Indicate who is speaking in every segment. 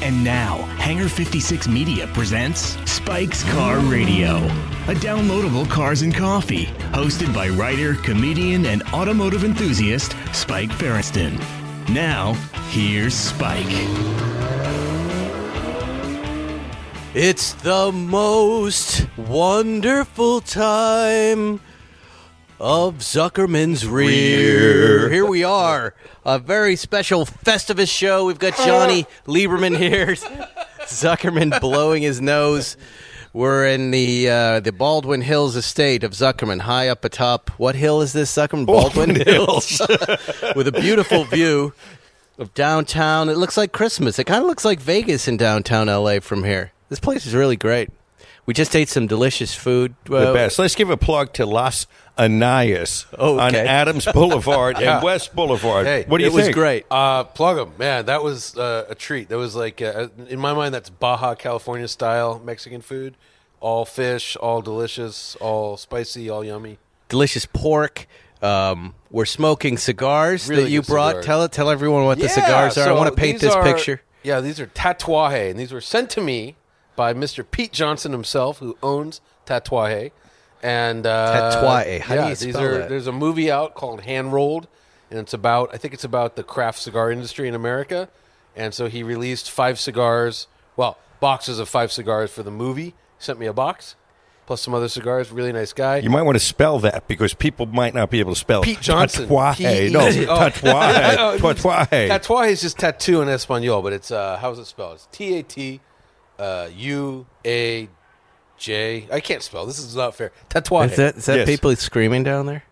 Speaker 1: And now, Hangar 56 Media presents Spike's Car Radio, a downloadable cars and coffee, hosted by writer, comedian, and automotive enthusiast Spike Ferriston. Now, here's Spike.
Speaker 2: It's the most wonderful time of Zuckerman's rear. Here we are, a very special Festivus show. We've got Johnny Lieberman here, Zuckerman blowing his nose. We're in the uh, the Baldwin Hills estate of Zuckerman, high up atop. What hill is this, Zuckerman? Baldwin Hills, with a beautiful view of downtown. It looks like Christmas. It kind of looks like Vegas in downtown LA from here. This place is really great. We just ate some delicious food.
Speaker 3: the best. Let's give a plug to Las Anayas
Speaker 2: Oh,
Speaker 3: on
Speaker 2: okay.
Speaker 3: Adams Boulevard and West Boulevard.
Speaker 4: Hey,
Speaker 3: what do you
Speaker 2: it
Speaker 3: think?
Speaker 2: was great.
Speaker 4: Uh, plug them, man. That was uh, a treat. That was like, uh, in my mind, that's Baja California style Mexican food. All fish, all delicious, all spicy, all yummy.
Speaker 2: delicious pork. Um, we're smoking cigars
Speaker 4: Really
Speaker 2: that you
Speaker 4: good
Speaker 2: brought.
Speaker 4: cigars.
Speaker 2: Tell tell everyone what the
Speaker 4: Yeah,
Speaker 2: cigars are. I
Speaker 4: so
Speaker 2: want to paint
Speaker 4: these
Speaker 2: this
Speaker 4: are-
Speaker 2: picture.
Speaker 4: Yeah, these are Tatuaje, and these were sent to me by Mr. Pete Johnson himself, who owns Tatuaje. And uh,
Speaker 2: Tatuaje. How do
Speaker 4: yeah,
Speaker 2: you
Speaker 4: these
Speaker 2: spell
Speaker 4: are,
Speaker 2: that?
Speaker 4: There's a movie out called Hand Rolled, and it's about I think it's about the craft cigar industry in America. And so he released five cigars, well, boxes of five cigars for the movie. He sent me a box, plus some other cigars. Really nice guy.
Speaker 3: You might want to spell that because people might not be able to spell
Speaker 4: Pete Johnson.
Speaker 3: Tatuaje.
Speaker 4: He-
Speaker 3: No,
Speaker 4: Oh. Oh,
Speaker 3: Tatuaje.
Speaker 4: it's-
Speaker 3: Tatuaje.
Speaker 4: Tatuaje is just tattoo in Espanol, but it's uh, how's it spelled? It's T A T uh, U A J. I can't spell. This is not fair. Tatuaje.
Speaker 2: Is that is that
Speaker 3: Yes.
Speaker 2: people screaming down there?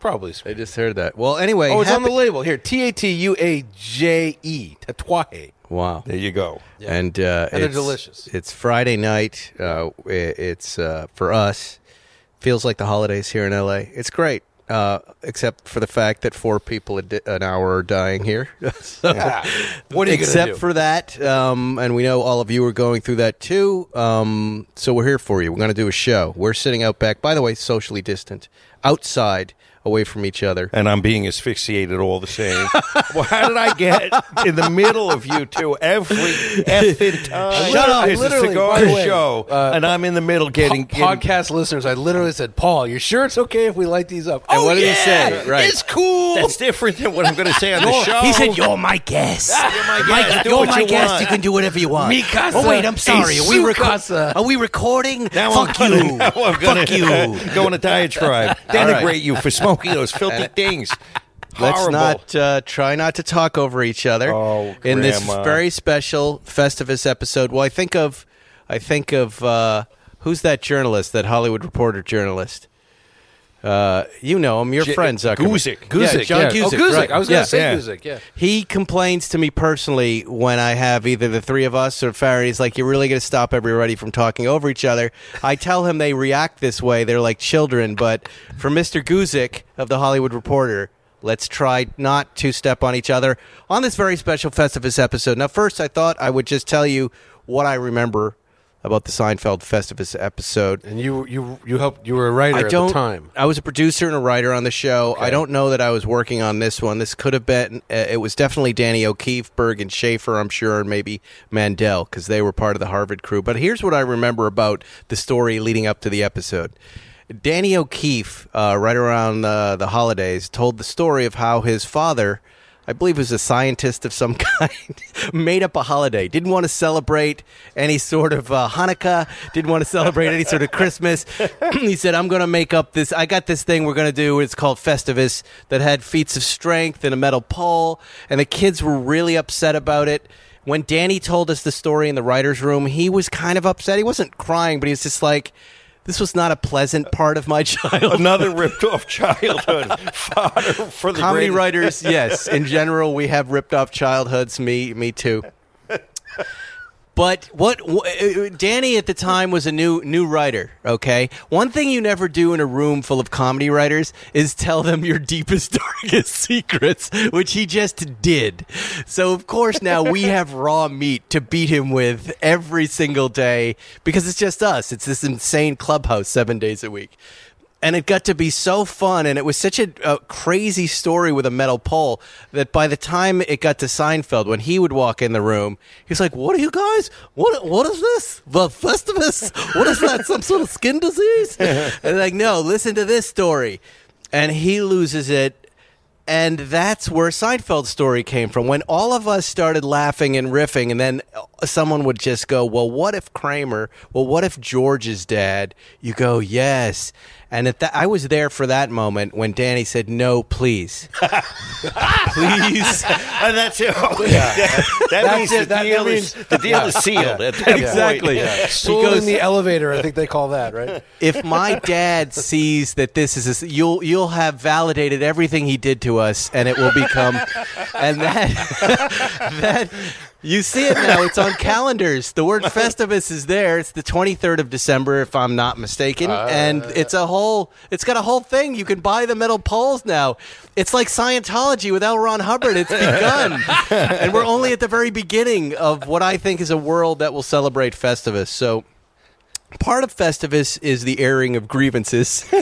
Speaker 4: Probably.
Speaker 2: I just heard that. Well, anyway,
Speaker 4: Oh, it's on
Speaker 2: happy-
Speaker 4: the label here. T A T U A J E. Tatuaje.
Speaker 2: wow.
Speaker 3: There you go.
Speaker 2: And, uh,
Speaker 4: And they're
Speaker 2: it's-
Speaker 4: delicious.
Speaker 2: It's Friday night. Uh, i- it's uh, for us. Feels like the holidays here in LA. It's great, uh, except for the fact that four people a di- an hour are dying here. So-
Speaker 4: What are you
Speaker 2: except
Speaker 4: gonna do?
Speaker 2: for that um, and we know all of you are going through that too um, so we're here for you we're going to do a show we're sitting out back by the way socially distant outside away from each other
Speaker 3: And I'm being asphyxiated all the same. well, how did I get in the middle of you two every effing time?
Speaker 2: Shut up.
Speaker 3: It's a
Speaker 2: Literally,
Speaker 3: cigar
Speaker 4: by the way,
Speaker 3: show, and I'm in the middle getting,
Speaker 4: Po-
Speaker 3: getting
Speaker 4: podcast listeners, I literally said, Paul, you're sure it's okay if we light these up?
Speaker 2: And
Speaker 4: oh,
Speaker 2: what did he
Speaker 4: yeah!
Speaker 2: say? Right.
Speaker 4: It's cool.
Speaker 3: That's different than what I'm going to say on the show.
Speaker 5: He said, "You're my guest. You're
Speaker 3: my guest. Do
Speaker 5: You're
Speaker 3: what
Speaker 5: my
Speaker 3: you
Speaker 5: guest.
Speaker 3: want."
Speaker 5: You can do whatever you want."
Speaker 4: Mi casa
Speaker 5: oh wait, I'm sorry.
Speaker 4: es
Speaker 5: Are we,
Speaker 4: su
Speaker 5: reco-
Speaker 4: casa.
Speaker 5: are we recording?
Speaker 3: Now
Speaker 5: Fuck
Speaker 3: I'm gonna,
Speaker 5: you.
Speaker 3: Now I'm gonna
Speaker 5: Fuck you.
Speaker 3: Go on a diatribe. Denigrate you for smoking those filthy things.
Speaker 2: Let's
Speaker 3: Horrible.
Speaker 2: not uh, try not to talk over each other
Speaker 3: Oh,
Speaker 2: in this
Speaker 3: Grandma.
Speaker 2: very special Festivus episode. Well, I think of, I think of uh, who's that journalist, that Hollywood Reporter journalist. Uh, you know him, your
Speaker 3: J-
Speaker 2: friend Zuckerman.
Speaker 3: Guzik.
Speaker 2: yeah,
Speaker 3: Guzik,
Speaker 2: John
Speaker 3: yeah.
Speaker 2: Guzik.
Speaker 4: Oh, Guzik.
Speaker 2: right.
Speaker 4: I was going
Speaker 2: Yeah.
Speaker 4: to say
Speaker 3: Yeah.
Speaker 4: music. Yeah.
Speaker 2: He complains to me personally when I have either the three of us or Farah. He's like, "You're really going to stop everybody from talking over each other." I tell him they react this way; they're like children. But for Mr. Guzik of the Hollywood Reporter, let's try not to step on each other on this very special Festivus episode. Now, first, I thought I would just tell you what I remember about the Seinfeld Festivus episode.
Speaker 4: And you, you, you helped. You were a writer
Speaker 2: I
Speaker 4: at
Speaker 2: don't.
Speaker 4: the time.
Speaker 2: I was a producer and a writer on the show. I don't know that I was working on this one. This could have been. Uh, it was definitely Danny O'Keefe, Berg, and Schaefer. I'm sure, and maybe Mandel because they were part of the Harvard crew. But here's what I remember about the story leading up to the episode. Danny O'Keefe, uh, right around uh, the holidays, told the story of how his father. I believe was a scientist of some kind, made up a holiday, didn't want to celebrate any sort of uh, Hanukkah, didn't want to celebrate any sort of Christmas. he said, I'm going to make up this, I got this thing we're going to do. It's called Festivus that had feats of strength and a metal pole. And the kids were really upset about it. When Danny told us the story in the writer's room, he was kind of upset. He wasn't crying, but he was just like, this was not a pleasant part of my childhood
Speaker 3: Another ripped off childhood fodder for the
Speaker 2: comedy
Speaker 3: greatest-
Speaker 2: writers, yes, in general, we have ripped off childhoods. Me, me too. But what wh- uh, Danny at the time was a new new writer. Okay, one thing you never do in a room full of comedy writers is tell them your deepest darkest secrets, which he just did. So of course now we have raw meat to beat him with every single day because it's just us. It's this insane clubhouse seven days a week and it got to be so fun and it was such a, a crazy story with a metal pole that by the time it got to seinfeld when he would walk in the room he's like what are you guys what what is this the festivus what is that some sort of skin disease and like no listen to this story and he loses it and that's where Seinfeld's story came from. When all of us started laughing and riffing, and then someone would just go, Well, what if Kramer? Well, what if George's dad? You go, Yes. And at that, I was there for that moment when Danny said, No, please. please.
Speaker 3: And Oh, that's it. yeah. That, means
Speaker 4: it.
Speaker 3: the
Speaker 4: That
Speaker 3: deal
Speaker 4: means-
Speaker 3: is the deal is sealed. At that
Speaker 2: Exactly.
Speaker 3: Point.
Speaker 2: He
Speaker 4: Sold
Speaker 2: goes-
Speaker 4: in the elevator, I think they call that, right?
Speaker 2: if my dad sees that this is a, you'll you'll have validated everything he did to us and it will become and that that you see it now it's on calendars the word festivus is there it's the 23rd of december if i'm not mistaken and it's a whole it's got a whole thing you can buy the metal poles now it's like scientology with l ron hubbard it's begun and we're only at the very beginning of what i think is a world that will celebrate festivus so part of Festivus is the airing of grievances,
Speaker 4: Uh,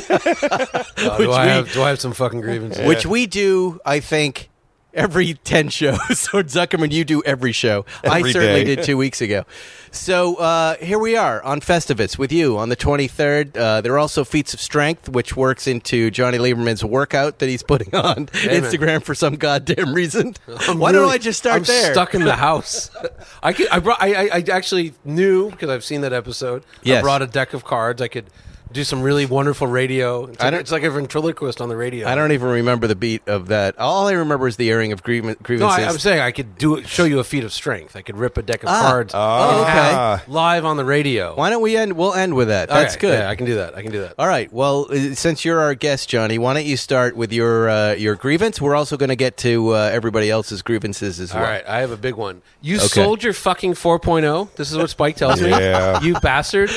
Speaker 4: do, I have, do I have some fucking grievances?
Speaker 2: which we do, I think, every 10 shows. or Zuckerman, you do every show. I
Speaker 3: Every
Speaker 2: certainly
Speaker 3: day.
Speaker 2: did two weeks ago. So uh, here we are on Festivus with you on the 23rd. Uh, there are also Feats of Strength, which works into Johnny Lieberman's workout that he's putting on Instagram for some goddamn reason.
Speaker 4: I'm
Speaker 2: Why don't
Speaker 4: really-
Speaker 2: I just start
Speaker 4: I'm
Speaker 2: there?
Speaker 4: Stuck in the house. I could, I brought. I, I, I actually knew because I've seen that episode.
Speaker 2: Yes.
Speaker 4: I brought a deck of cards. I could do some really wonderful radio. It's like,
Speaker 2: don't-
Speaker 4: it's like a ventriloquist on the radio.
Speaker 2: I don't even remember the beat of that. All I remember is the airing of grievan-
Speaker 4: No,
Speaker 2: grievances.
Speaker 4: I, I'm saying I could do show you a feat of strength. I could rip a deck of cards
Speaker 2: Oh,
Speaker 4: in
Speaker 2: okay.
Speaker 4: half live on the radio.
Speaker 2: Why don't we end? We'll end with that. That's
Speaker 4: Okay,
Speaker 2: good.
Speaker 4: Yeah, I can do that. I can do that.
Speaker 2: All right. Well, uh, since you're our guest, Johnny, why don't you start with your uh, your grievance? We're also going to get to uh, everybody else's grievances as well.
Speaker 4: All right, I have a big one. You sold your fucking 4.0. This is what Spike tells
Speaker 3: Yeah.
Speaker 4: me. You bastard.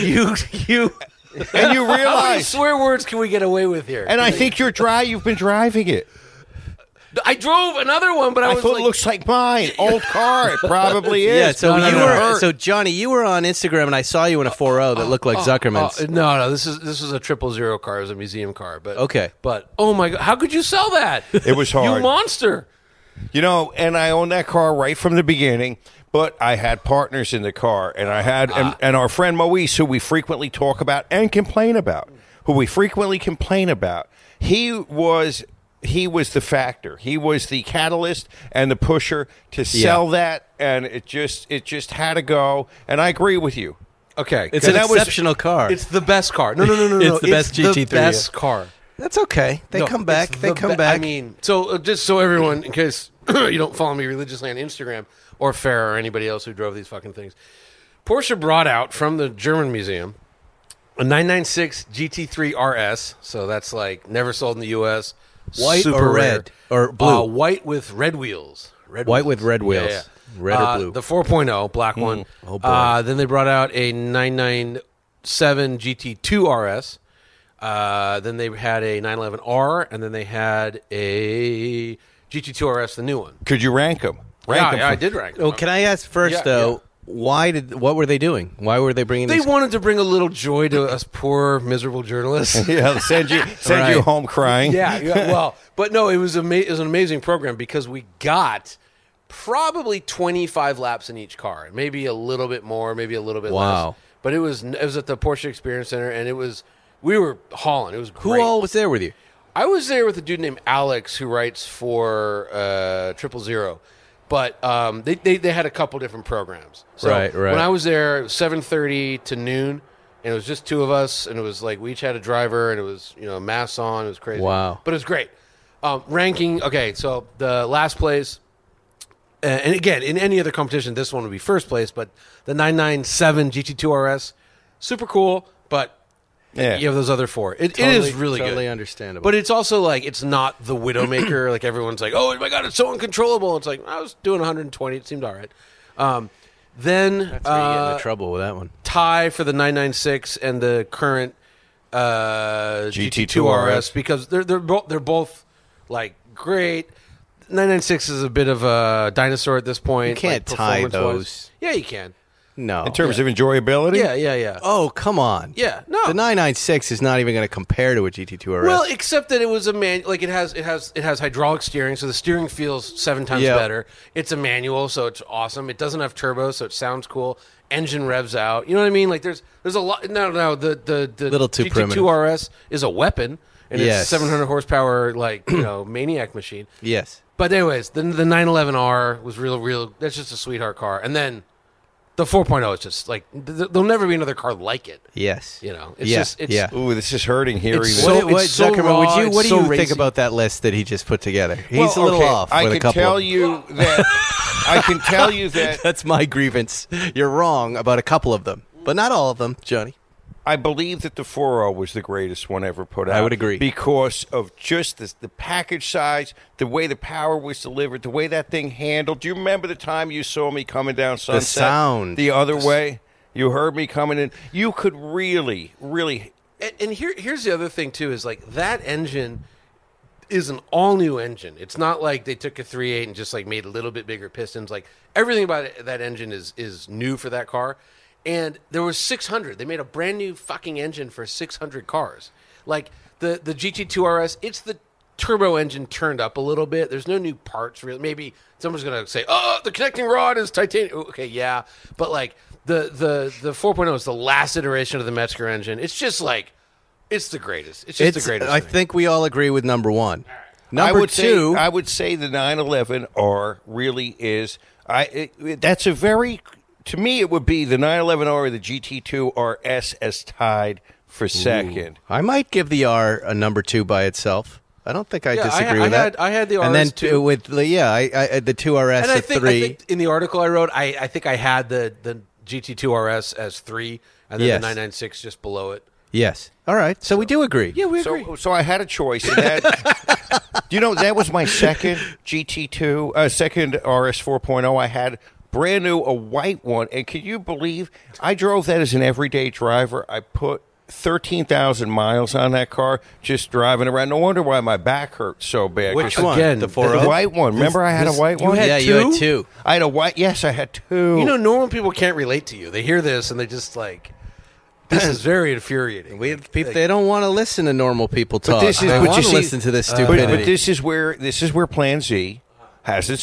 Speaker 4: you you
Speaker 3: And you
Speaker 4: How many
Speaker 3: realize.
Speaker 4: swear words can we get away with here?
Speaker 3: And I think you're dry. You've been driving it.
Speaker 4: I drove another one, but I,
Speaker 3: I,
Speaker 4: was
Speaker 3: thought
Speaker 4: like,
Speaker 3: it looks like mine. Old car. It probably is.
Speaker 2: Yeah. So
Speaker 4: No, no,
Speaker 2: you
Speaker 4: no.
Speaker 2: were
Speaker 3: Hurt.
Speaker 2: so Johnny, you were on Instagram, and I saw you in
Speaker 4: Uh,
Speaker 2: a 4.0 that looked like
Speaker 4: oh,
Speaker 2: Zuckerman's.
Speaker 4: no, no, this is this is a triple zero car, it was a museum car, but
Speaker 2: Okay.
Speaker 4: but oh my god, how could you sell that?
Speaker 3: It was
Speaker 4: You
Speaker 3: hard.
Speaker 4: monster!
Speaker 3: You know, and I owned that car right from the beginning, but I had partners in the car, and I had,
Speaker 4: Ah.
Speaker 3: and, and our friend Moise, who we frequently talk about and complain about, who we frequently complain about, he was. He was the factor. He was the catalyst and the pusher to sell that, and it just it just had to go. And I agree with you.
Speaker 4: Okay,
Speaker 2: it's
Speaker 4: good.
Speaker 2: an
Speaker 3: that was-
Speaker 2: exceptional car.
Speaker 4: it's the best car. No, no, no, no, no.
Speaker 2: It's the best GT3, yeah.
Speaker 4: best car.
Speaker 2: That's okay. They
Speaker 4: No,
Speaker 2: come back.
Speaker 4: it's
Speaker 2: They
Speaker 4: the
Speaker 2: come
Speaker 4: be-
Speaker 2: back.
Speaker 4: I mean, so uh, just so everyone, in case you don't follow me religiously on Instagram or Farah or anybody else who drove these fucking things, Porsche brought out from the German museum a 996 GT3 RS. So that's like never sold in the U.S.
Speaker 2: White or
Speaker 4: rare.
Speaker 2: red? Or blue?
Speaker 4: Uh, white with red wheels. Red
Speaker 2: White with red wheels. Red or
Speaker 4: Uh,
Speaker 2: blue?
Speaker 4: The 4.0 black
Speaker 3: Mm,
Speaker 4: one. Oh boy. Uh, then they brought out a 997 GT2 RS. Uh, then they had a 911R, and then they had a GT2 RS, the new one.
Speaker 3: Could you rank them? Rank
Speaker 4: Yeah,
Speaker 3: 'em
Speaker 4: yeah,
Speaker 3: for-
Speaker 4: I did rank. them
Speaker 2: oh,
Speaker 4: up.
Speaker 2: can I ask first
Speaker 4: Yeah,
Speaker 2: though?
Speaker 4: yeah.
Speaker 2: Why did? What were they doing? Why were they bringing?
Speaker 4: They
Speaker 2: these-
Speaker 4: wanted to bring a little joy to us poor miserable journalists.
Speaker 3: Yeah, send you send you
Speaker 2: Right.
Speaker 3: home crying.
Speaker 4: yeah, yeah, well, but no, it was ama- it was an amazing program because we got probably 25 laps in each car, maybe a little bit more, maybe a little bit
Speaker 2: Wow.
Speaker 4: less. But it was it was at the Porsche Experience Center, and it was we were hauling. It was
Speaker 2: Who
Speaker 4: great.
Speaker 2: all was there with you?
Speaker 4: I was there with a dude named Alex who writes for uh, Triple Zero, but um, they, they they had a couple different programs. So
Speaker 2: Right, right.
Speaker 4: When I was there, seven thirty to noon, and it was just two of us, and it was like we each had a driver, and it was you know a mass on. It was crazy.
Speaker 2: Wow.
Speaker 4: but it was great. Um, ranking okay, so the last place. Uh, and again, in any other competition, this one would be first place. But the 997 GT2 RS, super cool. But
Speaker 3: Yeah.
Speaker 4: you have those other four. It, it
Speaker 2: Totally-
Speaker 4: is really
Speaker 2: totally
Speaker 4: good.
Speaker 2: understandable.
Speaker 4: But it's also like it's not the Widowmaker. like everyone's like, oh my god, it's so uncontrollable. It's like I was doing 120. It seemed all right. Um, Then
Speaker 2: getting
Speaker 4: uh,
Speaker 2: into trouble with that one.
Speaker 4: tie for the 996 and the current uh,
Speaker 3: GT2
Speaker 4: GT2
Speaker 3: RS.
Speaker 4: RS because they're they're both they're both like great. 996 is a bit of a dinosaur at this point.
Speaker 2: You can't
Speaker 4: like,
Speaker 2: tie
Speaker 4: performance-wise. Yeah, you can.
Speaker 2: No.
Speaker 3: in terms of enjoyability.
Speaker 4: Yeah, yeah, yeah.
Speaker 2: oh, come on.
Speaker 4: Yeah, no.
Speaker 2: The 996 is not even going to compare to a GT2 RS.
Speaker 4: Well, except that it was a man like it has it has it has hydraulic steering, so the steering feels seven times
Speaker 2: Yeah.
Speaker 4: better. It's a manual, so it's awesome. It doesn't have turbo, so it sounds cool. Engine revs out. You know what I mean? Like there's there's a lot. No, no, the the the
Speaker 2: Little too primitive.
Speaker 4: GT2 RS is a weapon, and
Speaker 2: Yes.
Speaker 4: it's 700 horsepower like you know maniac machine.
Speaker 2: yes.
Speaker 4: But anyways, then the 911R was real, real. That's just a sweetheart car, and then the 4.0 is just like th- th- there'll never be another car like it.
Speaker 2: Yes.
Speaker 4: You know, it's
Speaker 2: yeah.
Speaker 4: just- it's-
Speaker 2: yeah.
Speaker 3: Ooh, this is hurting hearing
Speaker 4: It's
Speaker 3: this.
Speaker 4: so-
Speaker 2: What, what,
Speaker 4: it's so
Speaker 2: Zuckerman,
Speaker 4: raw,
Speaker 2: would you,
Speaker 4: it's
Speaker 2: what do
Speaker 4: so
Speaker 2: you think
Speaker 4: racy.
Speaker 2: about that list that he just put together? He's
Speaker 3: Well,
Speaker 2: a little
Speaker 3: okay,
Speaker 2: off
Speaker 3: I
Speaker 2: with a
Speaker 3: can
Speaker 2: couple.
Speaker 3: tell you that. I can tell you that
Speaker 2: That's my grievance. You're wrong about a couple of them, but not all of them, Johnny.
Speaker 3: I believe that the 4.0 was the greatest one ever put out.
Speaker 2: I would agree.
Speaker 3: Because of just the, the package size, the way the power was delivered, the way that thing handled. Do you remember the time you saw me coming down Sunset?
Speaker 2: sound.
Speaker 3: The other way? You heard me coming in. You could really, really.
Speaker 4: And, and here, here's the other thing too: is like that engine is an all new engine. It's not like they took a 3.8 and just like made a little bit bigger pistons. Like everything about it, that engine is is new for that car. And there was 600. They made a brand new fucking engine for 600 cars. Like the the GT2 RS, it's the turbo engine turned up a little bit. There's no new parts really. Maybe someone's gonna say, "Oh, the connecting rod is titanium." Okay, yeah, but like the the the 4.0 is the last iteration of the Metzger engine. It's just like it's the greatest. It's just
Speaker 2: It's-
Speaker 4: the greatest.
Speaker 2: I
Speaker 4: thing.
Speaker 2: think we all agree with number one. Number
Speaker 3: I would
Speaker 2: two,
Speaker 3: Say, I would say the 911R really is. I. It, it- that's a very. To me, it would be the 911R or the GT2 RS as tied for second.
Speaker 2: I might give the R a number two by itself. I don't think I
Speaker 4: Yeah, I-
Speaker 2: disagree
Speaker 4: I
Speaker 2: with
Speaker 4: had-
Speaker 2: that.
Speaker 4: I had the
Speaker 2: and then
Speaker 4: RS too.
Speaker 2: with the- yeah, I, I the two RS
Speaker 4: and I
Speaker 2: at
Speaker 4: think,
Speaker 2: three.
Speaker 4: I think in the article I wrote, I, I think I had the, the GT2 RS as three, and then
Speaker 2: Yes.
Speaker 4: the 996 just below it.
Speaker 2: yes. All right. So, Oh, we do agree.
Speaker 4: Yeah, we agree.
Speaker 3: So, so I had a choice. And that, you know, that was my second GT2, uh, second RS 4.0. oh. I had brand new, a white one. And can you believe I drove that as an everyday driver? I put 13,000 miles on that car just driving around. No wonder why my back hurt so bad.
Speaker 2: Which
Speaker 3: 'Cause
Speaker 2: one?
Speaker 4: again,
Speaker 2: the
Speaker 4: the
Speaker 2: four
Speaker 3: The oh? white one. Remember, I had a white one?
Speaker 2: had Yeah, you had two? two.
Speaker 3: I had a white. Yes, I had two.
Speaker 4: You know, normal people can't relate to you. They hear this and they just like, this is very infuriating.
Speaker 2: We have people. They don't want to listen to normal people talk.
Speaker 3: this
Speaker 2: they
Speaker 3: is- but you
Speaker 2: want to
Speaker 3: see- Uh,
Speaker 2: listen to this
Speaker 3: But-
Speaker 2: stupidity.
Speaker 3: But, this is where this is where Plan Z has its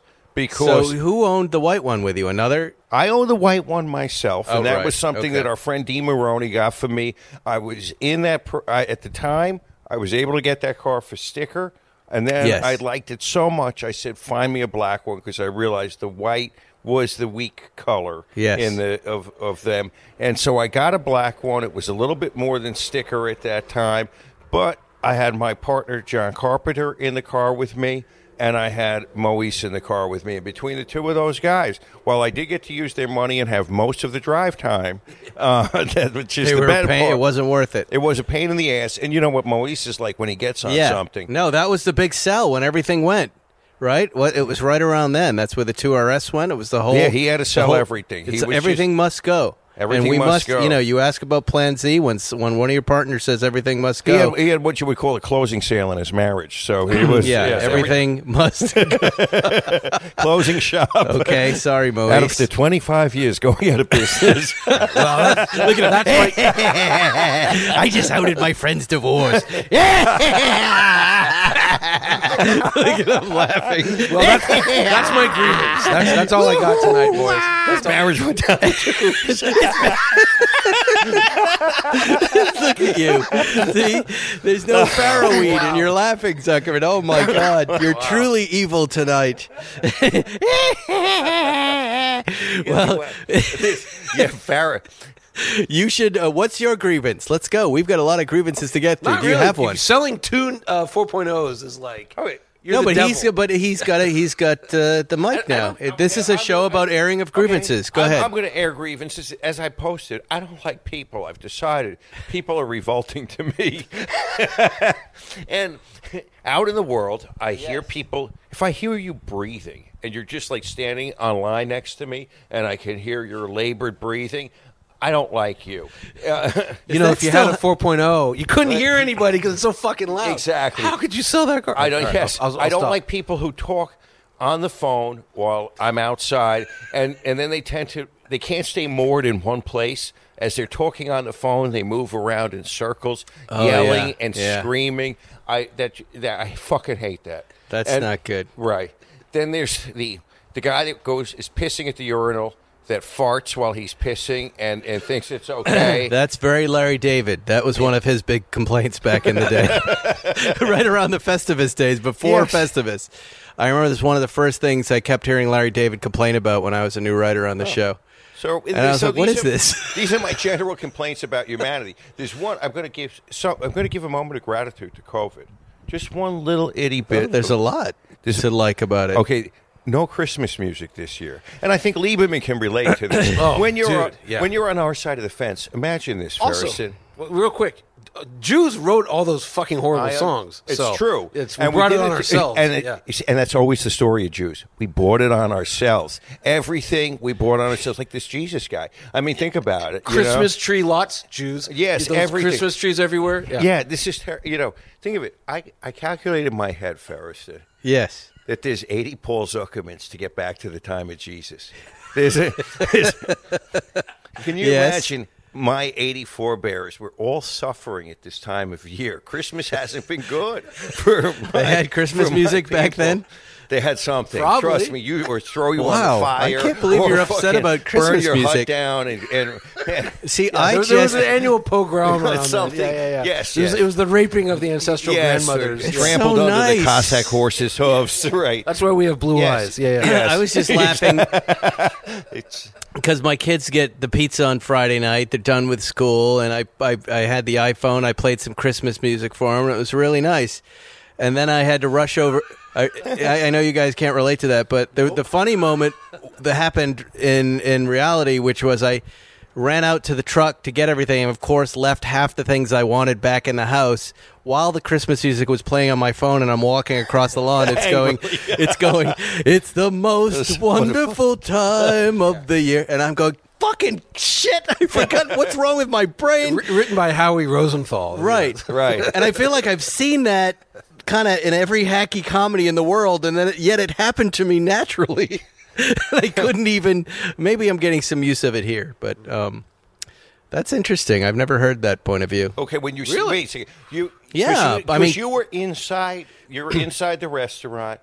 Speaker 2: so,
Speaker 3: because
Speaker 2: who owned the white one with you? Another?
Speaker 3: I own the white one myself, and
Speaker 2: Oh,
Speaker 3: that
Speaker 2: right.
Speaker 3: was something
Speaker 2: Okay.
Speaker 3: that our friend Dean Maroney got for me. I was in that pr- I, at the time. I was able to get that car for sticker, and then
Speaker 2: Yes.
Speaker 3: I liked it so much. I said, "Find me a black one," because I realized the white was the weak color
Speaker 2: Yes.
Speaker 3: in the of of them, and so I got a black one. It was a little bit more than sticker at that time, but I had my partner John Carpenter in the car with me and I had Moise in the car with me. And between the two of those guys, while I did get to use their money and have most of the drive time, uh, that, which is
Speaker 2: They
Speaker 3: the
Speaker 2: were
Speaker 3: bad
Speaker 2: paying.
Speaker 3: part,
Speaker 2: It wasn't worth it.
Speaker 3: It was a pain in the ass. And you know what Moise is like when he gets on something.
Speaker 2: No, that was the big sell when everything went right. What it was right around then. That's where the two RS went. It was the whole.
Speaker 3: Yeah, he had to
Speaker 2: the
Speaker 3: sell everything. He
Speaker 2: it's-
Speaker 3: was
Speaker 2: everything
Speaker 3: just-
Speaker 2: must go.
Speaker 3: Everything
Speaker 2: and we
Speaker 3: must go.
Speaker 2: You know, you ask about Plan Z when s- when one of your partners says everything must
Speaker 3: He
Speaker 2: go.
Speaker 3: had, he had what you would call a closing sale in his marriage. So he was
Speaker 2: yeah,
Speaker 3: yes, every-
Speaker 2: everything must. go.
Speaker 3: closing shop.
Speaker 2: Okay, sorry, Moise.
Speaker 3: Out of the 25 years going out of business.
Speaker 2: Look at that. I just outed my friend's divorce. Look at him laughing.
Speaker 4: well, that's, that's my grievance. That's, that's all I got tonight, boys. That's all-
Speaker 3: marriage went down.
Speaker 2: Look at you. See, there's no farrow
Speaker 4: Oh,
Speaker 2: weed, and you're laughing, Zuckerman. Oh my God, you're truly evil tonight. well,
Speaker 3: yeah, Farrah.
Speaker 2: you should. Uh, what's your grievance? Let's go. We've got a lot of grievances to get through.
Speaker 4: Not
Speaker 2: Do you
Speaker 4: really.
Speaker 2: have one?
Speaker 4: Selling two uh, 4.0s is like, oh, wait, you're
Speaker 2: no,
Speaker 4: the
Speaker 2: but
Speaker 4: devil.
Speaker 2: he's but he's got a, he's got uh, the mic now. This is a show about airing of grievances. Go
Speaker 3: I'm-
Speaker 2: ahead.
Speaker 3: I'm going to air grievances as I posted. I don't like people. I've decided people are revolting to me. and out in the world, I hear people. If I hear you breathing, and you're just like standing on line next to me, and I can hear your labored breathing. I don't like you. Uh,
Speaker 4: You know,
Speaker 5: that
Speaker 4: if you
Speaker 5: still-
Speaker 4: had a 4.0, you couldn't hear anybody because it's so fucking loud.
Speaker 3: Exactly.
Speaker 4: How could you sell that car?
Speaker 3: I don't.
Speaker 4: All right,
Speaker 3: yes,
Speaker 4: I'll-
Speaker 3: I'll,
Speaker 4: I'll-
Speaker 3: I do not
Speaker 4: stop.
Speaker 3: like people who talk on the phone while I'm outside, and and then they tend to they can't stay moored in one place as they're talking on the phone. They move around in circles, yelling
Speaker 2: yeah,
Speaker 3: and
Speaker 2: yeah.
Speaker 3: screaming. I that that I fucking hate that.
Speaker 2: That's
Speaker 3: And-
Speaker 2: not good.
Speaker 3: Right. Then there's the the guy that goes is pissing at the urinal. That farts while he's pissing and, and thinks it's okay.
Speaker 2: That's very Larry David. That was one of his big complaints back in the day, right around the Festivus days, before
Speaker 3: Yes.
Speaker 2: Festivus. I remember this one of the first things I kept hearing Larry David complain about when I was a new writer on the show.
Speaker 3: Oh. So,
Speaker 2: And I was
Speaker 3: so
Speaker 2: like, "What
Speaker 3: these
Speaker 2: is
Speaker 3: are-
Speaker 2: this?"
Speaker 3: these are my general complaints about humanity. There's one I'm going to give. So I'm going to give a moment of gratitude to COVID. Just one little itty bit.
Speaker 2: Oh, there's a lot to like about it.
Speaker 3: okay. No Christmas music this year, and I think Lieberman can relate to this.
Speaker 2: Oh,
Speaker 3: when you're
Speaker 4: dude,
Speaker 3: on,
Speaker 4: yeah.
Speaker 3: when you're on our side of the fence, imagine this,
Speaker 4: Also,
Speaker 3: Ferguson.
Speaker 4: w- real quick, uh, Jews wrote all those fucking horrible
Speaker 3: I am-
Speaker 4: songs.
Speaker 3: It's
Speaker 4: so
Speaker 3: true.
Speaker 4: It's we brought
Speaker 3: did
Speaker 4: it on ourselves.
Speaker 3: And, it-
Speaker 4: yeah.
Speaker 3: you see, and that's always the story of Jews. We bought it on ourselves. Everything we bought on ourselves, like this Jesus guy. I mean, think about it. you know?
Speaker 4: Christmas tree lots, Jews.
Speaker 3: Yes,
Speaker 4: those
Speaker 3: everything.
Speaker 4: Christmas trees everywhere. Yeah.
Speaker 3: Yeah, this is ter- you know. Think of it. I I calculated in my head, Ferriston,
Speaker 2: Yes.
Speaker 3: that there's 80 Paul Zuckermans to get back to the time of Jesus. There's a, there's- can you
Speaker 2: Yes.
Speaker 3: imagine? My 84 bears were all suffering at this time of year. Christmas hasn't been good. For my-
Speaker 2: had Christmas
Speaker 3: for my
Speaker 2: music back
Speaker 3: people.
Speaker 2: then?
Speaker 3: They had something.
Speaker 4: Probably.
Speaker 3: Trust me, you or throw you on
Speaker 2: Wow,
Speaker 3: the
Speaker 2: I
Speaker 3: fire.
Speaker 2: can't believe
Speaker 3: or
Speaker 2: you're upset
Speaker 3: fucking
Speaker 2: about Christmas
Speaker 3: burn your Hut
Speaker 2: music.
Speaker 3: down and, and, and
Speaker 2: See, I
Speaker 4: there,
Speaker 2: just
Speaker 4: there was an annual pogrom. around that.
Speaker 3: Something.
Speaker 4: Yeah, yeah, yeah.
Speaker 3: Yes,
Speaker 4: it, was,
Speaker 3: yes.
Speaker 4: it was the raping of the ancestral
Speaker 3: yes,
Speaker 4: grandmothers.
Speaker 3: they're
Speaker 4: Yeah.
Speaker 2: tramp-
Speaker 3: trampled
Speaker 2: so
Speaker 3: under the
Speaker 2: nice.
Speaker 3: Cossack horse's hooves. Right.
Speaker 4: That's why we have blue
Speaker 3: Yes.
Speaker 4: eyes. Yeah, yeah.
Speaker 3: Yes.
Speaker 2: I was just laughing
Speaker 3: It's
Speaker 2: because my kids get the pizza on Friday night. They're done with school, and I, I I had the iPhone. I played some Christmas music for them, and it was really nice. And then I had to rush over. I, I I know you guys can't relate to that, but the, the funny moment that happened in in reality, which was I ran out to the truck to get everything, and of course left half the things I wanted back in the house while the Christmas music was playing on my phone, and I'm walking across the lawn. It's going, it's going, it's the most wonderful time of the year, and I'm going. Fucking shit! I forgot what's wrong with my brain.
Speaker 4: Wr- Written by Howie Rosenthal.
Speaker 2: Right.
Speaker 3: Right.
Speaker 2: And I feel like I've seen that kind of in every hacky comedy in the world, and then it, yet it happened to me naturally. And I couldn't even. Maybe I'm getting some use of it here, but um, that's interesting. I've never heard that point of view.
Speaker 3: okay when you see
Speaker 4: Really?
Speaker 3: wait a second, you
Speaker 2: Yeah,
Speaker 3: because
Speaker 2: I mean-
Speaker 3: you were inside you were inside the restaurant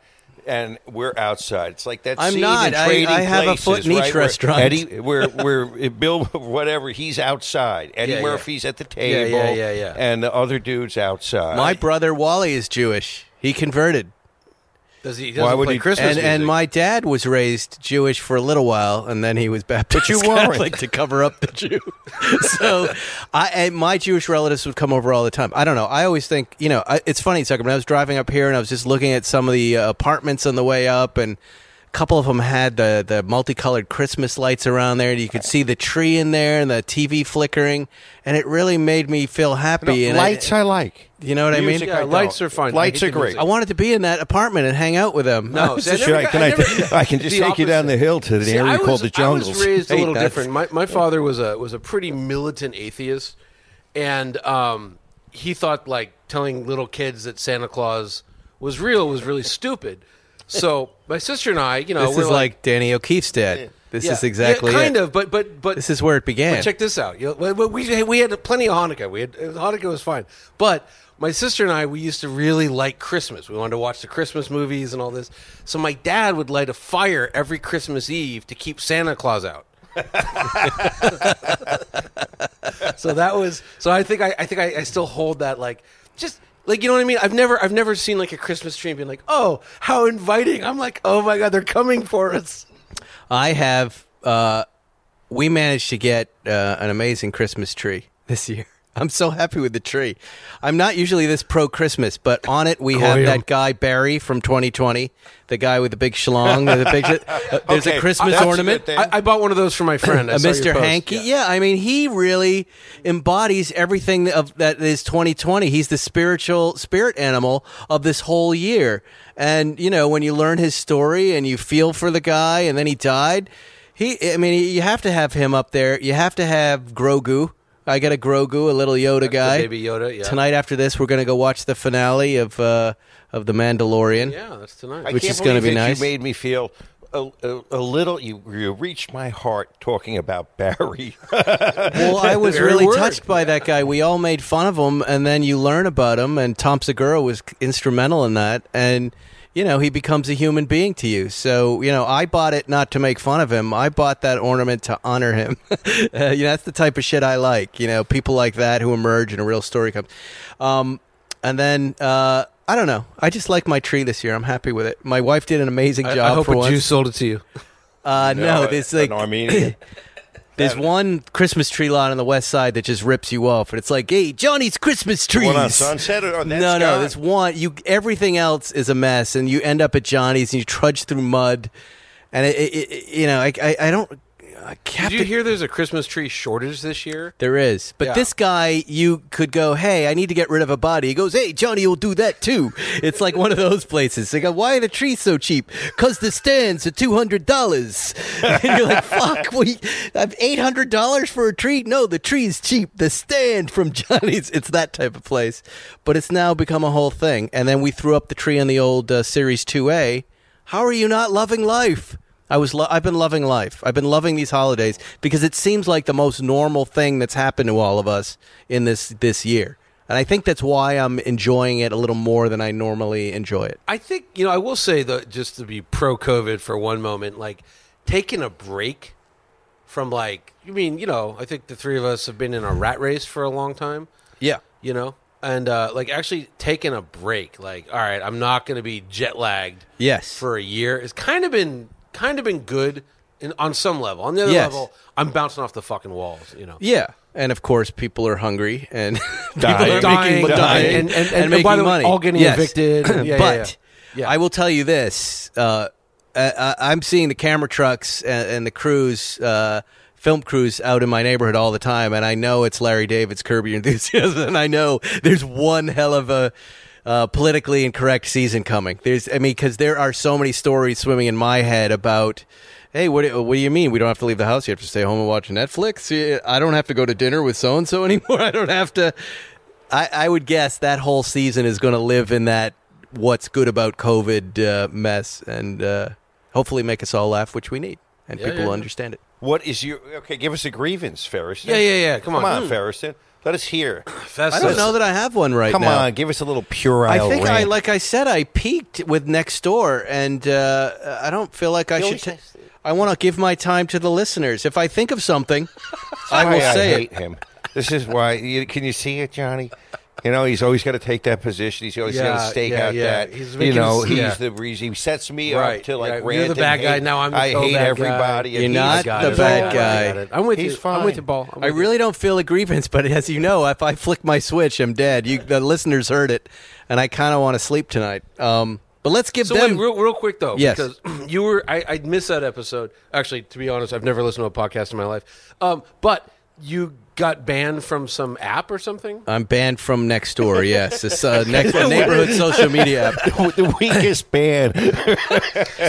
Speaker 3: and we're outside. It's like that.
Speaker 2: I'm
Speaker 3: scene
Speaker 2: not.
Speaker 3: In
Speaker 2: I-
Speaker 3: Trading
Speaker 2: I have a
Speaker 3: Places,
Speaker 2: foot in each
Speaker 3: right, where
Speaker 2: restaurant.
Speaker 3: Eddie, where where Bill whatever he's outside. Eddie
Speaker 2: Yeah, yeah.
Speaker 3: Murphy's at the
Speaker 4: yeah,
Speaker 3: table.
Speaker 4: yeah, yeah.
Speaker 3: And the other dude's outside.
Speaker 2: My brother Wally is Jewish. He converted,
Speaker 4: Does he? he
Speaker 3: Why
Speaker 4: doesn't
Speaker 3: would
Speaker 4: play
Speaker 3: he-
Speaker 4: Christmas
Speaker 2: and and
Speaker 4: music.
Speaker 2: my dad was raised Jewish for a little while, and then he was Baptist.
Speaker 3: But you weren't.
Speaker 2: Catholic to cover up the Jew. so, I and my Jewish relatives would come over all the time. I don't know. I always think you know. I, it's funny, Zucker. When I was driving up here and I was just looking at some of the uh, apartments on the way up, and a couple of them had the the multicolored Christmas lights around there, and you could see the tree in there and the TV flickering, and it really made me feel happy.
Speaker 3: No,
Speaker 2: and I-
Speaker 3: lights I, like.
Speaker 2: You know what I mean?
Speaker 3: Music
Speaker 4: Yeah,
Speaker 3: don't.
Speaker 4: lights are fine. I
Speaker 3: Lights
Speaker 4: hate
Speaker 3: are
Speaker 4: the
Speaker 3: great.
Speaker 4: music.
Speaker 2: I wanted to be in that apartment and hang out with them.
Speaker 4: No, see, I never
Speaker 3: Should I,
Speaker 4: got-
Speaker 3: can
Speaker 4: I
Speaker 3: I,
Speaker 4: never-
Speaker 3: I can just
Speaker 4: the
Speaker 3: take you down the
Speaker 4: opposite.
Speaker 3: hill to the
Speaker 4: See,
Speaker 3: area
Speaker 4: I
Speaker 3: called
Speaker 4: was-
Speaker 3: the jungles.
Speaker 4: I was raised a
Speaker 3: Hey,
Speaker 4: little
Speaker 3: that's-
Speaker 4: different. My, my father was a was a pretty militant atheist, and um, he thought like telling little kids that Santa Claus was real was really stupid. So my sister and I, you know,
Speaker 2: This
Speaker 4: Oh, we're
Speaker 2: is like, Danny O'Keefe's dad. This
Speaker 4: Yeah.
Speaker 2: is exactly
Speaker 4: yeah, kind
Speaker 2: it.
Speaker 4: of, but but but
Speaker 2: This is where it began.
Speaker 4: But check this out. You know, we- we we had plenty of Hanukkah. We had uh, Hanukkah was fine, but my sister and I we used to really like Christmas. We wanted to watch the Christmas movies and all this. So my dad would light a fire every Christmas Eve to keep Santa Claus out. so that was so I think I, I think I, I still hold that like just like you know what I mean? I've never I've never seen like a Christmas tree and been like, oh, how inviting. I'm like, oh my god, they're coming for us.
Speaker 2: I have. Uh, we managed to get uh, an amazing Christmas tree this year. I'm so happy with the tree. I'm not usually this pro Christmas, but on it we have that guy Barry from 2020, the guy with the big schlong, with the big. uh, there's
Speaker 3: Okay,
Speaker 2: a Christmas
Speaker 3: that's
Speaker 2: ornament.
Speaker 3: good then.
Speaker 4: I, I bought one of those for my friend. I
Speaker 2: a
Speaker 4: saw your
Speaker 2: Mr.
Speaker 4: post.
Speaker 2: Hanky. Yeah. I mean, he really embodies everything of that is 2020. He's the spiritual spirit animal of this whole year. And you know, when you learn his story and you feel for the guy, and then he died. He, I mean, you have to have him up there. You have to have Grogu. I got a Grogu, a little Yoda guy.
Speaker 4: baby Yoda, yeah.
Speaker 2: Tonight after this, we're gonna go watch the finale of uh, of the Mandalorian.
Speaker 4: Yeah, that's tonight.
Speaker 3: I
Speaker 2: Which
Speaker 3: can't
Speaker 2: is gonna
Speaker 3: believe
Speaker 2: be
Speaker 3: that
Speaker 2: nice.
Speaker 3: You made me feel a, a, a little. You, you reached my heart talking about Barry.
Speaker 2: Well, I was
Speaker 4: Very
Speaker 2: really
Speaker 4: word.
Speaker 2: touched by that guy. We all made fun of him, and then you learn about him, and Tom Segura was c- instrumental in that. And you know, he becomes a human being to you. So you know, I bought it not to make fun of him. I bought that ornament to honor him. uh, you know, that's the type of shit I like. You know, people like that who emerge and a real story comes. Um, and then. Uh, I don't know. I just like my tree this year. I'm happy with it. My wife did an amazing
Speaker 4: I,
Speaker 2: job
Speaker 4: I hope
Speaker 2: for
Speaker 4: a
Speaker 2: once.
Speaker 4: Jew sold it to you.
Speaker 2: Uh, no, this like
Speaker 3: an Armenian.
Speaker 2: there's one Christmas tree lot on the west side that just rips you off, and it's like, hey, Johnny's Christmas trees.
Speaker 3: one on Sunset or- oh, that's
Speaker 2: no, no,
Speaker 3: gone.
Speaker 2: this one. You everything else is a mess, and you end up at Johnny's, and you trudge through mud, and it, it, it- you know, I, I, I don't. I kept
Speaker 4: Did you
Speaker 2: it-
Speaker 4: hear there's a Christmas tree shortage this year?
Speaker 2: There is, but
Speaker 4: Yeah.
Speaker 2: this guy, you could go, hey, I need to get rid of a body. He goes, hey, Johnny will do that too. It's like one of those places. They go, why are the trees so cheap? Cause the stands are two hundred dollars. And you're like, fuck, we have eight hundred dollars for a tree. No, the tree's cheap. The stand from Johnny's. It's that type of place, but it's now become a whole thing. And then we threw up the tree on the old uh, Series Two A. How are you not loving life? I was lo- I've been loving life. I've been loving these holidays because it seems like the most normal thing that's happened to all of us in this this year. And I think that's why I'm enjoying it a little more than I normally enjoy it.
Speaker 4: I think you know. I will say that just to be pro COVID for one moment, like taking a break from like you mean you know. I think the three of us have been in a rat race for a long time.
Speaker 2: Yeah.
Speaker 4: you know, and uh, like actually taking a break. Like, all right, I'm not going to be jet lagged.
Speaker 2: Yes.
Speaker 4: for a year. It's kind of been kind of been good in, on some level. On the other
Speaker 2: Yes.
Speaker 4: level, I'm bouncing off the fucking walls. You know.
Speaker 2: Yeah. And of course, people are hungry and
Speaker 3: Dying.
Speaker 2: people are
Speaker 4: Dying,
Speaker 2: making,
Speaker 4: dying,
Speaker 2: dying
Speaker 4: and- and- and by
Speaker 2: making
Speaker 4: the way,
Speaker 2: money.
Speaker 4: all getting evicted. Yeah, yeah,
Speaker 2: but
Speaker 4: yeah. Yeah.
Speaker 2: I will tell you this: uh, I, I- I'm seeing the camera trucks and, and the crews, uh, film crews, out in my neighborhood all the time, and I know it's Larry David's Curb Your Enthusiasm, and I know there's one hell of a. Uh, politically incorrect season coming. There's, I mean, because there are so many stories swimming in my head about, hey, what do, what do you mean? We don't have to leave the house. You have to stay home and watch Netflix. Yeah, I don't have to go to dinner with so and so anymore. I don't have to. I, I would guess that whole season is going to live in that what's good about COVID uh, mess and uh, hopefully make us all laugh, which we need, and people
Speaker 4: yeah,
Speaker 2: will
Speaker 4: yeah.
Speaker 2: understand it.
Speaker 3: What is your okay? Give us a grievance, Ferriston.
Speaker 4: Yeah, yeah, yeah, come on.
Speaker 3: come on,
Speaker 4: Mm.
Speaker 3: Ferriston. Let us hear.
Speaker 2: I don't know that I have one right
Speaker 3: Come
Speaker 2: now.
Speaker 3: on, give us a little puerile.
Speaker 2: I think I,
Speaker 3: rant.
Speaker 2: like I said, I peaked with next door, and uh, I don't feel like I should.
Speaker 3: always
Speaker 2: ta-
Speaker 3: says that.
Speaker 2: I want to give my time to the listeners. If I think of something, I will
Speaker 3: Why
Speaker 2: say
Speaker 3: I
Speaker 2: it.
Speaker 3: hate him. This is why. You, can you see it, Johnny? You know, he's always got to take that position. He's always got
Speaker 4: Yeah,
Speaker 3: to stake
Speaker 4: yeah,
Speaker 3: out
Speaker 4: yeah.
Speaker 3: that.
Speaker 4: He's
Speaker 3: you
Speaker 4: making
Speaker 3: know,
Speaker 4: us-
Speaker 3: he's
Speaker 4: yeah.
Speaker 3: the reason. He sets me
Speaker 4: Right,
Speaker 3: up to like
Speaker 4: right. You're
Speaker 3: rant.
Speaker 4: the
Speaker 3: and
Speaker 4: bad guy,
Speaker 3: hate.
Speaker 4: now I'm the
Speaker 3: I
Speaker 4: oh,
Speaker 3: hate
Speaker 4: bad guy.
Speaker 3: everybody. and
Speaker 2: You're not
Speaker 3: he's got
Speaker 2: the
Speaker 3: it.
Speaker 2: bad
Speaker 3: Oh, I
Speaker 2: guy.
Speaker 3: got it.
Speaker 4: I'm with
Speaker 3: He's
Speaker 4: you. I'm with
Speaker 3: fine.
Speaker 4: you, Paul. I'm
Speaker 2: I
Speaker 4: with you.
Speaker 2: really don't feel a grievance, but as you know, if I flick my switch, I'm dead. You, the listeners heard it, and I kind of want to sleep tonight. Um, but let's give
Speaker 4: So
Speaker 2: them.
Speaker 4: wait, real, real quick though,
Speaker 2: Yes.
Speaker 4: because you were I, I missed that episode. Actually, to be honest, I've never listened to a podcast in my life. Um, but you got banned from some app or something.
Speaker 2: I'm banned from next door. Yes, it's uh, next neighborhood social media app.
Speaker 3: the weakest band.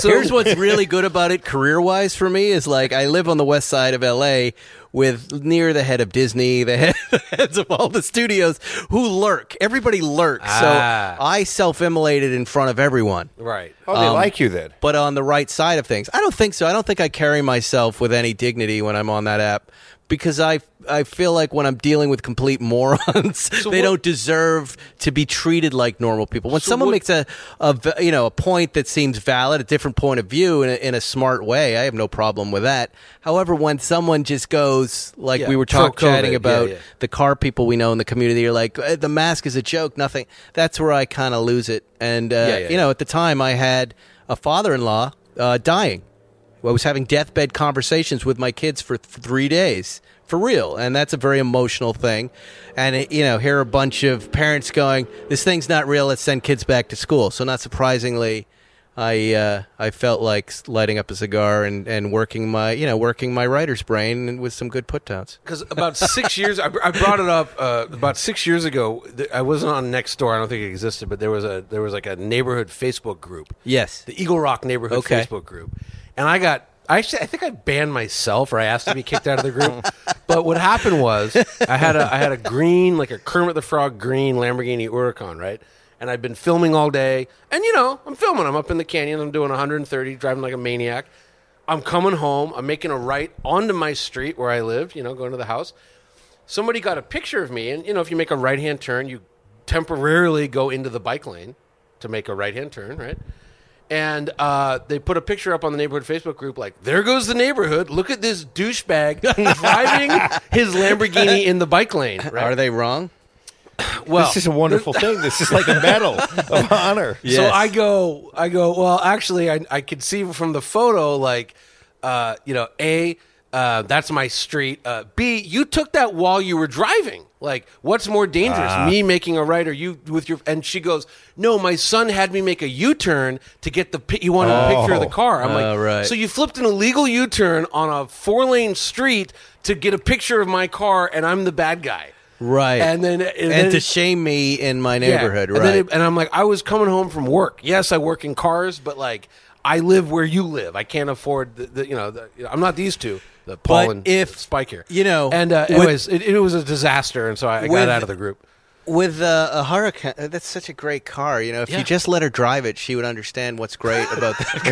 Speaker 4: So
Speaker 2: Here's what's really good about it career wise for me is like I live on the west side of LA with near the head of Disney, the head- the heads of all the studios who lurk. Everybody lurks.
Speaker 4: Ah.
Speaker 2: So I self immolated in front of everyone.
Speaker 4: right.
Speaker 3: Oh, they like you then.
Speaker 2: but on the right side of things. I don't think so. I don't think I carry myself with any dignity when I'm on that app because I I feel like when I'm dealing with complete morons, they
Speaker 4: what-
Speaker 2: don't deserve to be treated like normal people. When
Speaker 4: So
Speaker 2: someone
Speaker 4: what-
Speaker 2: makes a, a v- you know a point that seems valid, a different point of view in a, in a smart way, I have no problem with that. However, when someone just goes like
Speaker 4: Yeah,
Speaker 2: we were
Speaker 4: pro
Speaker 2: talk, chatting
Speaker 4: COVID, yeah,
Speaker 2: about
Speaker 4: yeah.
Speaker 2: the car people we know in the community are like "Eh, the mask is a joke, nothing. That's where I kind of lose it. And uh,
Speaker 4: Yeah, yeah,
Speaker 2: you know, at the time, I had a father-in-law uh, dying, I was having deathbed conversations with my kids for th- three days, for real, and that's a very emotional thing. And it, you know, here are a bunch of parents going, "This thing's not real. Let's send kids back to school." So, not surprisingly, I uh, I felt like s- lighting up a cigar and, and working my you know working my writer's brain and with some good put downs.
Speaker 4: Because about six years, I, I brought it up uh, about six years ago. th- I wasn't on Next Door. I don't think it existed, but there was a there was like a neighborhood Facebook group.
Speaker 2: Yes.
Speaker 4: the Eagle Rock neighborhood
Speaker 2: Okay.
Speaker 4: Facebook group, and I got. I actually, I think I banned myself, or I asked to be kicked out of the group. but what happened was, I had a I had a green, like a Kermit the Frog green Lamborghini Huracan, right? And I'd been filming all day, and you know, I'm filming. I'm up in the canyon. I'm doing 130, driving like a maniac. I'm coming home. I'm making a right onto my street where I lived. You know, going to the house somebody got a picture of me and you know if you make a right hand turn you temporarily go into the bike lane to make a right hand turn right and uh, they put a picture up on the neighborhood facebook group like there goes the neighborhood look at this douchebag driving his lamborghini in the bike lane right
Speaker 2: Are they wrong?
Speaker 4: well
Speaker 3: This is a wonderful thing. This is like a medal of honor.
Speaker 4: So
Speaker 2: Yes.
Speaker 4: I go, I go. Well, actually, I, I could see from the photo, like, uh, you know, a uh, that's my street. Uh, B, you took that while you were driving. Like, what's more dangerous,
Speaker 2: Ah.
Speaker 4: me making a right or you with your? And she goes, no, my son had me make a U turn to get the. pi- He wanted a picture of the car. I'm
Speaker 2: Oh,
Speaker 4: like,
Speaker 2: right.
Speaker 4: so you flipped an illegal U turn on a four lane street to get a picture of my car, and I'm the bad guy.
Speaker 2: Right.
Speaker 4: And then and,
Speaker 2: And,
Speaker 4: then-
Speaker 2: to shame me in my
Speaker 4: yeah.
Speaker 2: neighborhood,
Speaker 4: And,
Speaker 2: right?
Speaker 4: then it- and I'm like, I was coming home from work. Yes, I work in cars, but like, I live where you live. I can't afford the, the you know, the, you know, I'm not these two, the Paul
Speaker 2: But
Speaker 4: and
Speaker 2: if,
Speaker 4: Spike here,
Speaker 2: you know,
Speaker 4: And uh,
Speaker 2: with-
Speaker 4: anyways, it, it was a disaster, and so I, I
Speaker 2: with-
Speaker 4: got out of the group.
Speaker 2: with uh, a hurricane uh, that's such a great car you know if
Speaker 4: Yeah.
Speaker 2: you just let her drive it she would understand what's great about that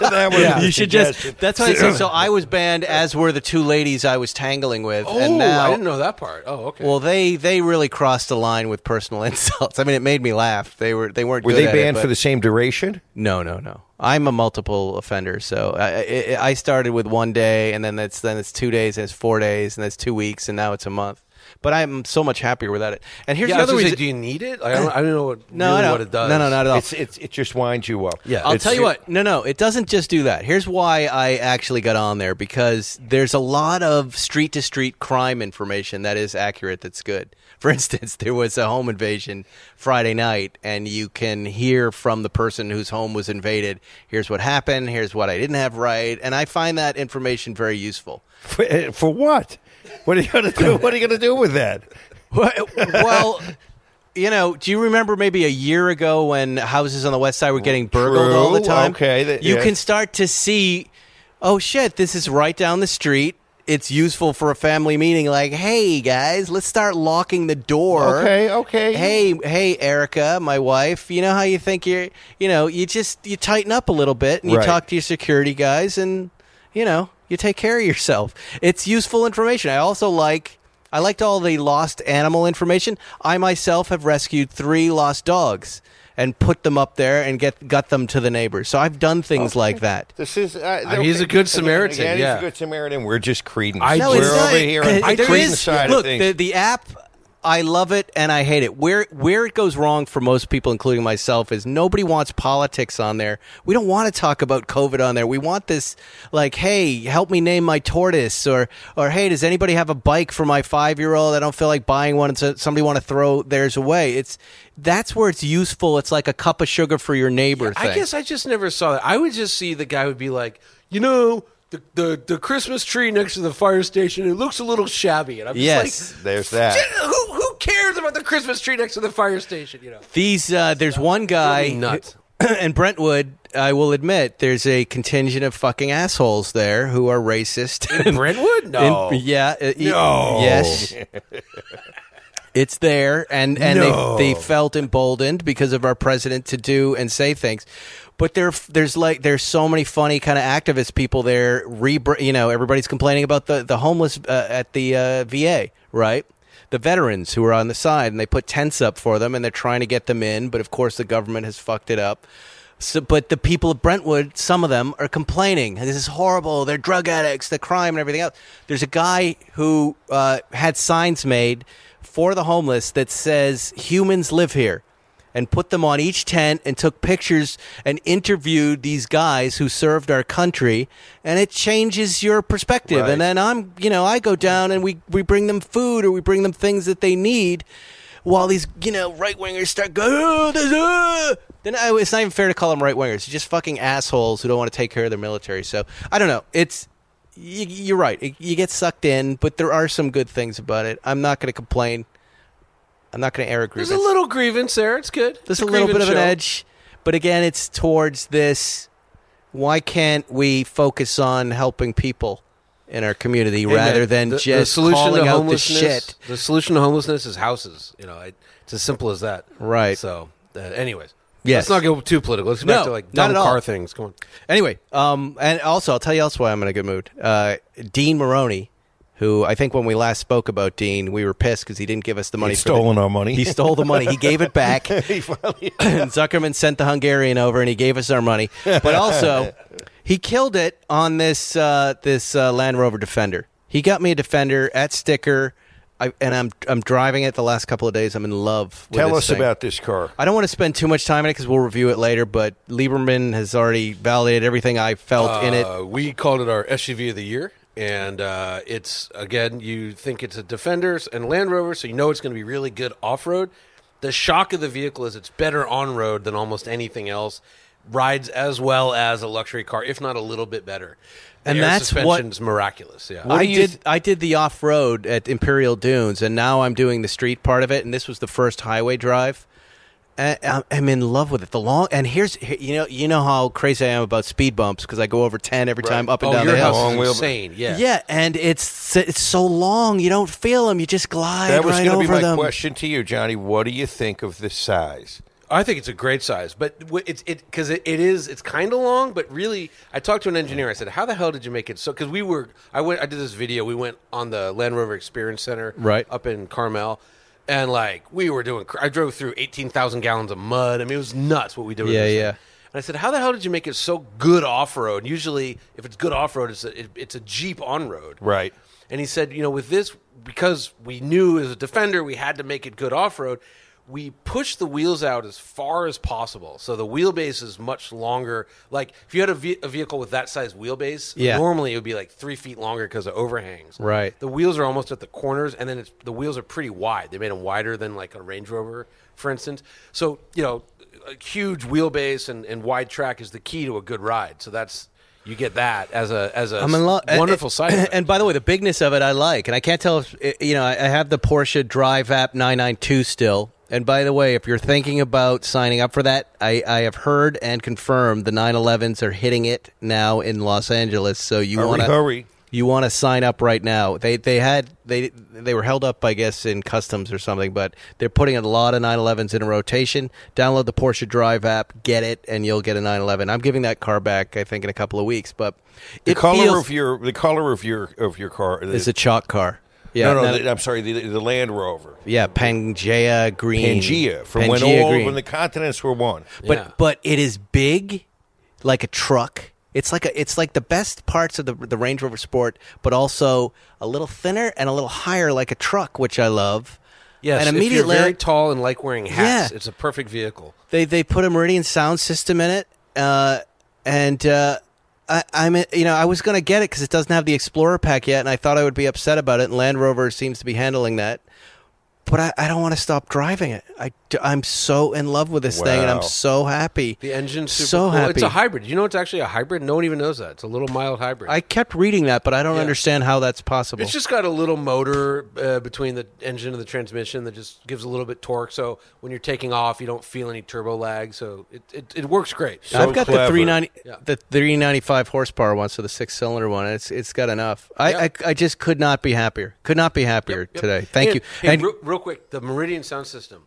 Speaker 3: That was
Speaker 2: car
Speaker 3: a
Speaker 2: you should just
Speaker 3: suggestion.
Speaker 2: that's why i said so i was banned as were the two ladies i was tangling with and now
Speaker 4: I didn't know that part. Oh, okay.
Speaker 2: well they they really crossed the line with personal insults i mean it made me laugh they were they weren't
Speaker 3: Were
Speaker 2: good
Speaker 3: they
Speaker 2: at it,
Speaker 3: banned for
Speaker 2: but-
Speaker 3: the same duration?
Speaker 2: no, no, no. I'm a multiple offender, so I, I, I started with one day, and then that's then it's two days, and it's four days, and that's two weeks, and now it's a month. But I'm so much happier without it. And here's
Speaker 4: yeah, I was
Speaker 2: another
Speaker 4: gonna
Speaker 2: reason.
Speaker 4: say, do you need it? Like, I don't, I don't know what,
Speaker 2: no,
Speaker 4: really
Speaker 2: I don't.
Speaker 4: what it does.
Speaker 2: No, no, not at all.
Speaker 3: It's, it's it just winds you up.
Speaker 4: Yeah.
Speaker 2: I'll
Speaker 4: It's-
Speaker 2: tell you what. No, no, it doesn't just do that. Here's why I actually got on there because there's a lot of street to street crime information that is accurate, that's good. For instance, there was a home invasion Friday night, and you can hear from the person whose home was invaded here's what happened, here's what I didn't have right. And I find that information very useful.
Speaker 3: For, eh, for what? What are you gonna do? What are you gonna do with that?
Speaker 2: well, you know, do you remember maybe a year ago when houses on the west side were getting burgled all the
Speaker 3: True,
Speaker 2: time?
Speaker 3: okay, that-
Speaker 2: you
Speaker 3: yeah.
Speaker 2: can start to see, oh shit, this is right down the street. It's useful for a family meeting, like, hey guys, let's start locking the door.
Speaker 3: Okay, okay.
Speaker 2: Hey, hey, Erica, my wife. You know how you think you're, you know, you just you tighten up a little bit and you
Speaker 3: Right.
Speaker 2: talk to your security guys, and you know, you take care of yourself. It's useful information. I also like. I liked all the lost animal information. I myself have rescued three lost dogs and put them up there and get got them to the neighbors. So I've done things like that.
Speaker 3: This is. Uh,
Speaker 4: I mean, he's a good Samaritan,
Speaker 3: Again,
Speaker 4: yeah.
Speaker 3: he's a good Samaritan. We're just credence.
Speaker 4: I
Speaker 3: we're
Speaker 4: No, it's
Speaker 3: over here on
Speaker 2: I-
Speaker 3: the
Speaker 2: there
Speaker 3: credence
Speaker 2: is-
Speaker 3: side
Speaker 2: look,
Speaker 3: of things.
Speaker 2: the, the app. I love it and I hate it. Where where it goes wrong for most people, including myself, is nobody wants politics on there. We don't want to talk about COVID on there. We want this like, hey, help me name my tortoise, or or hey, does anybody have a bike for my five year old? I don't feel like buying one. So somebody want to throw theirs away. It's that's where it's useful. It's like a cup of sugar for your neighbor. thing.
Speaker 4: I guess I just never saw that. I would just see the guy would be like, you know, the the, the Christmas tree next to the fire station, it looks a little shabby, and I'm just
Speaker 2: Yes.
Speaker 4: like,
Speaker 3: There's that.
Speaker 4: Who who cares about the Christmas tree next to the fire station? You know.
Speaker 2: These uh, there's one guy
Speaker 4: Really nuts.
Speaker 2: and Brentwood. I will admit, there's a contingent of fucking assholes there who are racist.
Speaker 4: Brentwood?
Speaker 2: In-
Speaker 4: No.
Speaker 2: yeah. uh, e- Yes. It's there, and and they they felt emboldened because of our president to do and say things, but there there's like there's so many funny kind of activist people there. Re, you know, everybody's complaining about the the homeless uh, at the uh, VA, right? The veterans who are on the side, and they put tents up for them, and they're trying to get them in, but of course the government has fucked it up. So, but the people of Brentwood, some of them are complaining. This is horrible. They're drug addicts, the crime, and everything else. There's a guy who uh, had signs made for the homeless that says humans live here and put them on each tent and took pictures and interviewed these guys who served our country. And it changes your perspective.
Speaker 3: Right.
Speaker 2: And then I'm, you know, I go down and we, we bring them food or we bring them things that they need while these, you know, right wingers start going, oh, this, uh," then I, it's not even fair to call them right wingers. They're just fucking assholes who don't want to take care of their military. So I don't know. It's, you, you're right. It, you get sucked in, but there are some good things about it. I'm not going to complain. I'm not going to air a grievance.
Speaker 4: There's a little grievance there. It's good.
Speaker 2: There's
Speaker 4: It's
Speaker 2: a little bit
Speaker 4: grievance
Speaker 2: of an
Speaker 4: show.
Speaker 2: edge, but again, it's towards this. Why can't we focus on helping people in our community
Speaker 4: And
Speaker 2: rather
Speaker 4: the-
Speaker 2: than
Speaker 4: the- the
Speaker 2: just
Speaker 4: solution
Speaker 2: calling
Speaker 4: to
Speaker 2: out the
Speaker 4: homelessness-
Speaker 2: shit?
Speaker 4: The solution to homelessness is houses. You know, I, it's as simple as that.
Speaker 2: Right.
Speaker 4: So, uh, anyways,
Speaker 2: Yes.
Speaker 4: let's not get too political. Let's go
Speaker 2: No,
Speaker 4: back to like
Speaker 2: not
Speaker 4: dumb
Speaker 2: at all.
Speaker 4: car things. Come on.
Speaker 2: Anyway, um, and also I'll tell you else why I'm in a good mood. Uh, Dean Maroney, who I think when we last spoke about Dean, we were pissed because he didn't give us the money.
Speaker 3: He's
Speaker 2: for the-
Speaker 3: stolen our money.
Speaker 2: He stole the money. He gave it back. and Zuckerman sent the Hungarian over, and he gave us our money. But also, he killed it on this uh, this uh, Land Rover Defender. He got me a Defender at sticker, I, and I'm I'm driving it the last couple of days. I'm in love. with
Speaker 3: Tell
Speaker 2: this
Speaker 3: us
Speaker 2: thing.
Speaker 3: about this car.
Speaker 2: I don't want to spend too much time on it because we'll review it later. But Lieberman has already validated everything I felt in it.
Speaker 4: Uh, we called it our SUV of the year, and uh, it's again, you think it's a Defenders and Land Rover, so you know it's going to be really good off road. The shock of the vehicle is it's better on road than almost anything else. Rides as well as a luxury car, if not a little bit better. The
Speaker 2: And
Speaker 4: air
Speaker 2: that's what-
Speaker 4: suspension's miraculous. Yeah,
Speaker 2: I
Speaker 3: do you
Speaker 2: did.
Speaker 3: th-
Speaker 2: I did the off road at Imperial Dunes, and now I'm doing the street part of it. And this was the first highway drive. And I'm- I'm in love with it. The long and here's here- you know you know how crazy I am about speed bumps because I go over ten every time up and
Speaker 4: oh,
Speaker 2: down
Speaker 4: your
Speaker 2: the
Speaker 4: house
Speaker 2: hill.
Speaker 4: is
Speaker 3: Long wheel-
Speaker 4: insane. Yeah,
Speaker 2: Yeah, and it's it's so long you don't feel them. You just glide
Speaker 3: That was
Speaker 2: right
Speaker 3: going
Speaker 2: over
Speaker 3: to be my
Speaker 2: them.
Speaker 3: question to you, Johnny. What do you think of this size?
Speaker 4: I think it's a great size, but w- it's it because it, it is it's kind of long, but really, I talked to an engineer. I said, "How the hell did you make it so?" Because we were, I went, I did this video. We went on the Land Rover Experience Center,
Speaker 2: Right.
Speaker 4: up in Carmel, and like we were doing. cr- I drove through eighteen thousand gallons of mud. I mean, it was nuts what we did. with
Speaker 2: Yeah,
Speaker 4: this thing.
Speaker 2: yeah.
Speaker 4: And I said, "How the hell did you make it so good off road?" Usually, if it's good off road, it's a, it, it's a Jeep on road,
Speaker 3: Right.
Speaker 4: and he said, you know, with this, because we knew as a defender we had to make it good off road, we pushed the wheels out as far as possible. So the wheelbase is much longer. Like if you had a, ve- a vehicle with that size wheelbase,
Speaker 2: Yeah.
Speaker 4: normally it would be like three feet longer because of overhangs.
Speaker 2: Right.
Speaker 4: The wheels are almost at the corners, and then it's, the wheels are pretty wide. They made them wider than like a Range Rover, for instance. So, you know, a huge wheelbase and, and wide track is the key to a good ride. So that's. You get that as a as a
Speaker 2: I'm in love.
Speaker 4: wonderful
Speaker 2: and,
Speaker 4: side.
Speaker 2: And,
Speaker 4: effect.
Speaker 2: by the way, the bigness of it I like, and I can't tell if it- you know. I I have the Porsche Drive app 992 still. And by the way, if you're thinking about signing up for that, I, I have heard and confirmed the 911s are hitting it now in Los Angeles. So you
Speaker 3: Hurry,
Speaker 2: want to
Speaker 3: hurry.
Speaker 2: You want to sign up right now. They they had they they were held up, I guess, in customs or something. But they're putting a lot of 911s in a rotation. Download the Porsche Drive app, get it, and you'll get a 911. I'm giving that car back, I think, in a couple of weeks. But
Speaker 3: The
Speaker 2: it
Speaker 3: color
Speaker 2: feels-
Speaker 3: of your the color of your of your car uh,
Speaker 2: it's a chalk car. Yeah,
Speaker 3: no, no.
Speaker 2: that-
Speaker 3: the- uh, I'm sorry. The, the Land Rover
Speaker 2: yeah, Pangea green,
Speaker 3: Pangea from when
Speaker 2: Pangea
Speaker 3: all
Speaker 2: green.
Speaker 3: when the continents were one.
Speaker 2: but
Speaker 4: Yeah.
Speaker 2: but it is big, like a truck. It's like a it's like the best parts of the the Range Rover Sport, but also a little thinner and a little higher, like a truck, which I love.
Speaker 4: Yes,
Speaker 2: and
Speaker 4: if
Speaker 2: immediately
Speaker 4: you're very tall and like wearing hats,
Speaker 2: Yeah.
Speaker 4: it's a perfect vehicle.
Speaker 2: they they put a Meridian sound system in it, uh, and uh, I, I'm you know I was gonna get it because it doesn't have the Explorer pack yet, and I thought I would be upset about it. And Land Rover seems to be handling that, but I, I don't want to stop driving it. I am so in love with this thing, and I'm
Speaker 3: Wow.
Speaker 2: so happy.
Speaker 4: The engine's super
Speaker 2: so
Speaker 4: cool.
Speaker 2: happy.
Speaker 4: It's a hybrid. You know, it's actually a hybrid. No one even knows that. It's a little mild hybrid.
Speaker 2: I kept reading that, but I don't
Speaker 4: Yeah.
Speaker 2: understand how that's possible.
Speaker 4: it's just got a little motor uh, between the engine and the transmission that just gives a little bit torque. So when you're taking off, you don't feel any turbo lag. So it, it, it works great.
Speaker 3: So
Speaker 2: I've got the
Speaker 3: clever.
Speaker 2: three ninety,
Speaker 4: Yeah.
Speaker 2: the three ninety five horsepower one, so the six cylinder one. It's it's got enough. I,
Speaker 4: Yeah.
Speaker 2: I I just could not be happier. Could not be happier
Speaker 4: Yep.
Speaker 2: today. Thank
Speaker 4: And-
Speaker 2: you.
Speaker 4: And,
Speaker 2: And-
Speaker 4: real, real quick, the Meridian sound system.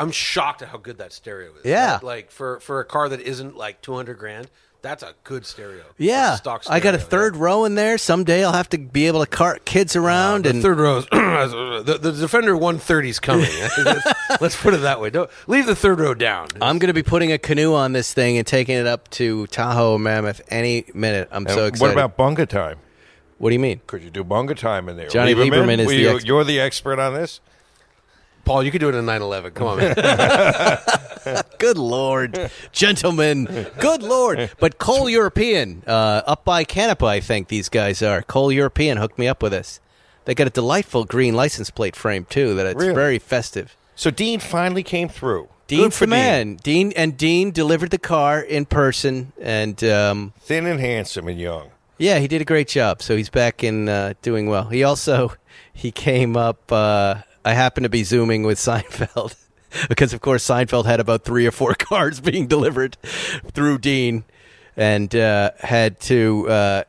Speaker 4: I'm shocked at how good that stereo is.
Speaker 2: Yeah.
Speaker 4: That, like for for a car that isn't like 200 grand, that's a good stereo.
Speaker 2: Yeah,
Speaker 4: Like stock
Speaker 2: I got a
Speaker 4: stereo, yeah.
Speaker 2: third row in there. Someday I'll have to be able to cart kids around
Speaker 4: The
Speaker 2: and
Speaker 4: third row, is- the, the defender 130 is coming. let's, let's put it that way. Don't leave the third row down.
Speaker 2: I'm going to be putting a canoe on this thing and taking it up to Tahoe Mammoth any minute. I'm so
Speaker 3: And
Speaker 2: excited.
Speaker 3: What about bunga time?
Speaker 2: What do you mean?
Speaker 3: Could you do bunga time in there?
Speaker 2: Johnny Lieberman is
Speaker 3: will
Speaker 2: the
Speaker 3: you,
Speaker 2: ex-
Speaker 3: you're the expert on this.
Speaker 4: Paul, you could do it in 911. Come on, man.
Speaker 2: Good lord, gentlemen. Good lord. But Cole European, uh, up by Canapa, I think these guys are. Cole European hooked me up with this. They got a delightful green license plate frame too. That it's
Speaker 3: Really?
Speaker 2: very festive.
Speaker 3: So Dean finally came through.
Speaker 2: Dean
Speaker 3: Good for
Speaker 2: the man. Dean. and Dean delivered the car in person, and um,
Speaker 3: Dean. Thin and handsome and young.
Speaker 2: yeah, he did a great job. So he's back in uh, doing well. He also he came up. Uh, I happened to be zooming with Seinfeld because, of course, Seinfeld had about three or four cars being delivered through Dean, and uh, had to. Uh,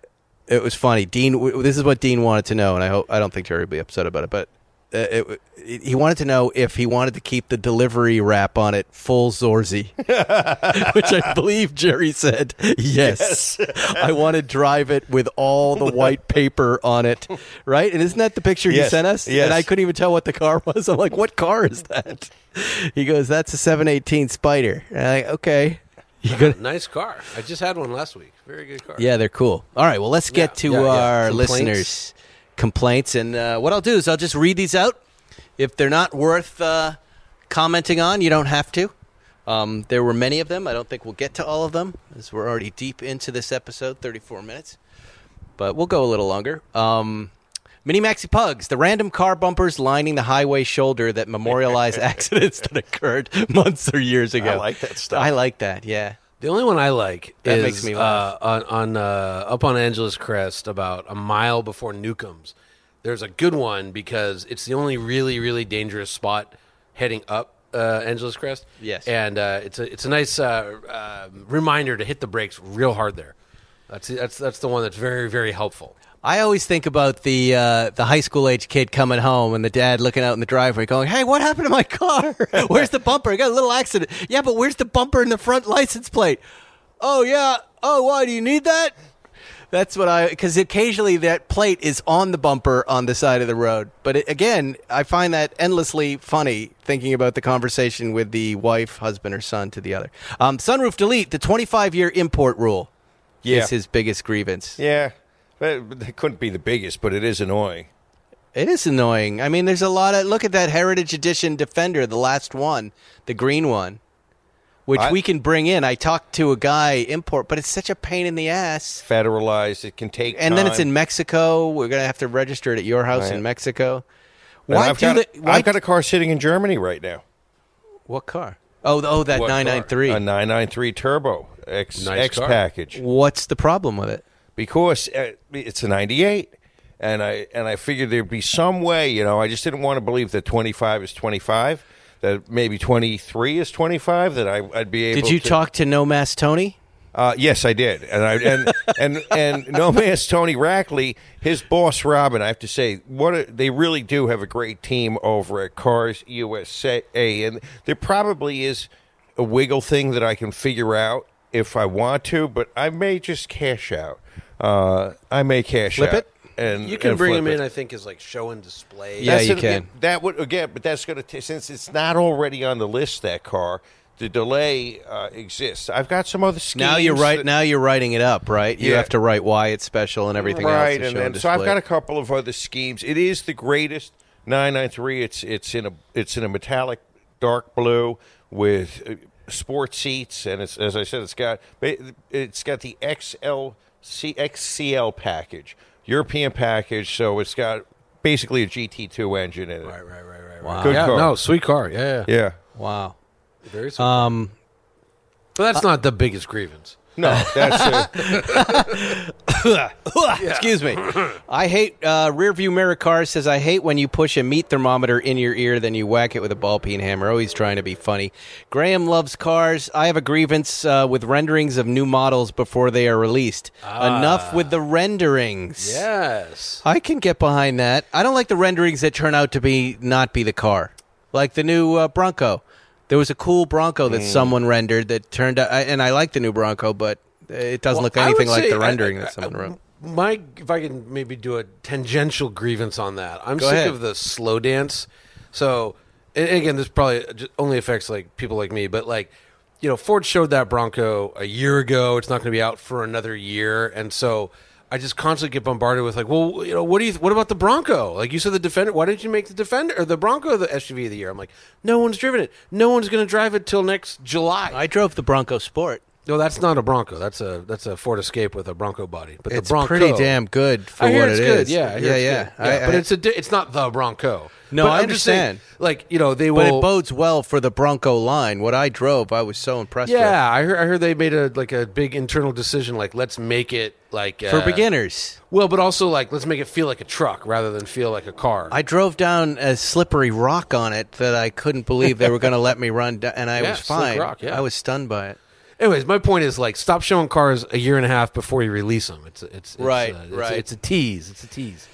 Speaker 2: it was funny. Dean, w- this is what Dean wanted to know, and I hope I don't think Jerry will be upset about it, but. Uh, it, it, he wanted to know if he wanted to keep the delivery wrap on it full Zorzy which I believe Jerry said, yes. I want to drive it with all the white paper on it, right? And isn't that the picture you
Speaker 3: Yes,
Speaker 2: sent us?
Speaker 3: yes.
Speaker 2: And I couldn't even tell what the car was. I'm like, what car is that? He goes, that's a 718 Spider. And I, okay. You go-
Speaker 4: nice car. I just had one last week. Very good car.
Speaker 2: yeah, they're cool. All right, well, let's get to
Speaker 4: Yeah, yeah, yeah.
Speaker 2: our
Speaker 4: Complaints.
Speaker 2: listeners' complaints. And uh, what I'll do is I'll just read these out. If they're not worth uh, commenting on, you don't have to. Um, there were many of them. I don't think we'll get to all of them, as we're already deep into this episode, 34 minutes. But we'll go a little longer. Um, Mini Maxi Pugs, the random car bumpers lining the highway shoulder that memorialize accidents that occurred months or years ago.
Speaker 3: I like that stuff.
Speaker 2: I like that, yeah.
Speaker 4: The only one I like
Speaker 2: That
Speaker 4: is
Speaker 2: makes me laugh.
Speaker 4: Uh, on, on uh, up on Angeles Crest, about a mile before Newcombs. There's a good one because it's the only really really dangerous spot heading up uh, Angeles Crest.
Speaker 2: Yes.
Speaker 4: and uh, it's a it's a nice uh, uh, reminder to hit the brakes real hard there. That's that's that's the one that's very very helpful.
Speaker 2: I always think about the uh, the high school age kid coming home and the dad looking out in the driveway, going, "Hey, what happened to my car? Where's the bumper? I got a little accident. Yeah, but where's the bumper and the front license plate? Oh yeah. Oh, why do you need that? That's what I because occasionally that plate is on the bumper on the side of the road. But it, again, I find that endlessly funny thinking about the conversation with the wife, husband, or son to the other. Um, sunroof delete the twenty five year import rule.
Speaker 3: Yeah.
Speaker 2: is his biggest grievance.
Speaker 3: Yeah. But It couldn't be the biggest, but it is annoying.
Speaker 2: It is annoying. I mean, there's a lot of look at that Heritage Edition Defender, the last one, the green one, which
Speaker 3: I-
Speaker 2: we can bring in. I talked to a guy import, but it's such a pain in the ass.
Speaker 3: Federalized. It can take
Speaker 2: And then it's
Speaker 3: time.
Speaker 2: in Mexico. We're gonna have to register it at your house in
Speaker 3: Right.
Speaker 2: Mexico.
Speaker 3: And
Speaker 2: Why
Speaker 3: I've
Speaker 2: do
Speaker 3: got,
Speaker 2: the? Why
Speaker 3: I've got a car sitting in Germany right now.
Speaker 2: what car? Oh, the- oh, that
Speaker 4: What car?
Speaker 2: nine nine three.
Speaker 3: A 993 Turbo X,
Speaker 4: Nice
Speaker 3: X
Speaker 4: car.
Speaker 3: package.
Speaker 2: What's the problem with it?
Speaker 3: because uh, it's a 98 and I and I figured there'd be some way, you know, I just didn't want to believe that 25 is 25, that maybe 23 is 25 that I I'd be able
Speaker 2: Did you
Speaker 3: to
Speaker 2: talk to No Mass Tony?
Speaker 3: uh, yes, I did, and I and and and no man's Tony Rackley, his boss Robin. I have to say, what a, they really do have a great team over at Cars USA, and there probably is a wiggle thing that I can figure out if I want to, but I may just cash out. Uh, I may cash
Speaker 2: Flip
Speaker 3: out.
Speaker 2: it?
Speaker 3: and
Speaker 4: You can
Speaker 3: and
Speaker 4: bring
Speaker 3: flip
Speaker 4: them
Speaker 3: it.
Speaker 4: in. I think is like show and display.
Speaker 2: Yeah, you
Speaker 3: gonna
Speaker 2: can.
Speaker 3: be- that would again, but that's going to since it's not already on the list. That car, the delay uh, exists. I've got some other schemes.
Speaker 2: Now you're right.
Speaker 3: that-
Speaker 2: Now you're writing it up, right? You
Speaker 3: Yeah.
Speaker 2: have to write why it's special and everything else.
Speaker 3: right,
Speaker 2: to
Speaker 3: and
Speaker 2: show
Speaker 3: then so I've
Speaker 2: display.
Speaker 3: got a couple of other schemes. It is the greatest 993. It's it's in a it's in a metallic dark blue with uh, sport seats, and it's as I said, it's got it- it's got the XL XCL package, European package. So it's got basically a GT2 engine in it.
Speaker 4: Right, right, right, right.
Speaker 2: Wow.
Speaker 4: Wow.
Speaker 3: Good
Speaker 4: yeah,
Speaker 3: car.
Speaker 4: no, sweet car. Yeah, yeah.
Speaker 3: Yeah.
Speaker 2: wow.
Speaker 4: Very sweet. Um, but that's not the biggest grievance.
Speaker 3: No, that's uh,
Speaker 2: Excuse me. I hate uh, rear view mirror cars. Says I hate when you push a meat thermometer in your ear, then you whack it with a ball peen hammer. Always trying to be funny. Graham loves cars. I have a grievance uh, with renderings of new models before they are released.
Speaker 4: Ah.
Speaker 2: Enough with the renderings.
Speaker 4: Yes.
Speaker 2: I can get behind that. I don't like the renderings that turn out to be not be the car, like the new uh, Bronco. There was a cool Bronco
Speaker 4: Hmm.
Speaker 2: that someone rendered that turned out, I- and I like the new Bronco, but it doesn't
Speaker 4: Well,
Speaker 2: look
Speaker 4: I would
Speaker 2: anything like
Speaker 4: say-
Speaker 2: the
Speaker 4: I-
Speaker 2: rendering
Speaker 4: I-
Speaker 2: that someone wrote.
Speaker 4: My, if I can maybe do a tangential grievance on that, I'm
Speaker 2: Go
Speaker 4: sick
Speaker 2: ahead.
Speaker 4: of the slow dance. So, and again, this probably ju- only affects like people like me, but like, you know, Ford showed that Bronco a year ago. It's not going to be out for another year, and so I just constantly get bombarded with like, well, you know, what do you? What about the Bronco? Like you said, the Defender. Why didn't you make the Defender or the Bronco the SUV of the year? I'm like, no one's driven it. No one's going to drive it till next July.
Speaker 5: I drove the Bronco Sport.
Speaker 4: no, that's not a Bronco. That's a that's a Ford Escape with a Bronco body. But
Speaker 2: It's
Speaker 4: the Bronco,
Speaker 2: pretty damn good for
Speaker 4: I hear
Speaker 2: what
Speaker 4: it's
Speaker 2: it
Speaker 4: good.
Speaker 2: is.
Speaker 4: Yeah, I hear
Speaker 2: Yeah,
Speaker 4: it's
Speaker 2: yeah.
Speaker 4: good.
Speaker 2: I-
Speaker 4: but
Speaker 2: I-
Speaker 4: it's a di- it's not the Bronco.
Speaker 2: No,
Speaker 4: But
Speaker 2: I
Speaker 4: I'm just saying,
Speaker 2: understand.
Speaker 4: like you know, they
Speaker 2: But
Speaker 4: will.
Speaker 2: it bodes well for the Bronco line. What I drove, I was so impressed with.
Speaker 4: yeah, I heard. I heard they made a like a big internal decision. Like, let's make it like
Speaker 2: For
Speaker 4: uh,
Speaker 2: beginners,
Speaker 4: Well, but also like let's make it feel like a truck rather than feel like a car.
Speaker 2: I drove down a slippery rock on it that I couldn't believe they were going to let me run, down, and I
Speaker 4: Yeah,
Speaker 2: was
Speaker 4: slick
Speaker 2: fine.
Speaker 4: rock, yeah.
Speaker 2: I was stunned by it.
Speaker 4: Anyways, my point is like stop showing cars a year and a half before you release them. It's it's, it's
Speaker 2: Right,
Speaker 4: uh, it's,
Speaker 2: right.
Speaker 4: It's a tease. It's a tease.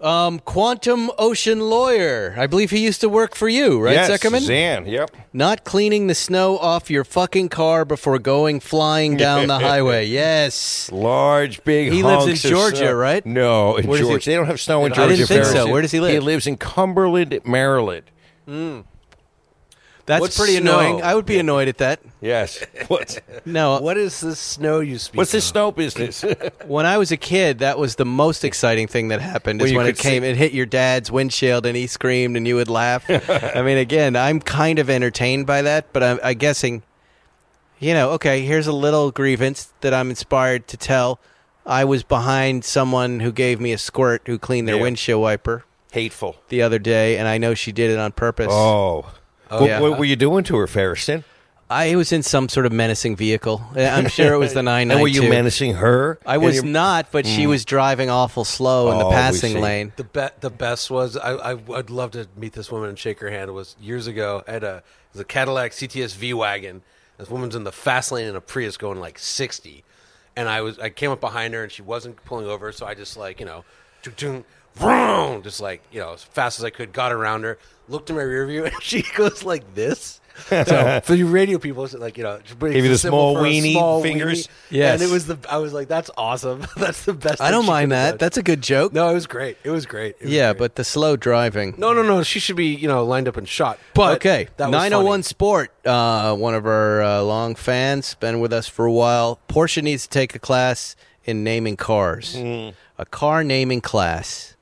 Speaker 2: Um, Quantum Ocean Lawyer. I believe he used to work for you, right,
Speaker 3: yes,
Speaker 2: Zuckerman?
Speaker 3: Zan. Yep.
Speaker 2: Not cleaning the snow off your fucking car before going flying down the highway. Yes.
Speaker 3: Large, big.
Speaker 2: He lives in
Speaker 3: hunks of
Speaker 2: Georgia,
Speaker 3: snow.
Speaker 2: right?
Speaker 3: No, in
Speaker 2: Where does he-
Speaker 3: Georgia. They don't have snow in
Speaker 2: I
Speaker 3: Georgia.
Speaker 2: didn't think
Speaker 3: Ferris.
Speaker 2: so. Where does he live?
Speaker 3: He lives in Cumberland, Maryland.
Speaker 2: That's
Speaker 4: What's
Speaker 2: pretty
Speaker 4: snow?
Speaker 2: annoying. I would be annoyed at that.
Speaker 3: Yes. What's
Speaker 2: No,
Speaker 4: What is this snow you speak?
Speaker 3: what's
Speaker 4: of?
Speaker 3: this snow business?
Speaker 2: when I was a kid, that was the most exciting thing that happened. Is
Speaker 3: Well, you
Speaker 2: when it
Speaker 3: could
Speaker 2: came, it hit your dad's windshield, and he screamed, and you would laugh. I mean, again, I'm kind of entertained by that, but I'm, I'm guessing, you know, okay, here's a little grievance that I'm inspired to tell. I was behind someone who gave me a squirt who cleaned their
Speaker 3: Yeah.
Speaker 2: windshield wiper
Speaker 3: Hateful.
Speaker 2: the other day, and I know she did it on purpose.
Speaker 3: Oh. What,
Speaker 2: yeah.
Speaker 3: what were you doing to her, Ferriston?
Speaker 2: I was in some sort of menacing vehicle. Uh, I'm sure it was the 992.
Speaker 3: And were you menacing her?
Speaker 2: I was
Speaker 3: And you- Mm.
Speaker 2: not, but she was driving awful slow in
Speaker 3: Oh,
Speaker 2: the
Speaker 3: we
Speaker 2: passing
Speaker 3: see.
Speaker 2: lane.
Speaker 4: The be- the best was I, I would love to meet this woman and shake her hand. It was years ago. I had a it was a Cadillac CTS V wagon. This woman's in the fast lane in a Prius going like sixty, and I was I came up behind her and she wasn't pulling over, so I just like you know, tung, tung, vroom, just like you know as fast as I could, got around her, looked in my rear view, and she goes like this. So for you radio people, it's like you know,
Speaker 3: Give you the small weenie fingers.
Speaker 4: Yeah,
Speaker 2: Yes.
Speaker 4: and it was the I was like, that's awesome. that's the best.
Speaker 2: I
Speaker 4: thing
Speaker 2: don't
Speaker 4: she
Speaker 2: mind
Speaker 4: could have
Speaker 2: that.
Speaker 4: done.
Speaker 2: That's a good joke.
Speaker 4: No, it was great. It was great. It was
Speaker 2: Yeah,
Speaker 4: great.
Speaker 2: but the slow driving.
Speaker 4: no, no, no. She should be, you know, lined up and shot. But
Speaker 2: okay,
Speaker 4: that was
Speaker 2: 901
Speaker 4: funny.
Speaker 2: Sport, uh, one of our uh, long fans, been with us for a while. Porsche needs to take a class in naming cars,
Speaker 4: Mm.
Speaker 2: a car naming class.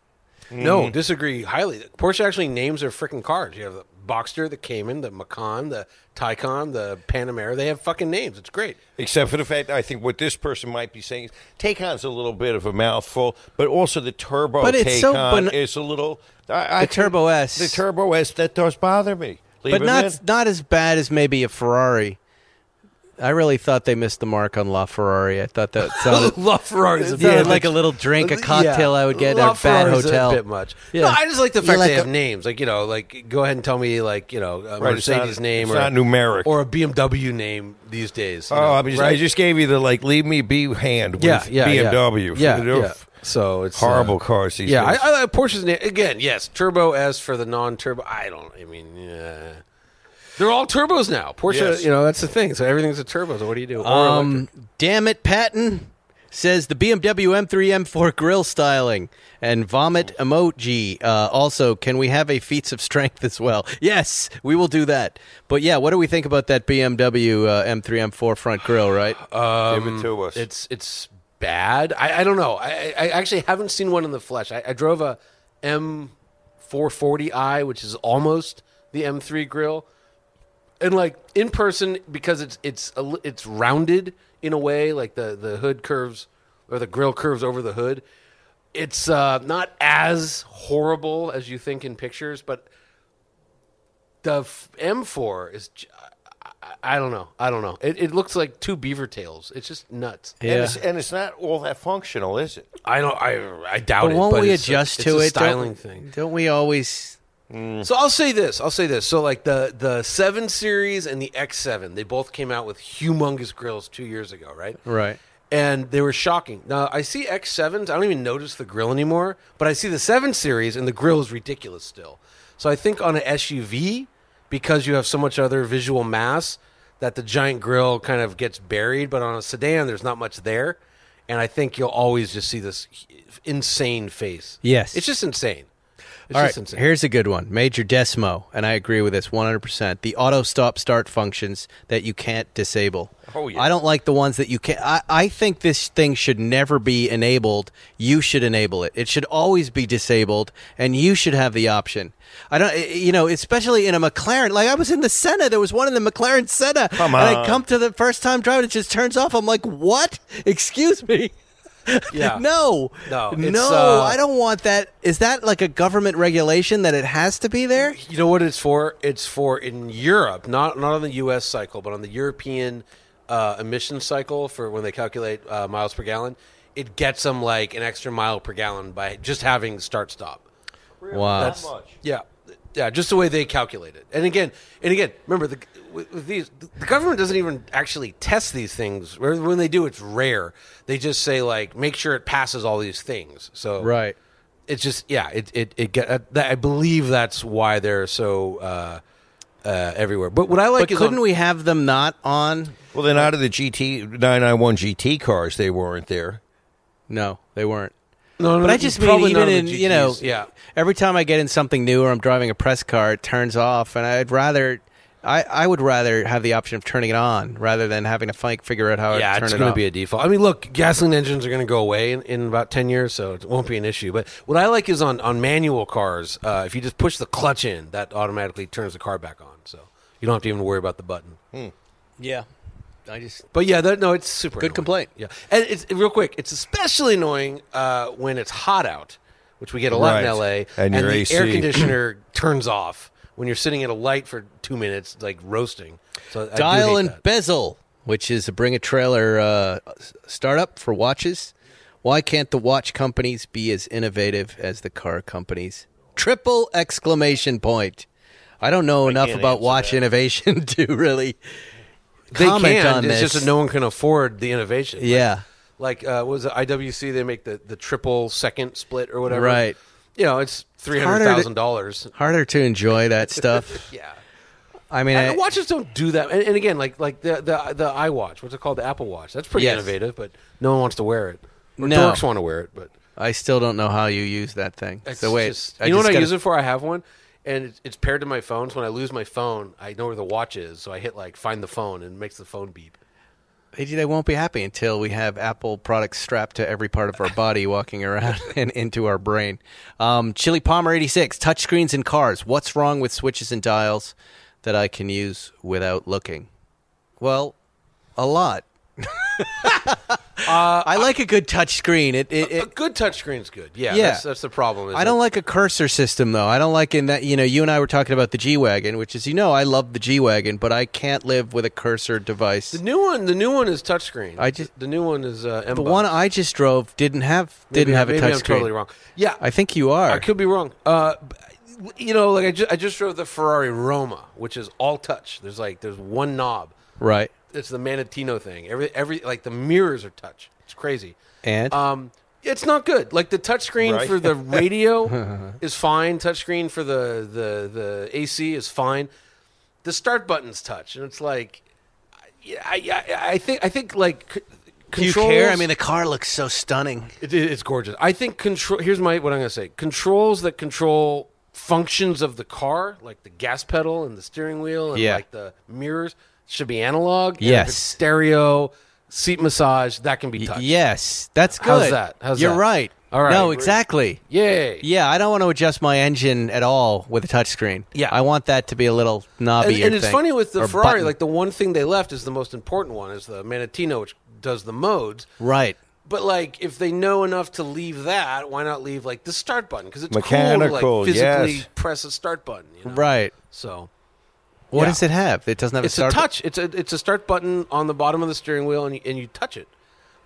Speaker 4: Mm-hmm.
Speaker 2: Mm-hmm.
Speaker 4: No, disagree highly. Porsche actually names their freaking cars. You have the Boxster, the Cayman, the Macan, the Taycan, the Panamera. They have fucking names. It's great.
Speaker 3: Except for the fact I think what this person might be saying is Taycan's a little bit of a mouthful, but also the turbo
Speaker 2: But it's
Speaker 3: Taycan
Speaker 2: so ban-
Speaker 3: is a little. I, I
Speaker 2: The
Speaker 3: can-
Speaker 2: Turbo S.
Speaker 3: The Turbo S, that does bother me. Leave
Speaker 2: but
Speaker 3: it
Speaker 2: not
Speaker 3: in.
Speaker 2: not as bad as maybe a Ferrari. I really thought they missed the mark on LaFerrari. I thought that sounded
Speaker 4: Love Ferraris. It
Speaker 2: Uh, Yeah,
Speaker 4: sounded
Speaker 2: like a little drink, a cocktail I would get at a
Speaker 4: Love
Speaker 2: bad
Speaker 4: Ferraris is
Speaker 2: hotel.
Speaker 4: A bit much.
Speaker 2: Yeah.
Speaker 4: No, I just like the
Speaker 2: You
Speaker 4: fact
Speaker 2: like
Speaker 4: they have
Speaker 2: a-
Speaker 4: names. Like you know, like go ahead and tell me like you know a
Speaker 3: Right, it's not-
Speaker 4: Mercedes name
Speaker 3: it's
Speaker 4: or
Speaker 3: not numeric.
Speaker 4: or a BMW name these days. you
Speaker 3: Oh,
Speaker 4: know,
Speaker 3: I, just,
Speaker 4: right?
Speaker 3: I just gave you the like, leave me be hand with
Speaker 4: yeah, yeah, yeah.
Speaker 3: BMW.
Speaker 4: Yeah,
Speaker 3: Oof.
Speaker 4: yeah. So it's uh,
Speaker 3: horrible cars these
Speaker 4: yeah,
Speaker 3: days.
Speaker 4: I, I like Porsche's name again. Yes, Turbo S for the non-turbo. I don't. I mean, yeah. they're all turbos now. Porsche,
Speaker 3: Yes.
Speaker 4: you know, that's the thing. So everything's a turbo. So what do you do? Or
Speaker 2: Um, damn it, Patton says the BMW M3 M4 grill styling and vomit emoji. Uh, also, can we have a feats of strength as well? Yes, we will do that. But yeah, what do we think about that BMW uh, M3 M4 front grill? Right?
Speaker 3: Give it to us.
Speaker 4: It's it's bad. I, I don't know. I, I actually haven't seen one in the flesh. I, I drove a M440i, which is almost the M3 grill, and like in person because it's it's a, li- it's rounded in a way, like the the hood curves or the grill curves over the hood. It's uh, not as horrible as you think in pictures, but the f- M4 is. j- I- I, I don't know. I don't know. It, it looks like two beaver tails. It's just nuts.
Speaker 3: and, it's, and it's not all that functional, is it?
Speaker 4: I don't. I I doubt
Speaker 2: But
Speaker 4: it.
Speaker 2: won't we
Speaker 4: it's a-
Speaker 2: adjust
Speaker 4: it's
Speaker 2: to
Speaker 4: a
Speaker 2: it?
Speaker 4: Styling
Speaker 2: don't,
Speaker 4: thing.
Speaker 2: Don't we always?
Speaker 4: So I'll say this. I'll say this. So like the the seven series and the X seven, they both came out with humongous grills two years ago, right?
Speaker 2: Right.
Speaker 4: And they were shocking. Now I see X sevens. I don't even notice the grill anymore, but I see the seven series and the grill is ridiculous still. So I think on an SUV, because you have so much other visual mass, that the giant grill kind of gets buried. But on a sedan, there's not much there, and I think you'll always just see this h- insane face.
Speaker 2: Yes.
Speaker 4: it's just insane. It's
Speaker 2: All
Speaker 4: just
Speaker 2: right,
Speaker 4: insane.
Speaker 2: here's a good one. Major Desmo, and I agree with this 100%. The auto stop start functions that you can't disable.
Speaker 3: Oh, yeah.
Speaker 2: I don't like the ones that you can't. I, I think this thing should never be enabled. You should enable it. It should always be disabled, and you should have the option. I don't, eh, you know, especially in a McLaren. Like, I was in the Senna. There was one in the McLaren Senna. Come And I
Speaker 3: on.
Speaker 2: come to the first time driving, it just turns off. I'm like, what? Excuse me.
Speaker 4: Yeah.
Speaker 2: No.
Speaker 4: No, it's,
Speaker 2: No.
Speaker 4: uh,
Speaker 2: I don't want that. Is that like a government regulation that it has to be there?
Speaker 4: You know what it's for? It's for in Europe, not not on the U.S. cycle, but on the European uh, emission cycle for when they calculate uh, miles per gallon. It gets them like an extra mile per gallon by just having start stop.
Speaker 2: Wow.
Speaker 4: Yeah, yeah, just the way they calculate it. And again, and again, remember the with, with these the government doesn't even actually test these things. Where- When they do, it's rare. They just say like, make sure it passes all these things. So
Speaker 2: Right.
Speaker 4: it's just yeah, it it it get. uh, that- I believe that's why they're so uh, uh, everywhere. But what I like
Speaker 2: But
Speaker 4: is
Speaker 2: couldn't
Speaker 4: on-
Speaker 2: we have them not on?
Speaker 3: Well, then out of the GT 991 GT cars, they weren't there.
Speaker 2: No, they weren't.
Speaker 4: No, no,
Speaker 2: but I
Speaker 4: no,
Speaker 2: just mean
Speaker 4: probably
Speaker 2: even
Speaker 4: none of
Speaker 2: in
Speaker 4: the
Speaker 2: you know
Speaker 4: GTs, yeah.
Speaker 2: every time I get in something new or I'm driving a press car, it turns off, and I'd rather I, I would rather have the option of turning it on rather than having to fi- figure out how
Speaker 4: Yeah,
Speaker 2: to Uh, turn
Speaker 4: it's
Speaker 2: it
Speaker 4: going to
Speaker 2: off.
Speaker 4: be a default. I mean, look, gasoline engines are going to go away in, in about 10 years, so it won't be an issue. But what I like is on, on manual cars, uh, if you just push the clutch in, that automatically turns the car back on. So you don't have to even worry about the button.
Speaker 2: Hmm. yeah. I just
Speaker 4: But yeah, that, no, it's super.
Speaker 2: Good
Speaker 4: annoying.
Speaker 2: complaint.
Speaker 4: Yeah, and it's real quick. It's especially annoying uh, when it's hot out, which we get a lot in
Speaker 3: Right.
Speaker 4: LA,
Speaker 3: And your
Speaker 4: the
Speaker 3: AC.
Speaker 4: air conditioner turns off when you're sitting at a light for two minutes, like roasting. So I do
Speaker 2: Dial
Speaker 4: hate
Speaker 2: and
Speaker 4: that.
Speaker 2: Bezel, which is a bring a trailer uh, s- startup for watches. Why can't the watch companies be as innovative as the car companies? Triple exclamation point. I don't know enough about watch innovation to really
Speaker 4: they
Speaker 2: comment
Speaker 4: can.
Speaker 2: on this.
Speaker 4: it's just that no one can afford the innovation. Like-
Speaker 2: Yeah.
Speaker 4: Like, uh, what was it IWC? They make the, the triple second split or whatever.
Speaker 2: Right.
Speaker 4: You know, it's three
Speaker 2: harder
Speaker 4: hundred
Speaker 2: to-
Speaker 4: thousand dollars.
Speaker 2: Harder to enjoy that stuff.
Speaker 4: Yeah.
Speaker 2: I mean,
Speaker 4: And
Speaker 2: I-
Speaker 4: watches don't do that. And, and again, like like the the the iWatch, what's it called, the Apple Watch? That's pretty
Speaker 2: Yes.
Speaker 4: innovative, but no one wants to wear it. Or
Speaker 2: No.
Speaker 4: dorks want to wear it, but
Speaker 2: I still don't know how you use that thing.
Speaker 4: it's
Speaker 2: so wait,
Speaker 4: just, you know what I use it for? I have one, and it's, it's paired to my phone. So when I lose my phone, I know where the watch is, so I hit like find the phone, and it makes the phone beep.
Speaker 2: They, they won't be happy until we have Apple products strapped to every part of our body, walking around and into our brain. Um, Chili Palmer eighty six touchscreens in cars. What's wrong with switches and dials that I can use without looking? Well, a lot. I like a good touchscreen. It, it,
Speaker 4: A
Speaker 2: it
Speaker 4: good touchscreen's good. Yeah,
Speaker 2: Yeah.
Speaker 4: That's, that's the problem. is
Speaker 2: I don't
Speaker 4: that-
Speaker 2: like a cursor system though. I don't like in that you know you and I were talking about the G wagon, which is you know I love the G wagon, but I can't live with a cursor device.
Speaker 4: The new one, the new one is touchscreen.
Speaker 2: I just-
Speaker 4: the new one is uh,
Speaker 2: the one I just drove didn't have didn't have a
Speaker 4: maybe I'm
Speaker 2: touchscreen.
Speaker 4: totally wrong. Yeah,
Speaker 2: I think you are.
Speaker 4: I could be wrong. Uh, b- you know, like I, ju- I just drove the Ferrari Roma, which is all touch. There's like there's one knob.
Speaker 2: right.
Speaker 4: It's the Manettino thing. Every every like the mirrors are touch. It's crazy.
Speaker 2: And?
Speaker 4: um, it's not good. Like the touchscreen
Speaker 3: Right.
Speaker 4: for the radio is fine. Touchscreen for the the the AC is fine. The start button's touch, and it's like, I I, I, I think I think like. c-
Speaker 2: Do you
Speaker 4: controls-
Speaker 2: care? I mean, the car looks so stunning.
Speaker 4: it, it- it's gorgeous. I think control. Here's my what I'm going to say. Controls that control functions of the car, like the gas pedal and the steering wheel, and
Speaker 2: Yeah.
Speaker 4: like the mirrors, should be analog. And if
Speaker 2: Yes.
Speaker 4: it's stereo, seat massage, that can be touch.
Speaker 2: Yes, that's good.
Speaker 4: How's that? How's
Speaker 2: You're
Speaker 4: that?
Speaker 2: right.
Speaker 4: All right.
Speaker 2: No, exactly.
Speaker 4: Yay.
Speaker 2: Yeah, I don't want to adjust my engine at all with a touchscreen.
Speaker 4: Yeah.
Speaker 2: I want that to be a little knobby.
Speaker 4: And, and it's
Speaker 2: thing,
Speaker 4: funny with the
Speaker 2: or
Speaker 4: Ferrari,
Speaker 2: button.
Speaker 4: like the one thing they left is the most important one is the Manettino, which does the modes.
Speaker 2: right.
Speaker 4: But like, if they know enough to leave that, why not leave like the start button? Because it's cool
Speaker 3: Mechanical,
Speaker 4: to, like, physically
Speaker 3: yes.
Speaker 4: press a start button. You know?
Speaker 2: Right.
Speaker 4: So
Speaker 2: What
Speaker 4: Yeah.
Speaker 2: does it have? It doesn't have
Speaker 4: it's
Speaker 2: a start.
Speaker 4: a touch. It's a it's a start button on the bottom of the steering wheel, and you, and you touch it.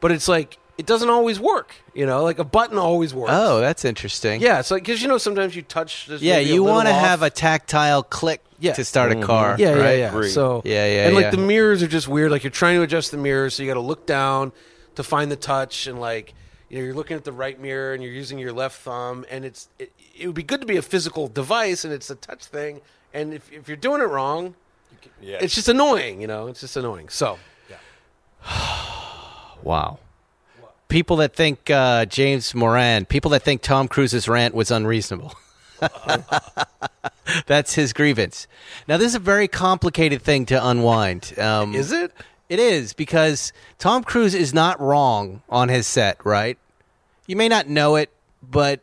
Speaker 4: But it's like it doesn't always work. You know, like a button always works.
Speaker 2: Oh, that's interesting.
Speaker 4: yeah. It's like because you know sometimes you touch. There's
Speaker 2: Yeah,
Speaker 4: maybe a
Speaker 2: you
Speaker 4: little
Speaker 2: want to
Speaker 4: off.
Speaker 2: have a tactile click
Speaker 4: Yeah. Mm-hmm.
Speaker 2: to start a car.
Speaker 4: Yeah,
Speaker 2: right?
Speaker 4: yeah, yeah.
Speaker 3: Agree.
Speaker 4: So
Speaker 2: Yeah, yeah,
Speaker 4: and like
Speaker 2: yeah.
Speaker 4: the mirrors are just weird. Like you're trying to adjust the mirrors, so you got to look down to find the touch, and like you know you're looking at the right mirror and you're using your left thumb, and it's it, it would be good to be a physical device, and it's a touch thing, and if if you're doing it wrong, it's just annoying. You know, it's just annoying. So. yeah.
Speaker 2: Wow. People that think uh, James Moran, people that think Tom Cruise's rant was unreasonable. That's his grievance. Now, this is a very complicated thing to unwind. Um,
Speaker 4: Is it?
Speaker 2: It is because Tom Cruise is not wrong on his set, right? You may not know it, but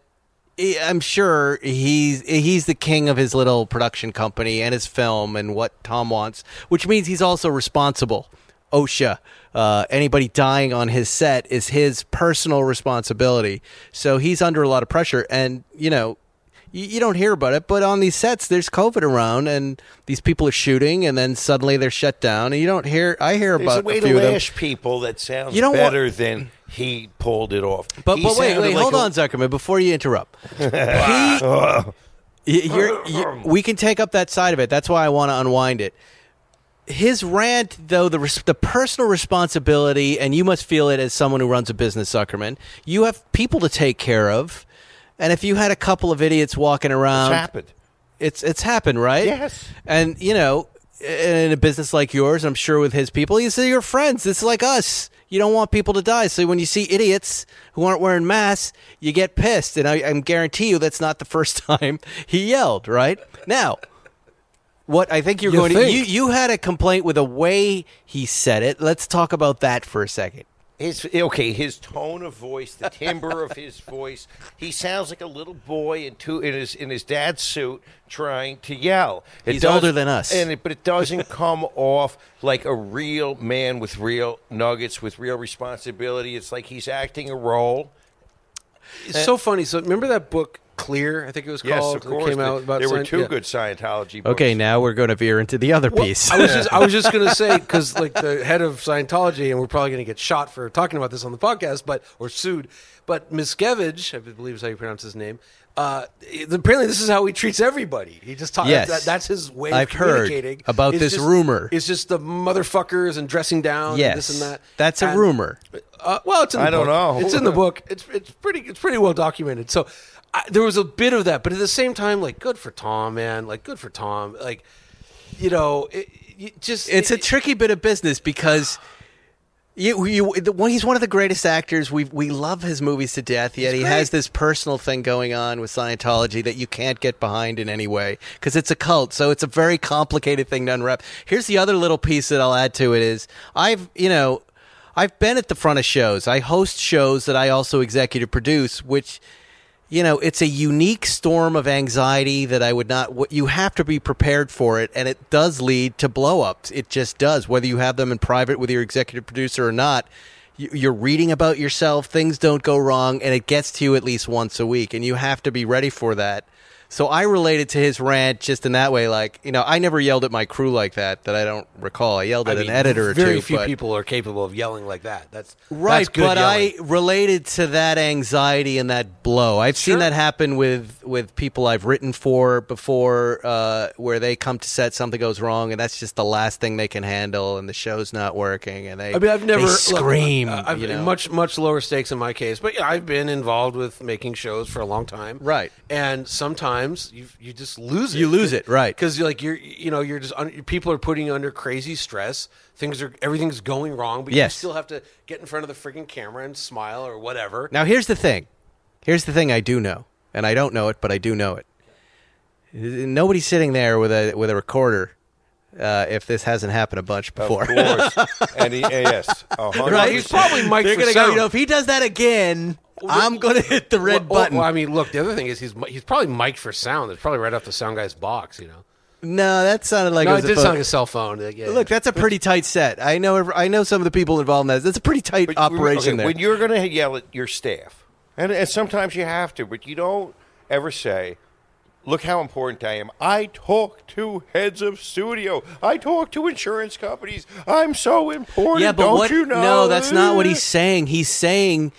Speaker 2: I- I'm sure he's he's the king of his little production company and his film and what Tom wants, which means he's also responsible. OSHA, uh, anybody dying on his set is his personal responsibility. So he's under a lot of pressure, and you know you, you don't hear about it, but on these sets, there's COVID around, and these people are shooting, and then suddenly they're shut down, and you don't hear. I hear
Speaker 3: There's
Speaker 2: about
Speaker 3: a way
Speaker 2: a few
Speaker 3: to
Speaker 2: of them.
Speaker 3: lash people that sounds
Speaker 2: You don't want-
Speaker 3: better than he pulled it off.
Speaker 2: But,
Speaker 3: He
Speaker 2: but wait,
Speaker 3: sounded
Speaker 2: wait,
Speaker 3: like
Speaker 2: hold
Speaker 3: a-
Speaker 2: on, Zuckerman, before you interrupt. he, y- you're, you- we can take up that side of it. That's why I want to unwind it. His rant, though, the, res- the personal responsibility, and you must feel it as someone who runs a business, Zuckerman, you have people to take care of. And if you had a couple of idiots walking around,
Speaker 3: It's happened.
Speaker 2: it's it's happened, right?
Speaker 3: Yes.
Speaker 2: And you know, in a business like yours, I'm sure with his people, you see your friends. It's like us. You don't want people to die. So when you see idiots who aren't wearing masks, you get pissed. And I, I guarantee you that's not the first time he yelled, right? Now, what I think you're
Speaker 4: You
Speaker 2: going
Speaker 4: think.
Speaker 2: to you you had a complaint with the way he said it. Let's talk about that for a second.
Speaker 3: His okay, his tone of voice, the timbre of his voice, he sounds like a little boy in two in his in his dad's suit trying to yell. It
Speaker 2: He's older than us.
Speaker 3: and it, but it doesn't come off like a real man with real nuggets, with real responsibility. It's like he's acting a role.
Speaker 2: Eh.
Speaker 4: It's so funny. So remember that book Clear? I think it was called.
Speaker 3: Yes, of
Speaker 4: that
Speaker 3: course.
Speaker 4: Came out about
Speaker 3: there were
Speaker 4: science-
Speaker 3: two
Speaker 4: yeah.
Speaker 3: good Scientology. Books.
Speaker 2: Okay, now we're going to veer into the other
Speaker 4: Well,
Speaker 2: piece.
Speaker 4: I was just I was just gonna say because like the head of Scientology, and we're probably gonna get shot for talking about this on the podcast, but or sued. But Miscavige, I believe is how you pronounce his name. Uh, apparently, this is how he treats everybody. He just talks.
Speaker 2: Yes.
Speaker 4: That, that's his way
Speaker 2: I've
Speaker 4: of
Speaker 2: heard
Speaker 4: communicating
Speaker 2: about
Speaker 4: It's
Speaker 2: this
Speaker 4: just-
Speaker 2: rumor.
Speaker 4: It's just the motherfuckers and dressing down.
Speaker 2: yes,
Speaker 4: and this and that.
Speaker 2: that's a
Speaker 4: And-
Speaker 2: rumor.
Speaker 4: uh, well, it's in the
Speaker 3: I don't
Speaker 4: book.
Speaker 3: know.
Speaker 4: It's in the book. It's it's pretty it's pretty well documented. So I, there was a bit of that, but at the same time, like good for Tom, man. Like good for Tom. Like you know, it, you just
Speaker 2: it's a
Speaker 4: it-
Speaker 2: tricky bit of business because you, you, the, well, he's one of the greatest actors. We we love his movies to death. Yet he has this personal thing going on with Scientology that you can't get behind in any way because it's a cult. So it's a very complicated thing to unwrap. Here's the other little piece that I'll add to it is I've you know I've been at the front of shows. I host shows that I also executive produce, which you know, it's a unique storm of anxiety that I would not. What you have to be prepared for it, and it does lead to blowups. It just does. Whether you have them in private with your executive producer or not, you- you're reading about yourself. Things don't go wrong, and it gets to you at least once a week, and you have to be ready for that. So I related to his rant just in that way. Like, you know, I never yelled at my crew like that. That I don't recall. I yelled
Speaker 4: I
Speaker 2: at
Speaker 4: mean,
Speaker 2: an editor or two.
Speaker 4: Very few
Speaker 2: but-
Speaker 4: people are capable of yelling like that. That's
Speaker 2: Right,
Speaker 4: that's good
Speaker 2: but
Speaker 4: yelling.
Speaker 2: I related to that anxiety and that blow. I've seen
Speaker 4: Sure.
Speaker 2: that happen with with people I've written for before, uh, where they come to set, something goes wrong, and that's just the last thing they can handle, and the show's not working, and they.
Speaker 4: I mean, I've
Speaker 2: they
Speaker 4: never look,
Speaker 2: scream.
Speaker 4: uh, I've
Speaker 2: you know?
Speaker 4: much much lower stakes in my case, but yeah, I've been involved with making shows for a long time,
Speaker 2: Right.
Speaker 4: And sometimes you you just lose it.
Speaker 2: You lose it, right.
Speaker 4: Because like you're you know you're just un, people are putting you under crazy stress. Things are everything's going wrong, but
Speaker 2: Yes.
Speaker 4: you still have to get in front of the freaking camera and smile or whatever.
Speaker 2: Now, here's the thing. Here's the thing I do know, and I don't know it, but I do know it. Nobody's sitting there with a with a recorder. Uh, if this hasn't happened a bunch before,
Speaker 3: Of course. and he, yes, a hundred
Speaker 4: Right. He's
Speaker 3: percent.
Speaker 4: probably Mike
Speaker 2: They're
Speaker 4: for
Speaker 2: gonna go.
Speaker 4: sound.
Speaker 2: You know, if he does that again, I'm gonna hit the red
Speaker 4: Well,
Speaker 2: button.
Speaker 4: Well, I mean, look. The other thing is he's mi- he's probably mic'd for sound. It's probably right off the sound guy's box. You know,
Speaker 2: No, that sounded like
Speaker 4: no,
Speaker 2: it
Speaker 4: it
Speaker 2: was a
Speaker 4: did
Speaker 2: phone-
Speaker 4: sound like a cell phone. Like, yeah,
Speaker 2: Look,
Speaker 4: yeah.
Speaker 2: that's a pretty tight set. I know. every- I know some of the people involved in that. That's a pretty tight
Speaker 3: But you-
Speaker 2: operation
Speaker 3: okay,
Speaker 2: there.
Speaker 3: When you're going to yell at your staff, and, and sometimes you have to, but you don't ever say, "Look how important I am." I talk to heads of studio. I talk to insurance companies. I'm so important.
Speaker 2: yeah, but
Speaker 3: don't
Speaker 2: what?
Speaker 3: you know?
Speaker 2: No, that's not what he's saying. He's saying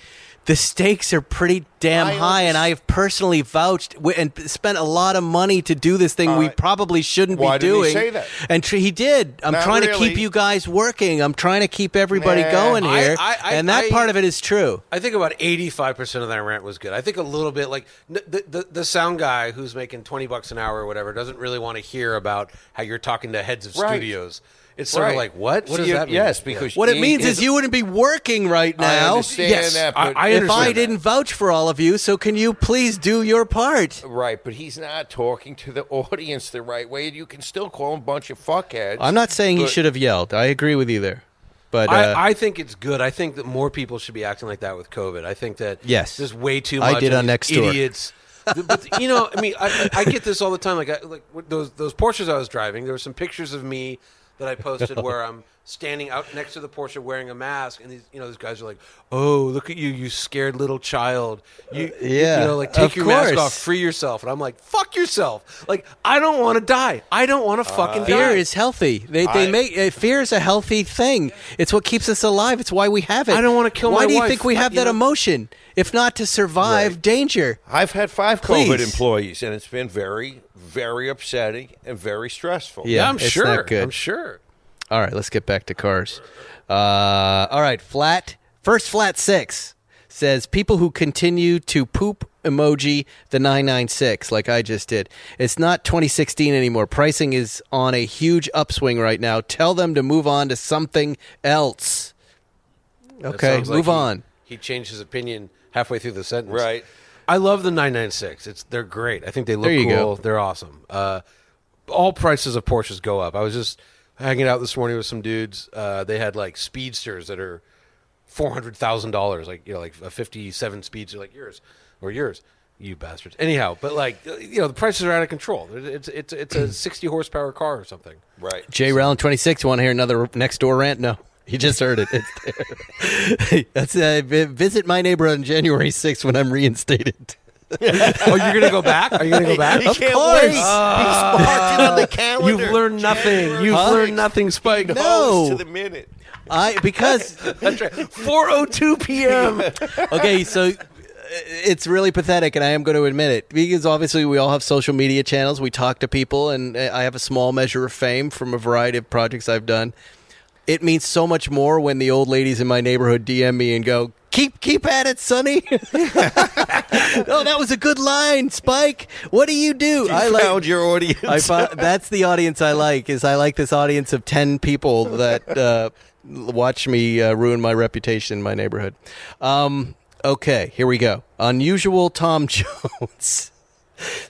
Speaker 2: the stakes are pretty damn
Speaker 3: I
Speaker 2: high, and
Speaker 3: underst-
Speaker 2: I have personally vouched wi- and spent a lot of money to do this thing we
Speaker 3: right.
Speaker 2: probably shouldn't
Speaker 3: Why
Speaker 2: be
Speaker 3: didn't he
Speaker 2: doing.
Speaker 3: say that?
Speaker 2: And tr- he did. I'm
Speaker 3: Not
Speaker 2: trying to keep
Speaker 3: really.
Speaker 2: you guys working. I'm trying to keep everybody
Speaker 3: Nah.
Speaker 2: going
Speaker 4: I-
Speaker 2: here,
Speaker 4: I- I-
Speaker 2: and that
Speaker 4: I-
Speaker 2: part of it is true.
Speaker 4: I think about eighty-five percent of that rant was good. I think a little bit like n- the, the the sound guy who's making twenty bucks an hour or whatever doesn't really want to hear about how you're talking to heads of
Speaker 3: Right.
Speaker 4: studios. It's sort
Speaker 3: Right.
Speaker 4: of like what? What
Speaker 3: So
Speaker 4: does
Speaker 3: you-
Speaker 4: that mean?
Speaker 3: Yes, because
Speaker 2: What it
Speaker 3: he
Speaker 2: means is
Speaker 3: is-
Speaker 2: you wouldn't be working right now.
Speaker 3: understand
Speaker 2: yes.
Speaker 3: that,
Speaker 6: I-
Speaker 3: but
Speaker 6: I
Speaker 2: if
Speaker 6: understand
Speaker 2: I
Speaker 6: that.
Speaker 2: didn't vouch for all of you, so can you please do your part?
Speaker 3: right, but he's not talking to the audience the right way. You can still call him a bunch of fuckheads.
Speaker 2: I'm not saying he
Speaker 3: But-
Speaker 2: should have yelled. I agree with you there. But uh,
Speaker 4: I, I think it's good. I think that more people should be acting like that with COVID. I think that
Speaker 2: Yes.
Speaker 4: there's way too
Speaker 2: I
Speaker 4: much.
Speaker 2: did
Speaker 4: of
Speaker 2: on
Speaker 4: these
Speaker 2: Nextdoor.
Speaker 4: idiots. Th- but you know, I mean, I, I I get this all the time. Like, I, like with those those Porsches I was driving. There were some pictures of me that I posted where I'm standing out next to the Porsche wearing a mask, and these you know these guys are like, "Oh, look at you, you scared little child. You,
Speaker 2: Uh, yeah,
Speaker 4: you know, like
Speaker 2: of
Speaker 4: take your mask
Speaker 2: course.
Speaker 4: off, free yourself." And I'm like, "Fuck yourself! Like, I don't want to die. I don't want to fucking
Speaker 2: Uh, fear
Speaker 4: die."
Speaker 2: is healthy. They, they
Speaker 3: I-
Speaker 2: make uh, fear is a healthy thing. It's what keeps us alive. It's why we have it.
Speaker 4: I don't wanna kill
Speaker 2: Why
Speaker 4: my
Speaker 2: do you
Speaker 4: wife,
Speaker 2: think we
Speaker 4: but,
Speaker 2: have
Speaker 4: you
Speaker 2: that
Speaker 4: know-
Speaker 2: emotion? If not to survive danger.
Speaker 3: I've had five COVID
Speaker 2: Please.
Speaker 3: employees, and it's been very, very upsetting and very stressful.
Speaker 2: Yeah,
Speaker 4: I'm
Speaker 2: it's
Speaker 4: sure.
Speaker 2: not good.
Speaker 4: I'm sure.
Speaker 2: All right, let's get back to cars. Uh, all right, flat first flat six says people who continue to poop emoji the 996 like I just did. It's not 2016 anymore. Pricing is on a huge upswing right now. Tell them to move on to something else. Okay,
Speaker 4: Sounds like
Speaker 2: move
Speaker 4: he-
Speaker 2: on.
Speaker 4: He changed his opinion halfway through the sentence.
Speaker 3: Right.
Speaker 4: I love the 996. It's they're great. I think they look
Speaker 2: There you go.
Speaker 4: cool. They're awesome. Uh, all prices of Porsches go up. I was just hanging out this morning with some dudes. Uh, they had like speedsters that are four hundred thousand dollars. Like you know, like a fifty-seven speedster like yours or yours. You bastards. Anyhow, but like you know, the prices are out of control. It's it's it's a sixty horsepower car or something.
Speaker 3: Right.
Speaker 2: Jay Rowland 26, want to hear another next door rant? No. You just heard it. It's there. That's uh, vi- visit my neighborhood on January 6th when I'm reinstated.
Speaker 4: oh, you're gonna go back? Are you gonna go back?
Speaker 3: He
Speaker 2: Of
Speaker 3: can't
Speaker 2: course.
Speaker 3: wait. He's marked it on the calendar.
Speaker 4: You've learned nothing.
Speaker 3: January
Speaker 4: You've
Speaker 3: sixth.
Speaker 4: learned nothing, Spike.
Speaker 3: Close
Speaker 2: No.
Speaker 3: to the minute.
Speaker 2: I because
Speaker 4: That's right. 4:02 p.m.
Speaker 2: okay, so uh, it's really pathetic, and I am going to admit it because obviously we all have social media channels. We talk to people, and uh, I have a small measure of fame from a variety of projects I've done. It means so much more when the old ladies in my neighborhood DM me and go, "Keep keep at it, Sonny." oh, that was a good line, Spike. What do you do? I like
Speaker 3: found your audience.
Speaker 2: I fi- that's the audience I like. Is I like this audience of ten people that uh, watch me uh, ruin my reputation in my neighborhood. Um, okay, here we go. Unusual Tom Jones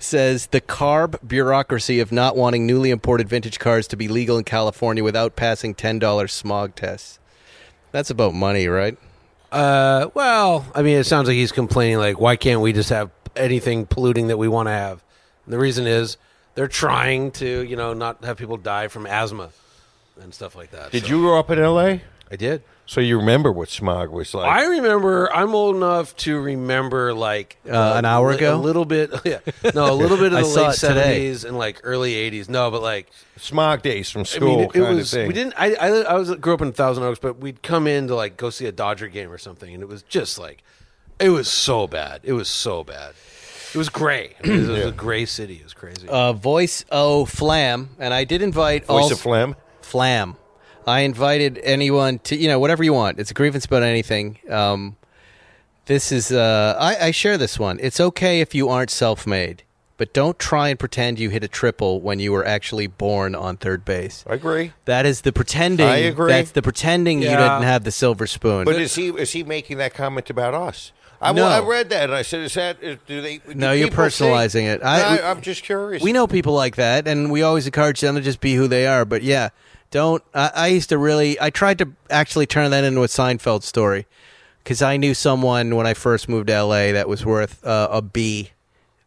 Speaker 2: says the carb bureaucracy of not wanting newly imported vintage cars to be legal in California without passing ten dollars smog tests. That's about money, right?
Speaker 4: Uh, well, I mean, it sounds like he's complaining. Like, why can't we just have anything polluting that we want to have? And the reason is they're trying to, you know, not have people die from asthma and stuff like that.
Speaker 3: Did
Speaker 4: So-
Speaker 3: you grow up in L.A.?
Speaker 4: I did.
Speaker 3: So you remember what smog was like?
Speaker 4: I remember. I'm old enough to remember, like
Speaker 2: Uh, an hour
Speaker 4: li-
Speaker 2: ago?
Speaker 4: a little bit. Yeah, no, a little bit
Speaker 2: I
Speaker 4: of the
Speaker 2: saw
Speaker 4: late
Speaker 2: it today.
Speaker 4: '70s and like early '80s. No, but like
Speaker 3: smog days from
Speaker 4: I
Speaker 3: school,
Speaker 4: mean, it, it
Speaker 3: kind
Speaker 4: was.
Speaker 3: of thing.
Speaker 4: We didn't. I, I I was grew up in Thousand Oaks, but we'd come in to like go see a Dodger game or something, and it was just like, it was so bad. It was so bad. It was gray. I mean, it was a gray city. It was crazy.
Speaker 2: Uh, Voice O Flam, and I did invite
Speaker 3: Voice
Speaker 2: all
Speaker 3: of phlegm.
Speaker 2: Flam. I invited anyone to, you know, whatever you want. It's a grievance about anything. Um, this is, uh, I, I share this one. It's okay if you aren't self made, but don't try and pretend you hit a triple when you were actually born on third base.
Speaker 3: I agree.
Speaker 2: That is the pretending.
Speaker 3: I agree.
Speaker 2: That's the pretending you
Speaker 4: Yeah.
Speaker 2: didn't have the silver spoon.
Speaker 3: But is he is he making that comment about us? I,
Speaker 2: No.
Speaker 3: I read that and I said, is that is, do they? do
Speaker 2: No, you're
Speaker 3: people
Speaker 2: personalizing
Speaker 3: think-
Speaker 2: it. I-
Speaker 3: No, I'm just curious.
Speaker 2: we know people like that, and we always encourage them to just be who they are. But yeah, don't. I, I used to really. I tried to actually turn that into a Seinfeld story because I knew someone when I first moved to L.A. that was worth uh, a B.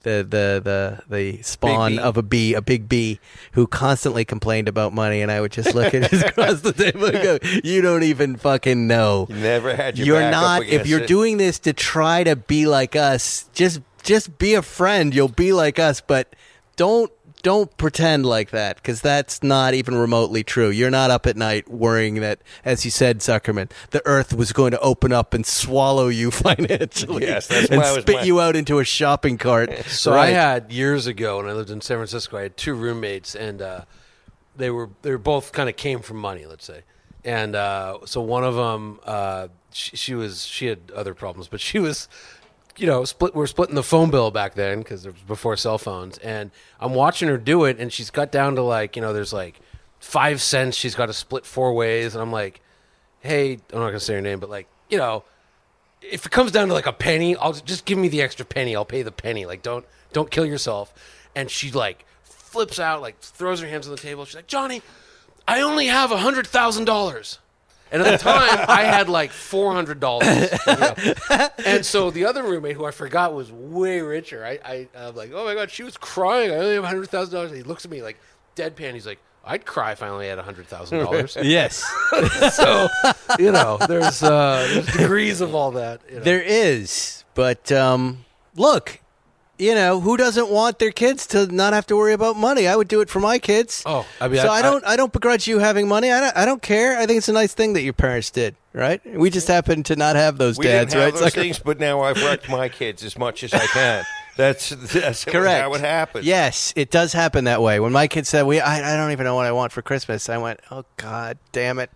Speaker 2: The, the the the spawn
Speaker 3: Big B.
Speaker 2: of a bee, a big bee, who constantly complained about money, and I would just look at his across the table and go, "You don't even fucking know.
Speaker 3: You never had your
Speaker 2: You're
Speaker 3: back up
Speaker 2: not. If
Speaker 3: against
Speaker 2: you're
Speaker 3: it.
Speaker 2: doing this to try to be like us, just just be a friend. You'll be like us, but don't don't pretend like that because that's not even remotely true. You're not up at night worrying that, as you said, Zuckerman, the Earth was going to open up and swallow you financially.
Speaker 3: Yes, that's
Speaker 2: and
Speaker 3: why I was
Speaker 2: spit
Speaker 3: my-
Speaker 2: you out into a shopping cart.
Speaker 4: So I
Speaker 2: Right.
Speaker 4: had years ago when I lived in San Francisco, I had two roommates, and uh, they were they were both kind of came from money, let's say. And uh, so one of them, uh, she, she was she had other problems, but she was, you know, split. We are splitting the phone bill back then because it was before cell phones. And I'm watching her do it, and she's got down to like you know, there's like five cents. She's got to split four ways, and I'm like, hey, I'm not gonna say her name, but like, you know, if it comes down to like a penny, I'll just give me the extra penny. I'll pay the penny. Like, don't don't kill yourself. And she like flips out, like throws her hands on the table. She's like, Johnny, I only have a hundred thousand dollars. And at the time, I had like four hundred dollars. And so the other roommate, who I forgot was way richer, I, I I'm like, oh my god, she was crying. I only have hundred thousand dollars. He looks at me like deadpan. He's like, I'd cry if I only had hundred thousand dollars.
Speaker 7: Yes.
Speaker 4: so you know, there's uh, there's degrees of all that. You know.
Speaker 2: There is, but um, look, you know who doesn't want their kids to not have to worry about money? I would do it for my kids.
Speaker 4: Oh, I mean,
Speaker 2: so
Speaker 4: I-
Speaker 2: I, don't, I, don't begrudge you having money. I don't, I don't care. I think it's a nice thing that your parents did, right? We just happen to not have those
Speaker 3: We
Speaker 2: dads,
Speaker 3: didn't have
Speaker 2: right?
Speaker 3: those
Speaker 2: Zucker?
Speaker 3: things, but now I've wrecked my kids as much as I can. That's that's
Speaker 2: Correct.
Speaker 3: how it happens.
Speaker 2: Yes, it does happen that way. When my kids said, "We, I, I don't even know what I want for Christmas," I went, "Oh God, damn it."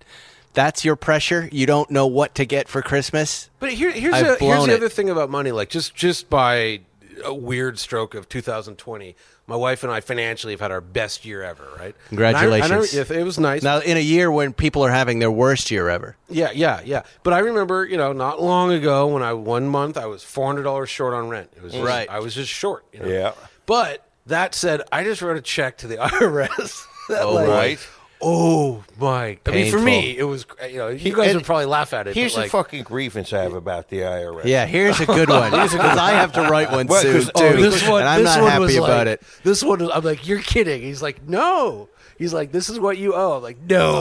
Speaker 2: That's your pressure. You don't know what to get for Christmas.
Speaker 4: But here, here's,
Speaker 2: I've
Speaker 4: a, here's
Speaker 2: blown
Speaker 4: the
Speaker 2: it.
Speaker 4: other thing about money. Like just just by a weird stroke of 2020, my wife and I financially have had our best year ever. Right? And I- I,
Speaker 2: Congratulations.
Speaker 4: remember- it was nice.
Speaker 2: Now, in a year when people are having their worst year ever,
Speaker 4: Yeah, yeah, yeah. But I remember, you know, not long ago when I one month I was four hundred dollars short on rent. It was just,
Speaker 2: Right.
Speaker 4: I was just short. You know?
Speaker 3: Yeah.
Speaker 4: But that said, I just wrote a check to the IRS. that,
Speaker 2: Oh,
Speaker 4: like,
Speaker 3: Right.
Speaker 4: Oh my! I mean, for
Speaker 2: Painful.
Speaker 4: me, it was you know you guys
Speaker 3: And
Speaker 4: would probably laugh at it.
Speaker 3: Here's
Speaker 4: but like,
Speaker 3: the fucking grievance I have about the IRS.
Speaker 2: Yeah, here's a good one. Because I have to write one
Speaker 3: Well,
Speaker 2: soon
Speaker 3: 'cause-
Speaker 2: too,
Speaker 3: oh,
Speaker 4: this one,
Speaker 2: and I'm
Speaker 4: this
Speaker 2: not
Speaker 4: one
Speaker 2: happy
Speaker 4: was
Speaker 2: about it.
Speaker 4: like- This one, was- I'm like, you're kidding. He's like, no. He's like, this is what you owe. I'm like, no.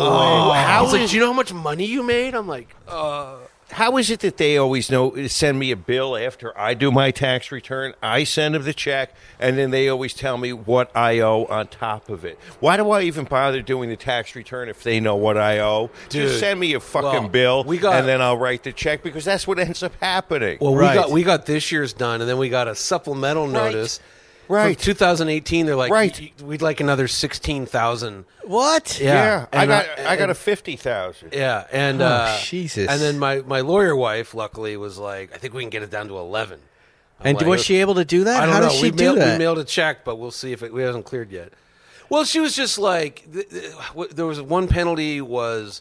Speaker 4: way. He's Oh. like, do you know how much money you made? I'm like, uh,
Speaker 3: How is it that they always know send me a bill after I do my tax return? I send them the check, and then they always tell me what I owe on top of it. Why do I even bother doing the tax return if they know what I owe?
Speaker 4: Dude.
Speaker 3: Just send me a fucking
Speaker 4: Well,
Speaker 3: bill,
Speaker 4: we got-
Speaker 3: and then I'll write the check because that's what ends up happening.
Speaker 4: Well,
Speaker 2: Right.
Speaker 4: we got we got this year's done, and then we got a supplemental
Speaker 3: Right.
Speaker 4: notice.
Speaker 3: Right.
Speaker 4: From 2018, they're like,
Speaker 3: Right.
Speaker 4: "Y- y- We'd like another sixteen thousand.
Speaker 2: What?
Speaker 4: Yeah.
Speaker 3: yeah, I
Speaker 4: and
Speaker 3: got
Speaker 4: I-
Speaker 3: I, got a fifty thousand.
Speaker 4: Yeah, and uh,
Speaker 2: Oh, Jesus.
Speaker 4: And then my my lawyer wife, luckily, was like, I think we can get it down to eleven. I'm
Speaker 2: And
Speaker 4: like,
Speaker 2: was she able to do that?
Speaker 4: I don't
Speaker 2: How
Speaker 4: know.
Speaker 2: does she
Speaker 4: we
Speaker 2: do
Speaker 4: mailed,
Speaker 2: that?
Speaker 4: We mailed a check, but we'll see if it, we hasn't cleared yet. Well, she was just like, th- th- w- there was one penalty was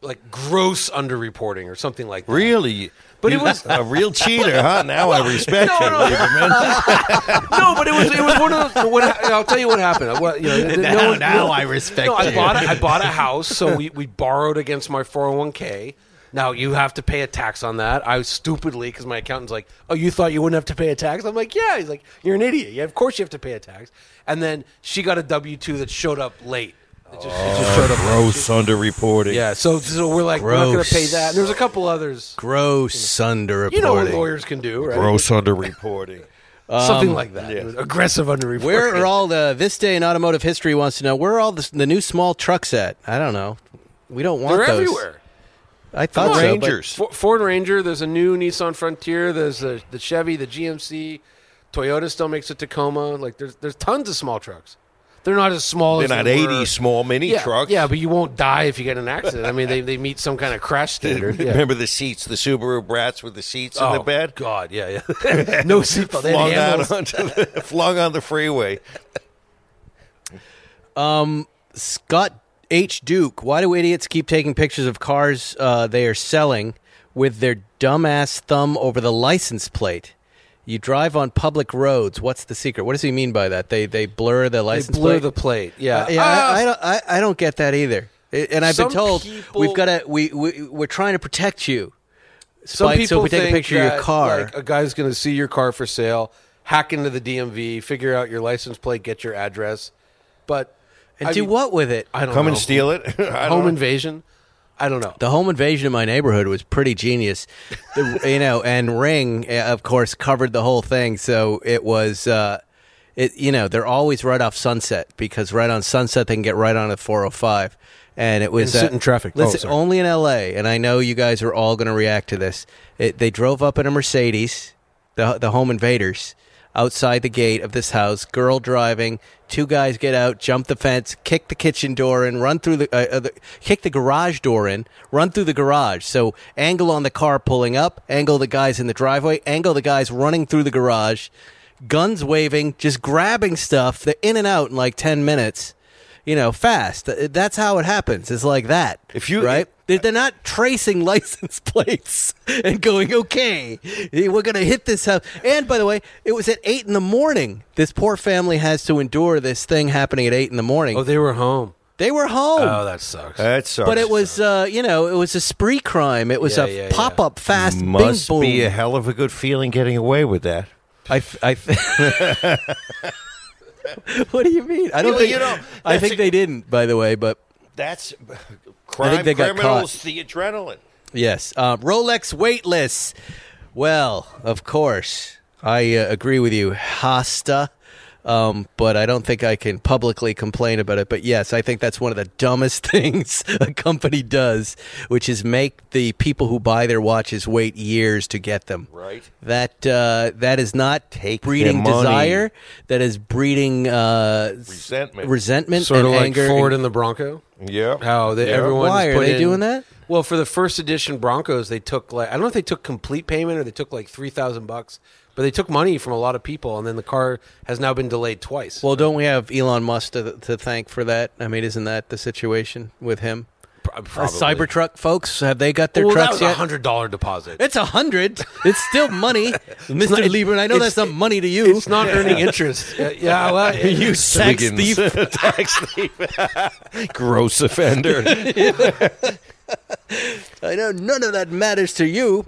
Speaker 4: like gross underreporting or something like that.
Speaker 3: Really,
Speaker 4: But it was-
Speaker 3: a real cheater, huh? Now I respect
Speaker 4: No,
Speaker 3: you.
Speaker 4: no. no, but it was it was one of the, what ha- I'll tell you what happened. What, you know, no one-
Speaker 2: now I respect
Speaker 4: no, I
Speaker 2: you.
Speaker 4: bought a, I bought a house, so we, we borrowed against my 401k. Now you have to pay a tax on that. I stupidly because my accountant's like, "Oh, you thought you wouldn't have to pay a tax?" I'm like, "Yeah." He's like, "You're an idiot. Yeah, of course you have to pay a tax." And then she got a W two that showed up late. It just, it just showed up. late.
Speaker 3: Gross underreporting.
Speaker 4: Yeah, so so we're like, we're not going to pay that. And there's a couple others.
Speaker 2: Gross underreporting.
Speaker 4: You know what lawyers can do, right?
Speaker 3: gross underreporting. Um,
Speaker 4: Something like that. Aggressive underreporting.
Speaker 2: Where are all the this day in automotive history wants to know? Where are all the, the new small trucks at? I don't know. We don't want
Speaker 4: They're
Speaker 2: those.
Speaker 4: everywhere.
Speaker 2: I thought so, but-
Speaker 3: Rangers.
Speaker 4: For- Ford Ranger. There's a new Nissan Frontier. There's the the Chevy, the GMC. Toyota still makes a Tacoma. Like there's there's tons of small trucks. They're not as small.
Speaker 3: They're
Speaker 4: as they
Speaker 3: not
Speaker 4: were.
Speaker 3: 80 small mini
Speaker 4: yeah,
Speaker 3: trucks.
Speaker 4: Yeah, but you won't die if you get in an accident. I mean, they, they meet some kind of crash standard. Yeah.
Speaker 3: Remember the seats, the Subaru Brats with the seats
Speaker 4: oh,
Speaker 3: in the bed?
Speaker 4: God, yeah, yeah. no seatbelt. They had
Speaker 3: Flung out
Speaker 4: handles.
Speaker 3: onto the, flung on the freeway.
Speaker 2: Scott H. Duke, why do idiots keep taking pictures of cars uh, they are selling with their dumbass thumb over the license plate? You drive on public roads. What's the secret? What does he mean by that? They they blur the
Speaker 4: They
Speaker 2: license
Speaker 4: blur
Speaker 2: plate.
Speaker 4: the plate. Yeah,
Speaker 2: Uh, yeah,
Speaker 3: Ah,
Speaker 2: I, I don't. I, I don't get that either. I- And I've been
Speaker 4: Some
Speaker 2: told
Speaker 4: people-
Speaker 2: we've got to. We we we're trying to protect you.
Speaker 4: Some
Speaker 2: Spike,
Speaker 4: people
Speaker 2: so if we take a
Speaker 4: think
Speaker 2: picture of your
Speaker 4: that,
Speaker 2: car-
Speaker 4: like, a guy's going to see your car for sale, hack into the DMV, figure out your license plate, get your address, but
Speaker 2: And
Speaker 4: I
Speaker 2: do
Speaker 4: mean,
Speaker 2: what with it?
Speaker 4: I don't
Speaker 3: Come
Speaker 4: know.
Speaker 3: and steal it. I don't
Speaker 4: home
Speaker 3: know.
Speaker 4: invasion. I don't know.
Speaker 2: the home invasion in my neighborhood was pretty genius the, you know and ring uh, of course covered the whole thing so it was uh it you know they're always right off sunset because right on sunset they can get right on the 405 and it was
Speaker 4: And sit
Speaker 2: uh,
Speaker 4: in traffic. Oh,
Speaker 2: listen
Speaker 4: sorry.
Speaker 2: only in la and i know you guys are all going to react to this it, they drove up in a mercedes the, the home invaders outside the gate of this house girl driving two guys get out jump the fence kick the kitchen door in run through the, uh, uh, the kick the garage door in run through the garage so angle on the car pulling up angle the guys in the driveway angle the guys running through the garage guns waving just grabbing stuff they're in and out in like 10 minutes you know, fast. Th- That's how it happens. It's like that.
Speaker 3: If you-
Speaker 2: right, they're, they're not tracing license plates and going, okay, we're going to hit this house. And by the way, it was at eight in the morning. This poor family has to endure this thing happening at eight in the morning.
Speaker 4: Oh, they were home.
Speaker 2: they were home.
Speaker 4: Oh, that sucks.
Speaker 3: That sucks.
Speaker 2: but it was, uh, you know, it was a spree crime. It was
Speaker 4: Yeah,
Speaker 2: a
Speaker 4: yeah, yeah.
Speaker 2: pop up fast
Speaker 3: must
Speaker 2: bing boom.
Speaker 3: be a hell of a good feeling getting away with that.
Speaker 2: I, f- I f- what do you mean? I don't
Speaker 3: Well,
Speaker 2: think
Speaker 3: you know,
Speaker 2: I
Speaker 3: that's
Speaker 2: think
Speaker 3: a-
Speaker 2: they didn't, by the way. But
Speaker 3: That's crime
Speaker 2: they got
Speaker 3: criminals.
Speaker 2: caught.
Speaker 3: The adrenaline.
Speaker 2: yes, um, Rolex weightless. Well, of course, I uh, agree with you, Hasta. Um, but I don't think I can publicly complain about it. But yes, I think that's one of the dumbest things a company does, which is make the people who buy their watches wait years to get them.
Speaker 3: Right.
Speaker 2: That uh, that is not
Speaker 3: Take their
Speaker 2: breeding
Speaker 3: money.
Speaker 2: desire. That is breeding uh,
Speaker 3: Resentment.
Speaker 2: resentment,
Speaker 4: sort
Speaker 2: and
Speaker 4: of like
Speaker 2: anger.
Speaker 4: Ford and the Bronco.
Speaker 3: Yeah.
Speaker 4: How they,
Speaker 3: Yeah.
Speaker 4: everyone
Speaker 2: Why
Speaker 4: has
Speaker 2: are
Speaker 4: put
Speaker 2: they
Speaker 4: in-
Speaker 2: doing that?
Speaker 4: Well, for the first edition Broncos, they took like I don't know if they took complete payment or they took like three thousand bucks, but they took money from a lot of people, and then the car has now been delayed twice.
Speaker 2: well, don't we have Elon Musk to, to thank for that? I mean, isn't that the situation with him?
Speaker 4: Pro-
Speaker 2: Uh,
Speaker 4: probably.
Speaker 2: Cybertruck folks, have they got their
Speaker 4: Well, that
Speaker 2: trucks
Speaker 4: was a
Speaker 2: yet?
Speaker 4: hundred dollar deposit.
Speaker 2: It's a hundred. It's still money, Mister
Speaker 4: not-
Speaker 2: Lieberman. I know
Speaker 4: it's-
Speaker 2: that's not money to you.
Speaker 4: It's not earning interest. Yeah, yeah, well,
Speaker 2: you sex thief.
Speaker 3: tax thief. Gross offender.
Speaker 2: I know none of that matters to you.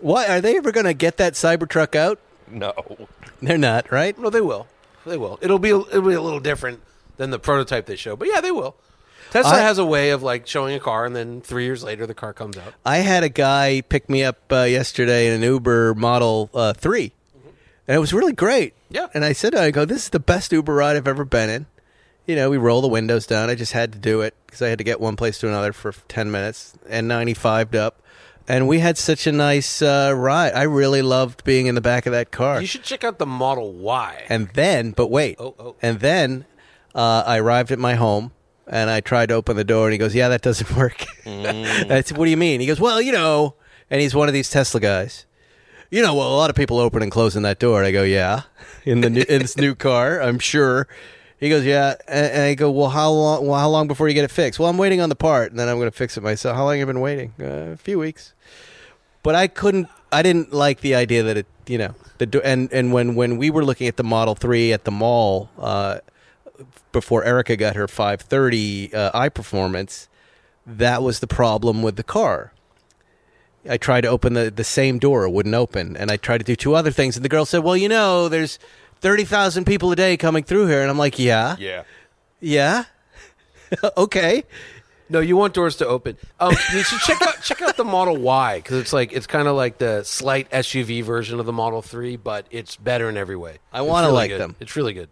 Speaker 2: Why are they ever going to get that Cybertruck out?
Speaker 3: no.
Speaker 2: They're not, right?
Speaker 4: no, they will. They will. It'll be it'll be a little different than the prototype they show, but yeah, they will. Tesla
Speaker 2: I-
Speaker 4: has a way of like showing a car, and then three years later, the car comes out.
Speaker 2: I had a guy pick me up uh, yesterday in an Uber Model uh, 3, and it was really great.
Speaker 4: Yeah.
Speaker 2: And I said, to him, I go, this is the best Uber ride I've ever been in. You know, we roll the windows down. I just had to do it because I had to get one place to another for 10 minutes and 95'd up. And we had such a nice uh, ride. I really loved being in the back of that car.
Speaker 4: You should check out the Model Y.
Speaker 2: And then, but wait.
Speaker 4: Oh, oh.
Speaker 2: And then uh, I arrived at my home and I tried to open the door and he goes, Yeah, that doesn't work.
Speaker 4: Mm.
Speaker 2: I said, What do you mean? He goes, Well, you know. And he's one of these Tesla guys. You know, well, a lot of people open and closing that door. And I go, Yeah, in the new, in this new car, I'm sure. He goes, yeah, and, and I go, well, how long? Well, how long before you get it fixed? Well, I'm waiting on the part, and then I'm going to fix it myself. How long have you been waiting? Uh, a few weeks but I couldn't. I didn't like the idea that it, you know, the do- and and when when we were looking at the Model Three at the mall uh, before Erica got her 530 uh, i performance, that was the problem with the car. I tried to open the the same door, it wouldn't open, and I tried to do two other things, and the girl said, "Well, you know, there's thirty thousand people a day coming through here," and I'm like, "Yeah,
Speaker 3: Yeah.
Speaker 2: yeah, okay."
Speaker 4: No, you want doors to open. Um, you should check out check out the Model Y because it's like it's kind of like the slight SUV version of the Model Three, but it's better in every way.
Speaker 2: I
Speaker 4: It's
Speaker 2: wanna
Speaker 4: really
Speaker 2: like
Speaker 4: good.
Speaker 2: them.
Speaker 4: It's really good.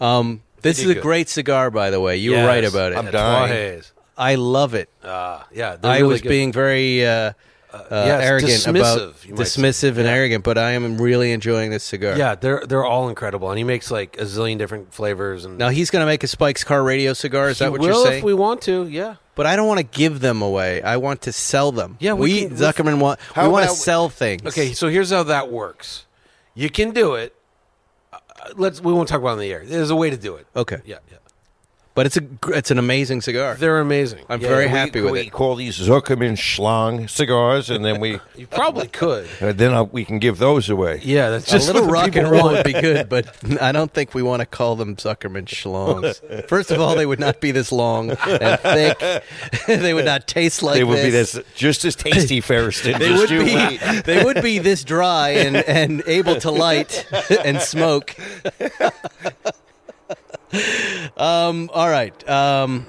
Speaker 2: Um, this
Speaker 4: did
Speaker 2: is a
Speaker 4: good.
Speaker 2: great cigar, by the way. You were right about it.
Speaker 3: I'm
Speaker 4: Yes,
Speaker 3: dying.
Speaker 4: Juarez.
Speaker 2: I love it.
Speaker 4: Ah, yeah, they're
Speaker 2: I
Speaker 4: really
Speaker 2: was
Speaker 4: good.
Speaker 2: being very uh, uh,
Speaker 4: yes,
Speaker 2: arrogant about
Speaker 4: dismissive, you might say.
Speaker 2: dismissive and arrogant, but I am really enjoying this cigar.
Speaker 4: yeah, they're they're all incredible, and he makes like a zillion different flavors and.
Speaker 2: Now he's going to make a Spike's Car Radio cigar. Is that
Speaker 4: He
Speaker 2: what
Speaker 4: will
Speaker 2: you're
Speaker 4: if
Speaker 2: saying?
Speaker 4: we want to, yeah.
Speaker 2: but I don't want to give them away. I want to sell them.
Speaker 4: Yeah, we
Speaker 2: we,
Speaker 4: can- we-
Speaker 2: Zuckerman want. We
Speaker 3: How
Speaker 2: want to
Speaker 3: about-
Speaker 2: sell things.
Speaker 4: Okay, so here's how that works. You can do it. Uh, Let's. We won't talk about it on the air. There's a way to do it.
Speaker 2: Okay.
Speaker 4: Yeah, yeah.
Speaker 2: But it's a gr- it's an amazing cigar.
Speaker 4: They're amazing.
Speaker 2: I'm
Speaker 4: Yeah,
Speaker 2: very
Speaker 4: yeah, we-
Speaker 2: happy
Speaker 3: we
Speaker 2: with it.
Speaker 3: call these Zuckerman Schlang cigars, and then we
Speaker 4: You probably could.
Speaker 3: and then uh, we can give those away.
Speaker 4: Yeah, that's
Speaker 2: A
Speaker 4: just
Speaker 2: little
Speaker 4: what the
Speaker 2: rock
Speaker 4: people
Speaker 2: and roll
Speaker 4: want.
Speaker 2: would be good, but I don't think we want to call them Zuckerman schlongs. First of all, they would not be this long and thick. they would not taste like
Speaker 3: They would be
Speaker 2: this.
Speaker 3: this just as tasty, Ferriston.
Speaker 2: They
Speaker 3: just
Speaker 2: would
Speaker 3: you
Speaker 2: be
Speaker 3: wait.
Speaker 2: they would be this dry and, and able to light and smoke. um, all right. Um,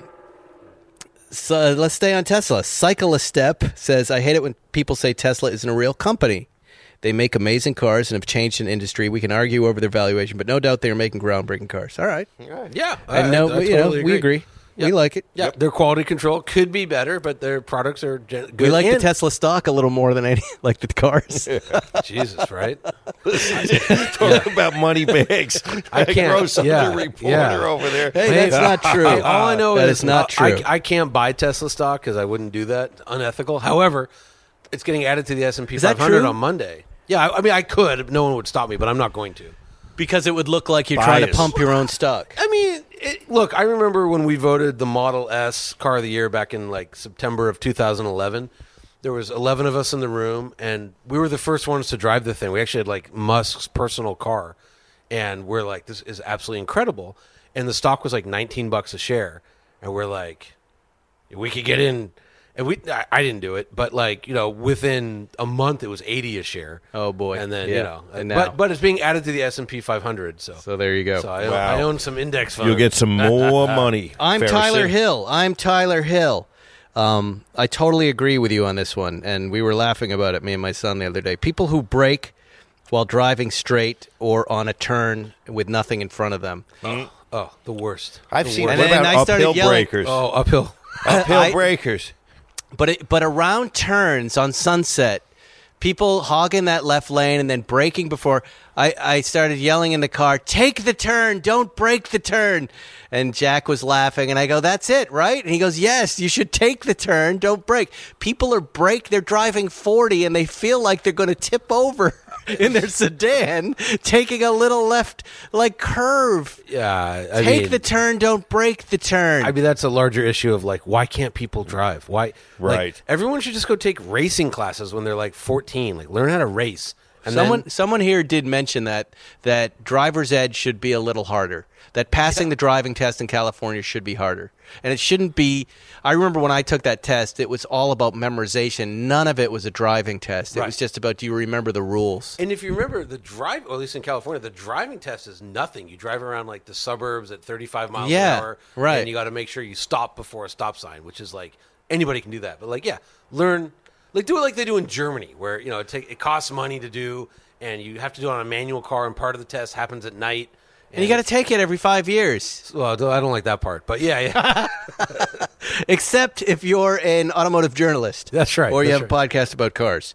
Speaker 2: so uh, let's stay on Tesla. Cycle a step says, "I hate it when people say Tesla isn't a real company. They make amazing cars and have changed an industry. We can argue over their valuation, but no doubt they are making groundbreaking cars. All right,
Speaker 4: Yeah,
Speaker 2: and no,
Speaker 4: I- I
Speaker 2: you know,
Speaker 4: totally
Speaker 2: we agree. We
Speaker 4: Yep.
Speaker 2: like it.
Speaker 4: Yeah, their quality control could be better, but their products are gen- good.
Speaker 2: We like the
Speaker 4: and-
Speaker 2: Tesla stock a little more than any like the cars."
Speaker 4: Jesus, right?
Speaker 3: Talk about money bags.
Speaker 4: I can't.
Speaker 3: Gross under
Speaker 4: Yeah,
Speaker 3: reporter
Speaker 4: yeah.
Speaker 3: over there.
Speaker 2: Hey,
Speaker 4: Man,
Speaker 2: that's not true.
Speaker 4: all I know
Speaker 2: That
Speaker 4: is
Speaker 2: is not
Speaker 4: uh,
Speaker 2: true.
Speaker 4: I, I can't buy Tesla stock because I wouldn't do that. Unethical. However, it's getting added to the S and P
Speaker 2: Is that
Speaker 4: 500
Speaker 2: true?
Speaker 4: on Monday. Yeah, I, I mean, I could. No one would stop me, but I'm not going to.
Speaker 2: Because it would look like you're trying to
Speaker 3: Bias.
Speaker 2: pump your own stock.
Speaker 4: I mean, it, Look, I remember when we voted the Model S car of the year back in like September of 2011. There was 11 of us in the room, and we were the first ones to drive the thing. We actually had like Musk's personal car, and we're like, "This is absolutely incredible." And the stock was like 19 bucks a share, and we're like, "We could get in." And we, I, I didn't do it, but like you know, within a month it was 80 a share.
Speaker 2: Oh, boy.
Speaker 4: And then
Speaker 2: Yeah.
Speaker 4: you know,
Speaker 2: And now-
Speaker 4: but but it's being added to the S and P 500, so
Speaker 2: So there you go.
Speaker 4: so I, own,
Speaker 3: Wow.
Speaker 4: I own some index funds.
Speaker 3: You'll get some more money.
Speaker 2: I'm
Speaker 3: Ferris.
Speaker 2: Tyler Hill. I'm Tyler Hill. Um, I totally agree with you on this one, and we were laughing about it, me and my son, the other day. People who brake while driving straight or on a turn with nothing in front of them.
Speaker 4: Oh, the worst.
Speaker 3: I've
Speaker 4: The
Speaker 3: seen
Speaker 4: worst.
Speaker 3: what
Speaker 2: And then I
Speaker 3: about
Speaker 2: started
Speaker 3: uphill
Speaker 2: yelling-
Speaker 3: breakers?
Speaker 4: Oh, uphill.
Speaker 3: uphill
Speaker 2: I-
Speaker 3: breakers.
Speaker 2: But it, but around turns on Sunset, people hogging that left lane and then braking before. I, I started yelling in the car, "Take the turn! Don't break the turn!" And Jack was laughing, and I go, "That's it, right?" And he goes, "Yes, you should take the turn, don't break." People are brake. They're driving forty, and they feel like they're going to tip over in their sedan, taking a little left like curve.
Speaker 4: Yeah, I
Speaker 2: Take
Speaker 4: mean,
Speaker 2: the turn, don't break the turn.
Speaker 4: I mean, that's a larger issue of like, why can't people drive? Why? like,
Speaker 3: Right.
Speaker 4: everyone should just go take racing classes when they're like 14. Like, learn how to race. And then-
Speaker 2: someone someone here did mention that that driver's ed should be a little harder. That passing the driving test in California should be harder. And it shouldn't be I remember when I took that test it was all about memorization. None of it was a driving test. It was
Speaker 4: Right.
Speaker 2: just about do you remember the rules?
Speaker 4: and if you remember the drive, or at least in California, the driving test is nothing. You drive around like the suburbs at 35 miles
Speaker 2: Yeah,
Speaker 4: an hour.
Speaker 2: right.
Speaker 4: And you got to make sure you stop before a stop sign, which is like anybody can do that. But like, yeah, learn, like, do it like they do in Germany, where, you know, it, take, it costs money to do and you have to do it on a manual car, and part of the test happens at night.
Speaker 2: And you got to take it every 5 years.
Speaker 4: Well, I don't- I don't like that part, but yeah, yeah.
Speaker 2: Except if you're an automotive journalist.
Speaker 4: That's right,
Speaker 2: Or you
Speaker 4: that's
Speaker 2: have a podcast about cars.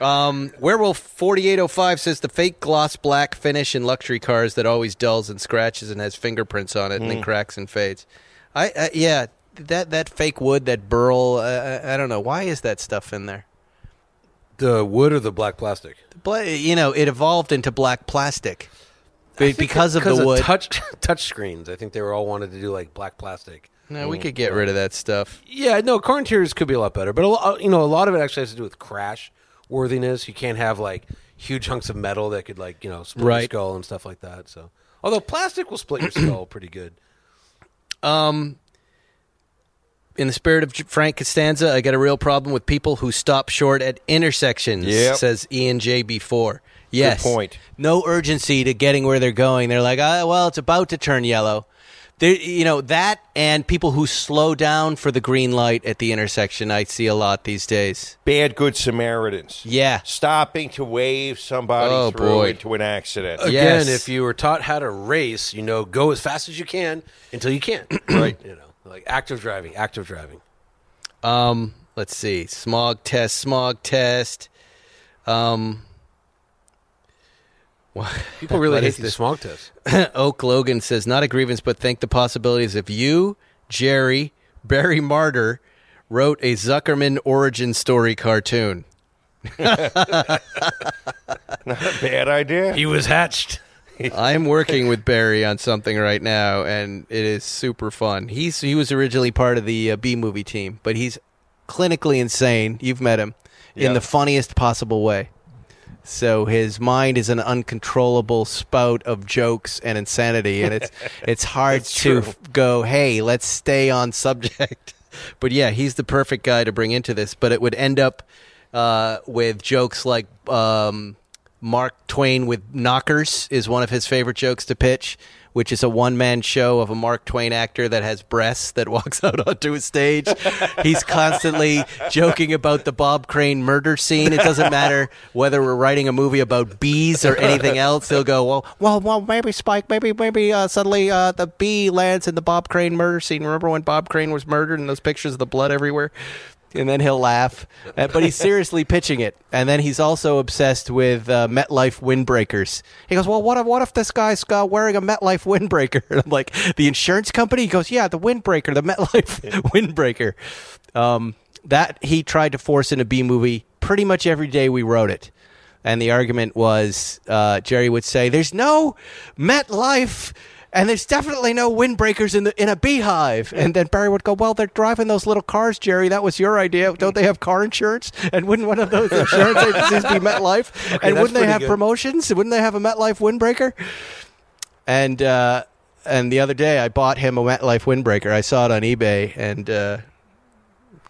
Speaker 2: Um, Werewolf 4805 says the fake gloss black finish in luxury cars that always dulls and scratches and has fingerprints on it
Speaker 4: Mm.
Speaker 2: and then cracks and fades. I uh, yeah, that that fake wood, that burl, uh, I, I don't know why is that stuff in there.
Speaker 4: the wood or the black plastic?
Speaker 2: But you know, it evolved into black plastic. Be- because of the wood.
Speaker 4: touch touch screens. I think they were all wanted to do like black plastic.
Speaker 2: no, we could get rid of that stuff.
Speaker 4: Yeah, no, car interiors could be a lot better, but a lot, you know, a lot of it actually has to do with crash worthiness. You can't have like huge hunks of metal that could like you know split
Speaker 2: Right.
Speaker 4: your skull and stuff like that. So, although plastic will split your skull pretty good.
Speaker 2: in the spirit of J- Frank Costanza, I got a real problem with people who stop short at intersections.
Speaker 3: Yep.
Speaker 2: Says Ian JB4. Yes.
Speaker 3: point.
Speaker 2: No urgency to getting where they're going. They're like, ah, well, it's about to turn yellow. There, you know that, and people who slow down for the green light at the intersection, I see a lot these days.
Speaker 3: Bad good Samaritans.
Speaker 2: Yeah.
Speaker 3: Stopping to wave somebody
Speaker 2: Oh,
Speaker 3: through
Speaker 2: boy.
Speaker 3: into an accident.
Speaker 2: Yeah.
Speaker 4: Again,
Speaker 2: Yes.
Speaker 4: if you were taught how to race, you know, go as fast as you can until you can't. right. You know, like active driving, active driving.
Speaker 2: Um, let's see. Smog test. Smog test. Um,
Speaker 4: People really
Speaker 2: What
Speaker 4: hate
Speaker 2: is
Speaker 4: these
Speaker 2: this?
Speaker 4: smog tests.
Speaker 2: Oak Logan says, not a grievance, but think the possibilities if you, Jerry, Barry Martyr, wrote a Zuckerman origin story cartoon.
Speaker 3: Bad idea.
Speaker 4: He was hatched.
Speaker 2: I'm working with Barry on something right now, and it is super fun. He's he was originally part of the uh, B movie team, but he's clinically insane. You've met him in
Speaker 3: Yeah.
Speaker 2: the funniest possible way. So his mind is an uncontrollable spout of jokes and insanity, and it's it's hard to f- go. Hey, let's stay on subject. But yeah, he's the perfect guy to bring into this. But it would end up uh, with jokes like um, Mark Twain with knockers is one of his favorite jokes to pitch, which is a one man show of a Mark Twain actor that has breasts that walks out onto a stage. He's constantly joking about the Bob Crane murder scene. It doesn't matter whether we're writing a movie about bees or anything else. He'll go, well, well, well, maybe Spike, maybe, maybe uh, suddenly uh, the bee lands in the Bob Crane murder scene. Remember when Bob Crane was murdered and those pictures of the blood everywhere? and then he'll laugh. Uh, But he's seriously pitching it, and then he's also obsessed with uh, MetLife windbreakers. He goes, "Well, what if what if this guy's uh, wearing a MetLife windbreaker?" And I'm like, "The insurance company?" He goes, "Yeah, the windbreaker, the MetLife windbreaker." Um, that he tried to force in a B movie pretty much every day we wrote it. And the argument was uh, Jerry would say, There's no MetLife and there's definitely no windbreakers in the in a beehive. And then Barry would go, "Well, they're driving those little cars, Jerry. That was your idea. Don't they have car insurance? And wouldn't one of those insurance agencies be MetLife? and
Speaker 4: that's
Speaker 2: wouldn't they
Speaker 4: pretty
Speaker 2: have
Speaker 4: good.
Speaker 2: promotions? Wouldn't they have a MetLife windbreaker?" And uh, and the other day, I bought him a MetLife windbreaker. I saw it on eBay and uh,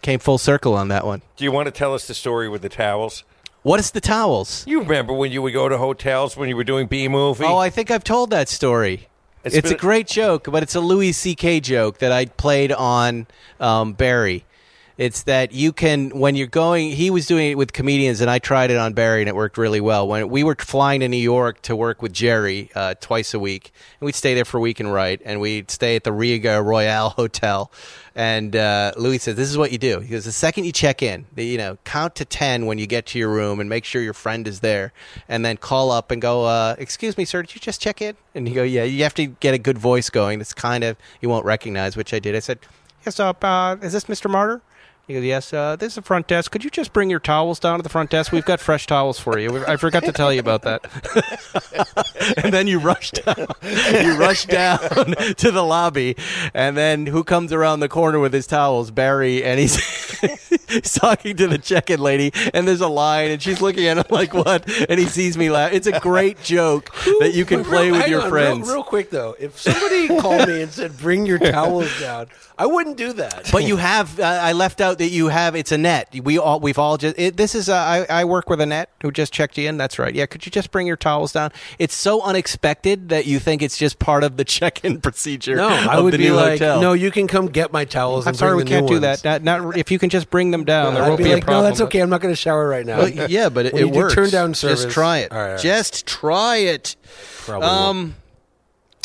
Speaker 2: came full circle on that one.
Speaker 3: Do you want to tell us the story with the towels?
Speaker 2: What is the towels?
Speaker 3: You remember when you would go to hotels when you were doing B movie?
Speaker 2: Oh, I think I've told that story. It's,
Speaker 3: It's been-
Speaker 2: a great joke, but it's a Louis C.K. joke that I played on um, Barry. It's that you can when you're going. He was doing it with comedians, and I tried it on Barry, and it worked really well. When we were flying to New York to work with Jerry uh, twice a week, and we'd stay there for a week and write, and we'd stay at the Riga Royale Hotel. And uh, Louis says, "This is what you do." He goes, "The second you check in, the, you know, count to ten when you get to your room, and make sure your friend is there, and then call up and go, uh, excuse me, sir, did you just check in?'" And you go, "Yeah." You have to get a good voice going. That's kind of you won't recognize, which I did. I said, "Yes, uh, uh, is this Mr. Martyr?" He goes, yes, uh, this is the front desk. Could you just bring your towels down to the front desk? We've got fresh towels for you. I forgot to tell you about that. and then you rush down. You rush down to the lobby, and then who comes around the corner with his towels? Barry, and he's, he's talking to the check-in lady, and there's a line, and she's looking at him like what? And he sees me laugh. It's a great joke that you can
Speaker 4: Real-
Speaker 2: play with
Speaker 4: hang
Speaker 2: your
Speaker 4: on, real-
Speaker 2: friends.
Speaker 4: Real, quick though, if somebody called me and said, "Bring your towels down," I wouldn't do that.
Speaker 2: But you have. Uh, I left out that you have. It's a net. We all. We've all just. It, this is. Uh, I. I work with a net who just checked you in. That's right. Yeah. Could you just bring your towels down? It's so unexpected that you think it's just part of the check-in procedure.
Speaker 4: no, I
Speaker 2: of
Speaker 4: would
Speaker 2: the
Speaker 4: be
Speaker 2: new
Speaker 4: like,
Speaker 2: hotel.
Speaker 4: "No, you can come get my towels."
Speaker 2: I'm
Speaker 4: and
Speaker 2: sorry, we
Speaker 4: bring the
Speaker 2: can't
Speaker 4: new
Speaker 2: do
Speaker 4: ones."
Speaker 2: that. Not, not if you can just bring them down. there
Speaker 4: I'd
Speaker 2: won't
Speaker 4: be
Speaker 2: be,
Speaker 4: like,
Speaker 2: a problem.
Speaker 4: No, that's okay. I'm not going to shower right now.
Speaker 2: Well, yeah, but it,
Speaker 4: When
Speaker 2: it
Speaker 4: you do
Speaker 2: works.
Speaker 4: Turn down service.
Speaker 2: Just try it.
Speaker 4: All right, all right.
Speaker 2: Just um, try it.
Speaker 4: Probably won't.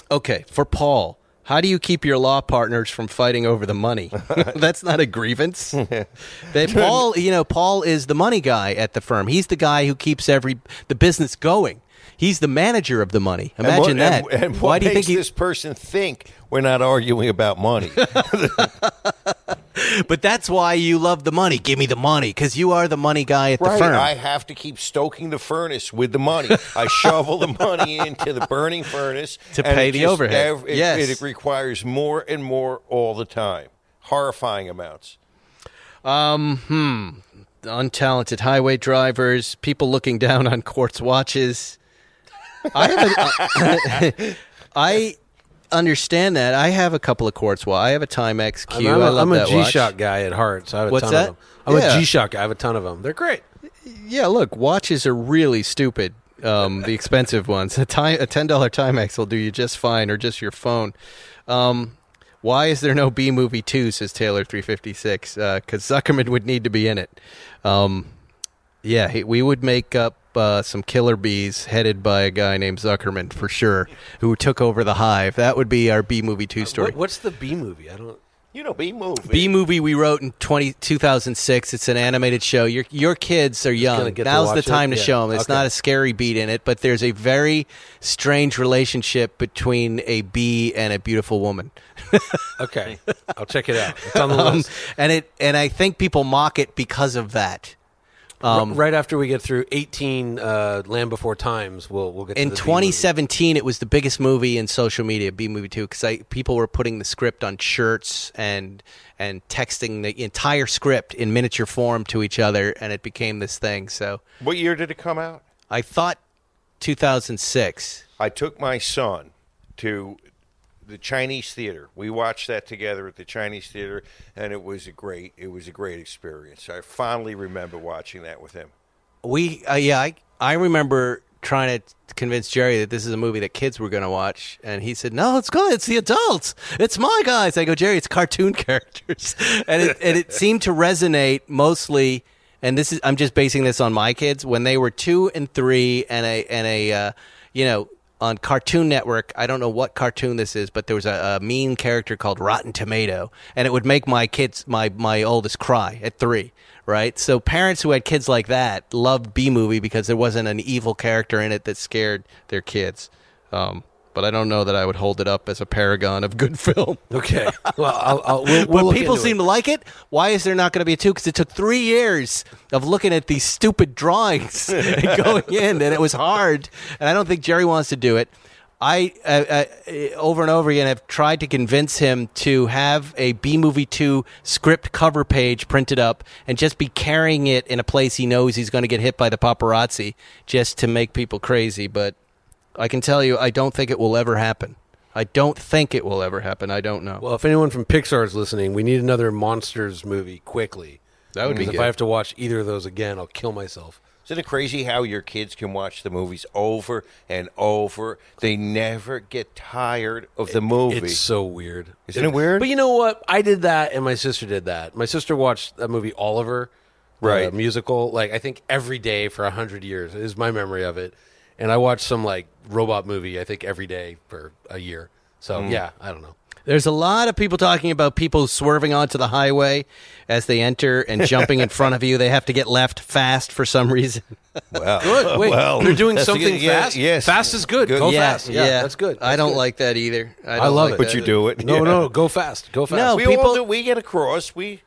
Speaker 2: Okay, for Paul, how do you keep your law partners from fighting over the money? That's not a grievance. they, Paul, you know, Paul is the money guy at the firm. He's the guy who keeps every the business going. He's the manager of the money.
Speaker 3: And
Speaker 2: Imagine
Speaker 3: what- and-
Speaker 2: that.
Speaker 3: And, what
Speaker 2: Why do you think
Speaker 3: makes
Speaker 2: he?
Speaker 3: this person think we're not arguing about money?
Speaker 2: But that's why you love the money. Give me the money because you are the money guy at the firm.
Speaker 3: I have to keep stoking the furnace with the money. I shovel the money into the burning furnace
Speaker 2: To
Speaker 3: and
Speaker 2: pay
Speaker 3: it
Speaker 2: the
Speaker 3: just
Speaker 2: overhead.
Speaker 3: ev- it,
Speaker 2: Yes.
Speaker 3: it requires more and more all the time. Horrifying amounts.
Speaker 2: untalented highway drivers, people looking down on quartz watches. I have a, uh, I understand that. I have a couple of quartz watches. I have a Timex Q.
Speaker 4: I'm,
Speaker 2: I
Speaker 4: a-
Speaker 2: love
Speaker 4: I'm a
Speaker 2: that watch.
Speaker 4: G-Shock guy at heart, so I have a
Speaker 2: What's
Speaker 4: ton
Speaker 2: that?
Speaker 4: of them. I'm
Speaker 2: Yeah.
Speaker 4: a G-Shock. guy. I have a ton of them. They're great.
Speaker 2: Yeah, look, watches are really stupid. Um, the expensive ones. A, time, a ten dollar Timex will do you just fine, or just your phone. Um, why is there no B movie two? Says Taylor three fifty six. Because Zuckerman would need to be in it. Um, yeah, he, we would make up uh, some killer bees headed by a guy named Zuckerman for sure, who took over the hive. That would be our B movie two story.
Speaker 4: What, what's the B movie? I don't.
Speaker 3: You know, B movie.
Speaker 2: B movie we wrote in 20, 2006. It's an animated show. Your your kids are young.
Speaker 4: get to
Speaker 2: Now's
Speaker 4: watch
Speaker 2: the
Speaker 4: it?
Speaker 2: time to
Speaker 4: Yeah.
Speaker 2: show them. It's
Speaker 4: Okay.
Speaker 2: not a scary beat in it, but there's a very strange relationship between a bee and a beautiful woman.
Speaker 4: Okay, I'll check it out. It's on the
Speaker 2: Um,
Speaker 4: list.
Speaker 2: and it and I think people mock it because of that. um,
Speaker 4: R- right after we get through 18 uh, Land Before Times, we'll we'll get to
Speaker 2: In
Speaker 4: the B
Speaker 2: 2017, it was the biggest movie in social media, B movie too, because people were putting the script on shirts and and texting the entire script in miniature form to each other, and it became this thing. So
Speaker 3: what year did it come out?
Speaker 2: I thought 2006.
Speaker 3: I took my son to the Chinese theater. We watched that together at the Chinese theater, and it was a great it was a great experience. I fondly remember watching that with him.
Speaker 2: We, uh, yeah, I, I remember trying to convince Jerry that this is a movie that kids were going to watch, and he said, "No, it's good. It's the adults. It's my guys." I go, "Jerry, it's cartoon characters," and it, and it seemed to resonate mostly. And this is I'm just basing this on my kids when they were two and three, and a and a uh, you know on Cartoon Network. I don't know what cartoon this is, but there was a, a mean character called Rotten Tomato, and it would make my kids, my my oldest, cry at three. Right, so parents who had kids like that loved B movie because there wasn't an evil character in it that scared their kids. Um, but I don't know that I would hold it up as a paragon of good film.
Speaker 4: movie. Okay. Well, I'll, I'll, we'll, we'll
Speaker 2: But
Speaker 4: look
Speaker 2: people
Speaker 4: into
Speaker 2: seem
Speaker 4: it.
Speaker 2: to like it. Why is there not going to be a two? Because it took three years of looking at these stupid drawings and going in, and it was hard. And I don't think Jerry wants to do it. I, I, I over and over again have tried to convince him to have a B movie two script cover page printed up and just be carrying it in a place he knows he's going to get hit by the paparazzi, just to make people crazy. But I can tell you, I don't think it will ever happen. I don't think it will ever happen. I don't know.
Speaker 4: Well, if anyone from Pixar is listening, we need another Monsters movie quickly.
Speaker 2: That would be
Speaker 4: 'Cause If
Speaker 2: good.
Speaker 4: I have to watch either of those again, I'll kill myself.
Speaker 3: Isn't it crazy how your kids can watch the movies over and over? They never get tired of the movie.
Speaker 4: It's so weird.
Speaker 3: Isn't it weird?
Speaker 4: But you know what? I did that, and my sister did that. My sister watched that movie Oliver, the
Speaker 3: Right.
Speaker 4: musical, like I think every day for a hundred years is my memory of it. And I watched some like robot movie, I think every day for a year. So yeah, I don't know.
Speaker 2: There's a lot of people talking about people swerving onto the highway as they enter and jumping in front of you. They have to get left fast for some reason.
Speaker 3: well,
Speaker 4: Good. Wait,
Speaker 3: well,
Speaker 4: they're doing
Speaker 3: that's a
Speaker 4: something
Speaker 3: good- yeah,
Speaker 4: fast.
Speaker 3: Yes,
Speaker 4: fast is good. Go
Speaker 2: Yeah,
Speaker 4: fast. Yeah, that's good.
Speaker 2: I
Speaker 4: That's
Speaker 2: don't
Speaker 4: good.
Speaker 2: like that either. I,
Speaker 4: I
Speaker 2: don't
Speaker 4: love
Speaker 2: like
Speaker 4: it.
Speaker 2: that
Speaker 3: But you do it.
Speaker 4: No,
Speaker 3: Yeah.
Speaker 4: no, go fast. Go fast.
Speaker 2: No,
Speaker 3: We
Speaker 2: people-
Speaker 3: all do. We get across. We.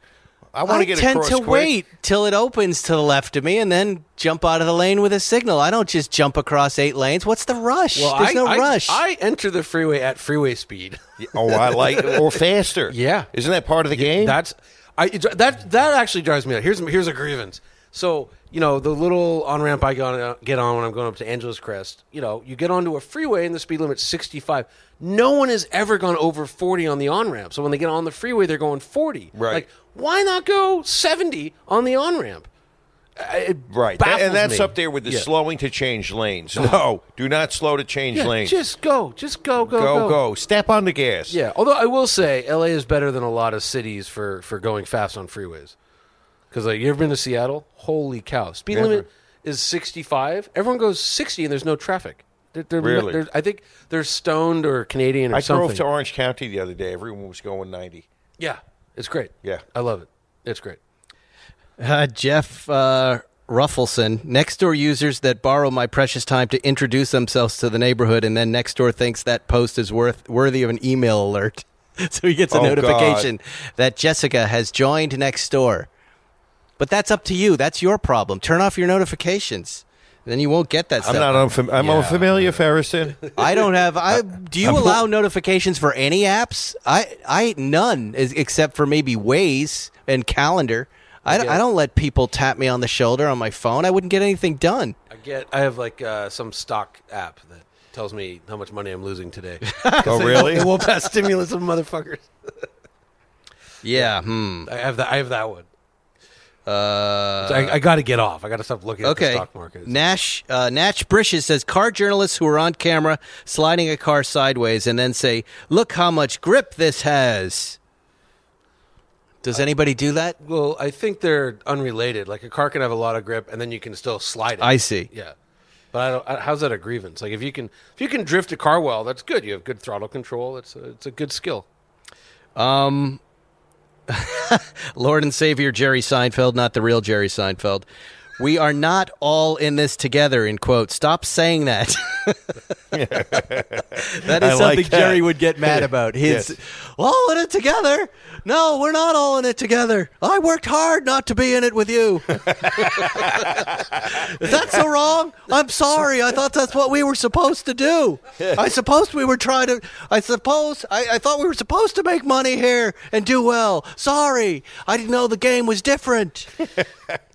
Speaker 3: I want
Speaker 2: I
Speaker 3: to get
Speaker 2: tend
Speaker 3: across
Speaker 2: to
Speaker 3: quick.
Speaker 2: wait till it opens to the left of me and then jump out of the lane with a signal. I don't just jump across eight lanes. What's the rush?
Speaker 4: Well,
Speaker 2: There's
Speaker 4: I,
Speaker 2: no
Speaker 4: I-
Speaker 2: rush.
Speaker 4: I enter the freeway at freeway speed.
Speaker 3: Oh, I like or faster.
Speaker 4: Yeah.
Speaker 3: isn't that part of the game?
Speaker 4: That's I it dri- that that actually drives me out. Here's here's a grievance. So you know the little on ramp I got- get on when I'm going up to Angeles Crest. You know you get onto a freeway and the speed limit's 65. No one has ever gone over 40 on the on ramp. So when they get on the freeway, they're going 40.
Speaker 3: Right.
Speaker 4: Like why not go 70 on the on ramp?
Speaker 3: right, That- and that's up there with the slowing to change lanes. No, do not slow to change
Speaker 4: Uh-huh. Yeah,
Speaker 3: lanes.
Speaker 4: just go, just go, go,
Speaker 3: go, go. Step on the gas.
Speaker 4: Yeah, although I will say LA is better than a lot of cities for for going fast on freeways. Cuz like you ever been to Seattle? Holy cow. Speed
Speaker 3: Never.
Speaker 4: limit is 65. Everyone goes 60 and there's no traffic. They're, they're,
Speaker 3: Really?
Speaker 4: they're- I think they're stoned or Canadian or
Speaker 3: I
Speaker 4: something.
Speaker 3: drove to Orange County the other day. Everyone was going ninety.
Speaker 4: yeah, it's great.
Speaker 3: Yeah.
Speaker 4: I love it. It's great.
Speaker 2: Uh, Jeff uh, Ruffleson, next door users that borrow my precious time to introduce themselves to the neighborhood, and then next door thinks that post is worth worthy of an email alert, so he gets a
Speaker 3: Oh,
Speaker 2: notification that Jessica has joined next door. But that's up to you. That's your problem. Turn off your notifications. Then you won't get that
Speaker 3: I'm
Speaker 2: stuff.
Speaker 3: not unfam- I'm unfamiliar, Ferrison.
Speaker 2: I don't have. I do you allow notifications for any apps? I I none is, except for maybe Waze and calendar. I, I don't let people tap me on the shoulder on my phone. I wouldn't get anything done.
Speaker 4: I get I have like uh, some stock app that tells me how much money I'm losing today.
Speaker 3: oh, really?
Speaker 4: it will pass stimulus of motherfuckers.
Speaker 2: Yeah. Hmm.
Speaker 4: I have that I have that one. Uh, I, I got to get off. I got to stop looking at the
Speaker 2: Okay.
Speaker 4: stock market.
Speaker 2: Nash uh, Nash Brishes says car journalists who are on camera sliding a car sideways and then say, "Look how much grip this has."
Speaker 4: Uh,
Speaker 2: Does anybody do that?
Speaker 4: Well, I think they're unrelated. Like a car can have a lot of grip, and then you can still slide it.
Speaker 2: I see.
Speaker 4: Yeah, but I don't. I- How's that a grievance? Like if you can, if you can drift a car well, that's good. You have good throttle control. It's a, it's a good skill.
Speaker 2: Lord and Savior Jerry Seinfeld, not the real Jerry Seinfeld. We are not all in this together, in quote. Stop saying that. that
Speaker 3: I
Speaker 2: is
Speaker 3: like
Speaker 2: something
Speaker 3: that.
Speaker 2: Jerry would get mad about. His
Speaker 3: Yes.
Speaker 2: all in it together. No, we're not all in it together. I worked hard not to be in it with you. is that so wrong? I'm sorry. I thought that's what we were supposed to do. I supposed we were trying to. I suppose I, I thought we were supposed to make money here and do well. Sorry, I didn't know the game was different.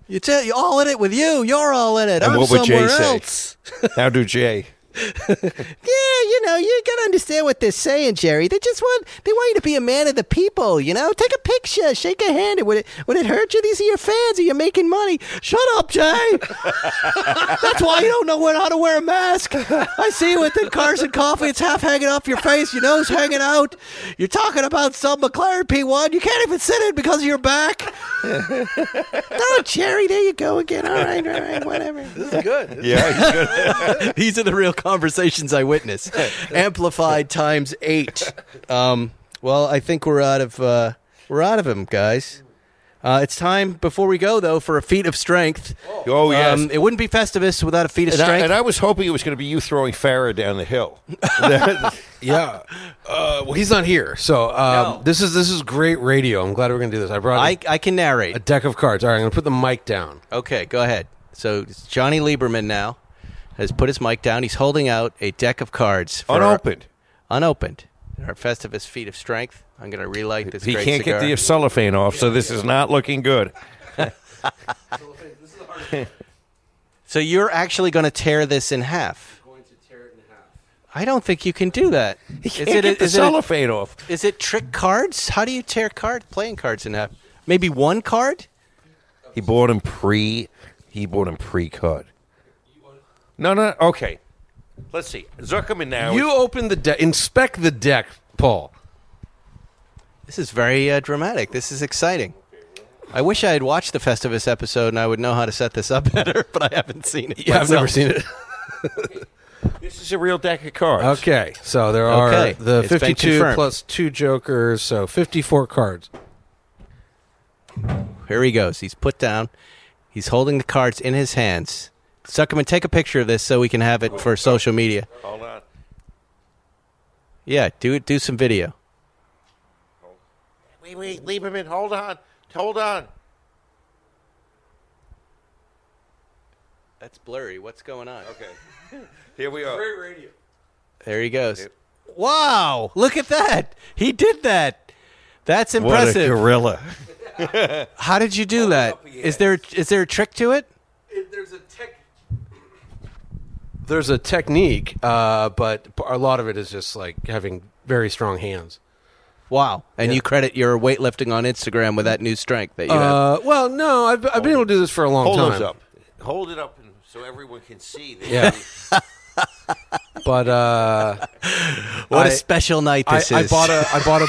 Speaker 2: You tell you all in it with you. You're all in it.
Speaker 3: And
Speaker 2: I'm
Speaker 3: what would Jay
Speaker 2: somewhere
Speaker 3: say?
Speaker 2: else.
Speaker 3: How do Jay?
Speaker 2: Yeah, you know, you gotta understand what they're saying, Jerry. They just want they want you to be a man of the people. You know, take a picture, shake a hand. And Would it would it hurt you? These are your fans. Are you making money? Shut up, Jay. That's why you don't know when how to wear a mask. I see you with the cars and coffee. It's half hanging off your face. Your nose hanging out. You're talking about some McLaren P1. You can't even sit in because of your back. oh, Jerry, there you go again. All right, all right, whatever.
Speaker 3: Yeah, he's good.
Speaker 2: These are the real conversations I witness, amplified times eight. Um, well, I think we're out of uh, we're out of them, guys. Uh, it's time before we go though for a feat of strength.
Speaker 3: Oh, yes.
Speaker 2: Um, it wouldn't be Festivus without a feat of
Speaker 3: and, I,
Speaker 2: strength.
Speaker 3: and I was hoping it was going to be you throwing Farah down the hill.
Speaker 4: Yeah. Uh, well, he's not here, so um,
Speaker 2: No.
Speaker 4: this is this is great radio. I'm glad we're gonna do this. I brought
Speaker 2: I,
Speaker 4: a-
Speaker 2: I can narrate.
Speaker 4: a deck of cards. All right, I'm gonna put the mic down.
Speaker 2: Okay, go ahead. So it's Johnny Lieberman now has put his mic down. He's holding out a deck of cards, for our-
Speaker 3: Unopened.
Speaker 2: unopened. Our Festivus feat of strength. I'm going to relight this.
Speaker 3: He
Speaker 2: great
Speaker 3: can't
Speaker 2: cigar.
Speaker 3: get the cellophane off, so this is not looking good.
Speaker 2: So you're actually going to tear this in half. I don't think you can do that.
Speaker 3: He
Speaker 2: Is it
Speaker 3: can't
Speaker 2: a-
Speaker 3: get the
Speaker 2: is it a-
Speaker 3: cellophane off.
Speaker 2: Is it trick cards? How do you tear card playing cards in half? Maybe one card?
Speaker 3: He bought him pre. He bought him pre-cut. No, no. Okay. Let's see. Zuckerman now.
Speaker 4: You
Speaker 3: is-
Speaker 4: open the deck, inspect the deck, Paul.
Speaker 2: This is very uh, dramatic. This is exciting. I wish I had watched the Festivus episode and I would know how to set this up better, but I haven't seen it.
Speaker 4: Yeah, I've never seen it.
Speaker 3: this is a real deck of cards.
Speaker 4: Okay, so there are
Speaker 2: Okay,
Speaker 4: the
Speaker 2: it's been
Speaker 4: 52
Speaker 2: confirmed.
Speaker 4: plus two jokers, so 54 cards.
Speaker 2: Here he goes. He's put down. He's holding the cards in his hands. Suckerman, take a picture of this so we can have it for social media.
Speaker 3: Hold on.
Speaker 2: Yeah, do do some video.
Speaker 3: Wait, wait. Leave him in. Hold on. Hold on.
Speaker 2: That's blurry. What's going on?
Speaker 3: Okay. Here we are.
Speaker 2: There he goes. Wow! Look at that. He did that. That's
Speaker 3: What a
Speaker 2: impressive.
Speaker 3: gorilla.
Speaker 2: How did you do that? Is there is there a trick to it?
Speaker 4: There's a tech. There's a technique, uh, but a lot of it is just like having very strong hands.
Speaker 2: Wow! And you credit your weightlifting on Instagram with that new strength that you have.
Speaker 4: Uh, well, no, I've, I've been able to do this for a long
Speaker 3: Hold
Speaker 4: time.
Speaker 3: those up. Hold it up and- so everyone can see. That
Speaker 4: Yeah. but uh,
Speaker 2: What a
Speaker 4: I-
Speaker 2: special night
Speaker 4: I,
Speaker 2: this
Speaker 4: I
Speaker 2: is!
Speaker 4: bought a. I bought a.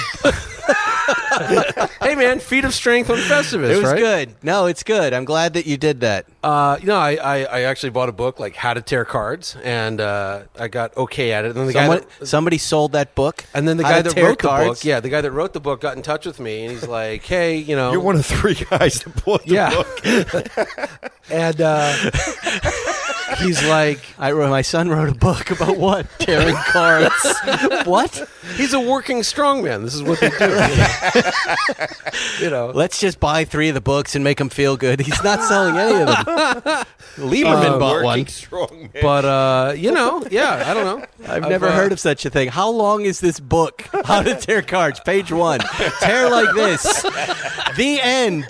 Speaker 4: hey man, feet of strength on Festivus.
Speaker 2: it was
Speaker 4: right?
Speaker 2: good. No, it's good. I'm glad that you did that.
Speaker 4: Uh, you know, I, I, I actually bought a book like How to Tear Cards, and uh, I got okay at it. And then the
Speaker 2: Someone,
Speaker 4: guy, that,
Speaker 2: somebody sold that book,
Speaker 4: and then the
Speaker 2: How
Speaker 4: guy
Speaker 2: to
Speaker 4: that
Speaker 2: tear
Speaker 4: wrote the
Speaker 2: cards.
Speaker 4: book, yeah, the guy that wrote the book got in touch with me, and he's like, "Hey, you know,
Speaker 3: You're one of three guys that bought the
Speaker 4: Yeah.
Speaker 3: book.
Speaker 4: and uh, he's like,
Speaker 2: I wrote. My son wrote a book about what tearing cards. what?
Speaker 4: he's a working strongman. This is what they do. you know. you know,
Speaker 2: Let's just buy three of the books and make him feel good. He's not selling any of them. Um, Lieberman bought
Speaker 3: Working
Speaker 2: one.
Speaker 3: strong man.
Speaker 4: um, but uh, you know, yeah, I don't know.
Speaker 2: I've uh, never heard of such a thing. How long is this book? How to tear cards, page one. Tear like this. The end.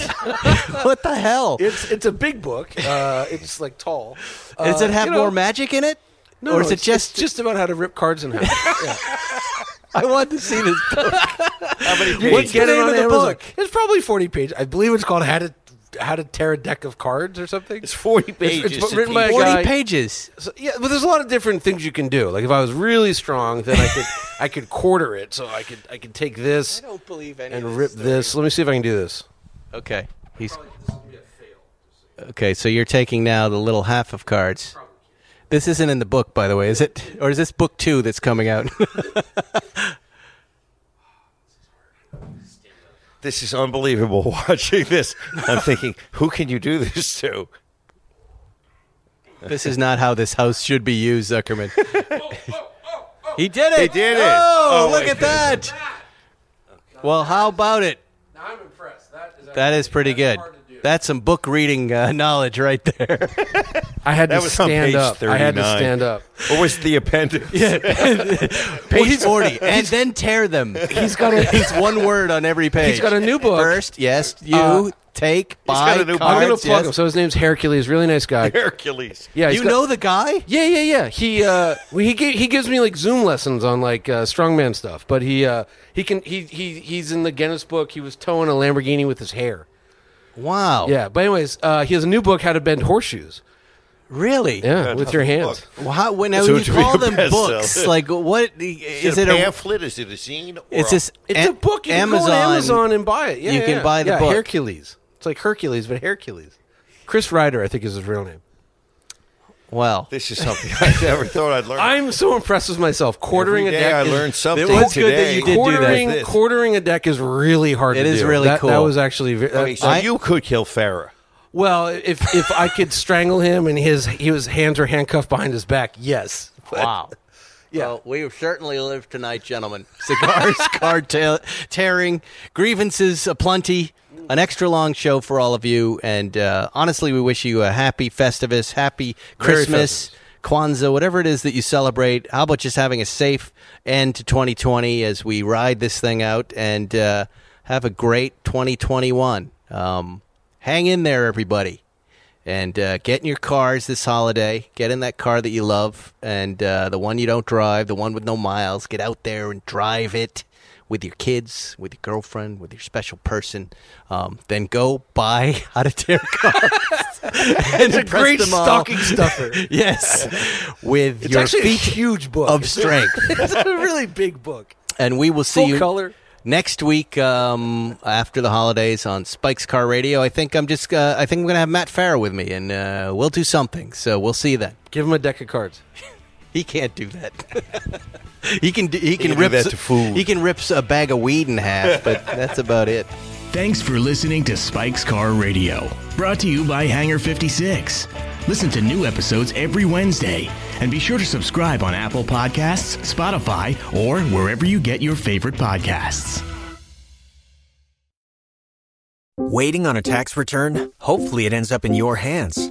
Speaker 2: what the hell?
Speaker 4: It's it's a big book. Uh, it's like tall.
Speaker 2: Does
Speaker 4: Uh,
Speaker 2: it have
Speaker 4: you know,
Speaker 2: more magic in it?
Speaker 4: No,
Speaker 2: or is it
Speaker 4: no, it's- it's
Speaker 2: just?
Speaker 4: just about how to rip cards in half? Yeah.
Speaker 2: I want to see this book.
Speaker 3: How many
Speaker 2: What's the
Speaker 3: pages?
Speaker 2: name of the
Speaker 4: Amazon.
Speaker 2: book?
Speaker 4: It's probably forty pages. I believe it's called "How to How to Tear a Deck of Cards" or something.
Speaker 3: It's 40
Speaker 4: it's
Speaker 3: pages. to
Speaker 4: written by a
Speaker 3: teach.
Speaker 4: guy-
Speaker 2: Forty pages.
Speaker 4: So, yeah, but there's a lot of different things you can do. Like if I was really strong, then I could I could quarter it, so I could I could take this
Speaker 2: don't believe any.
Speaker 4: and rip this. Let me see if I can do this.
Speaker 2: Okay. He's. Okay, so you're taking now the little half of cards. This isn't in the book, by the way, is it? Or is this book two that's coming out?
Speaker 3: This is unbelievable watching this. I'm thinking, who can you do this to?
Speaker 2: this is not how this house should be used, Zuckerman. he did it.
Speaker 3: He did it.
Speaker 2: Oh,
Speaker 3: Oh,
Speaker 2: look
Speaker 3: my
Speaker 2: at that. Well, how about it?
Speaker 4: Now I'm impressed. That is
Speaker 2: That is pretty good. That's some book reading uh, knowledge right there.
Speaker 4: I had
Speaker 3: That
Speaker 4: to
Speaker 3: was on
Speaker 4: stand
Speaker 3: page
Speaker 4: up. I had to
Speaker 3: 39.
Speaker 4: stand up.
Speaker 3: Or was it the appendix?
Speaker 2: page 40. And then tear them. He's got a, It's one word on every page.
Speaker 4: got a new book.
Speaker 2: First, yes, you
Speaker 4: Uh,
Speaker 2: take, buy,
Speaker 3: got a new book.
Speaker 2: cards,
Speaker 4: I'm gonna plug
Speaker 2: yes.
Speaker 4: him. So his name's Hercules. Really nice guy.
Speaker 3: Hercules.
Speaker 4: Yeah, he's
Speaker 2: You
Speaker 4: got-
Speaker 2: know the guy?
Speaker 4: Yeah, yeah, yeah. He uh, well, he gi- he gives me like Zoom lessons on like uh, strongman stuff. But he uh, he can he he he's in the Guinness book. He was towing a Lamborghini with his hair.
Speaker 2: Wow.
Speaker 4: Yeah. But anyways, uh, he has a new book, How to Bend Horseshoes.
Speaker 2: Really?
Speaker 4: Yeah, with your hands.
Speaker 2: Well, how, when, now,
Speaker 3: So
Speaker 2: when
Speaker 3: it
Speaker 2: you
Speaker 3: should be
Speaker 2: call
Speaker 3: a
Speaker 2: them
Speaker 3: bestseller.
Speaker 2: books, like what is
Speaker 3: Is it
Speaker 2: it
Speaker 3: a
Speaker 2: a
Speaker 3: pamphlet? Is it a zine? Or
Speaker 2: It's
Speaker 3: a-
Speaker 2: just
Speaker 4: It's a, book. You Amazon, can go on Amazon and buy it. Yeah,
Speaker 2: you
Speaker 4: yeah,
Speaker 2: can
Speaker 4: yeah.
Speaker 2: buy the
Speaker 4: Yeah,
Speaker 2: book.
Speaker 4: Hercules. It's like Hercules, but Hercules. Chris Ryder, I think, is his real name.
Speaker 2: Well,
Speaker 3: This is something I never thought I'd learn.
Speaker 4: I'm so impressed with myself. Quartering
Speaker 3: Every
Speaker 4: a
Speaker 3: day
Speaker 4: deck.
Speaker 3: I
Speaker 4: is-
Speaker 3: learned something.
Speaker 2: It was good that
Speaker 3: today.
Speaker 2: you did do that.
Speaker 4: quartering
Speaker 3: This.
Speaker 4: quartering a deck is really hard.
Speaker 2: It
Speaker 4: to
Speaker 2: is
Speaker 4: do.
Speaker 2: really
Speaker 4: that, That
Speaker 2: cool.
Speaker 4: was actually ve-
Speaker 3: Okay, so
Speaker 4: I-
Speaker 3: you could kill Farah.
Speaker 4: Well, if if I could strangle him and his his hands were handcuffed behind his back, yes.
Speaker 2: wow.
Speaker 4: Yeah.
Speaker 2: Well, we have certainly lived tonight, gentlemen. Cigars, card ta- tearing, grievances aplenty. An extra long show for all of you. And uh, honestly, we wish you a happy Festivus, happy Christmas.
Speaker 4: Festivus.
Speaker 2: Kwanzaa, whatever it is that you celebrate. How about just having a safe end to 2020 as we ride this thing out and uh, have a great 2021. Um, hang in there, everybody. And uh, get in your cars this holiday. Get in that car that you love and uh, the one you don't drive, the one with no miles. Get out there and drive it with your kids, with your girlfriend, with your special person. Um, then go buy how to tear cars. and
Speaker 4: It's a
Speaker 2: press
Speaker 4: great
Speaker 2: them all.
Speaker 4: stocking stuffer.
Speaker 2: Yes. With
Speaker 4: It's
Speaker 2: your
Speaker 4: actually
Speaker 2: feet
Speaker 4: a huge book
Speaker 2: of strength.
Speaker 4: it's a really big book.
Speaker 2: And we will see
Speaker 4: Full
Speaker 2: you
Speaker 4: color.
Speaker 2: next week um, after the holidays on Spike's Car Radio. I think I'm just uh, I think I'm going to have Matt Farah with me, and uh, we'll do something. So we'll see you then.
Speaker 4: Give him a deck of cards.
Speaker 2: He can't do that. he can do, he can
Speaker 3: can do
Speaker 2: rip
Speaker 3: that
Speaker 2: s-
Speaker 3: to food.
Speaker 2: He can rip s- a bag of weed in half, but that's about it.
Speaker 1: Thanks for listening to Spike's Car Radio, brought to you by Hangar 56. Listen to new episodes every Wednesday, and be sure to subscribe on Apple Podcasts, Spotify, or wherever you get your favorite podcasts.
Speaker 8: Waiting on a tax return? Hopefully, it ends up in your hands.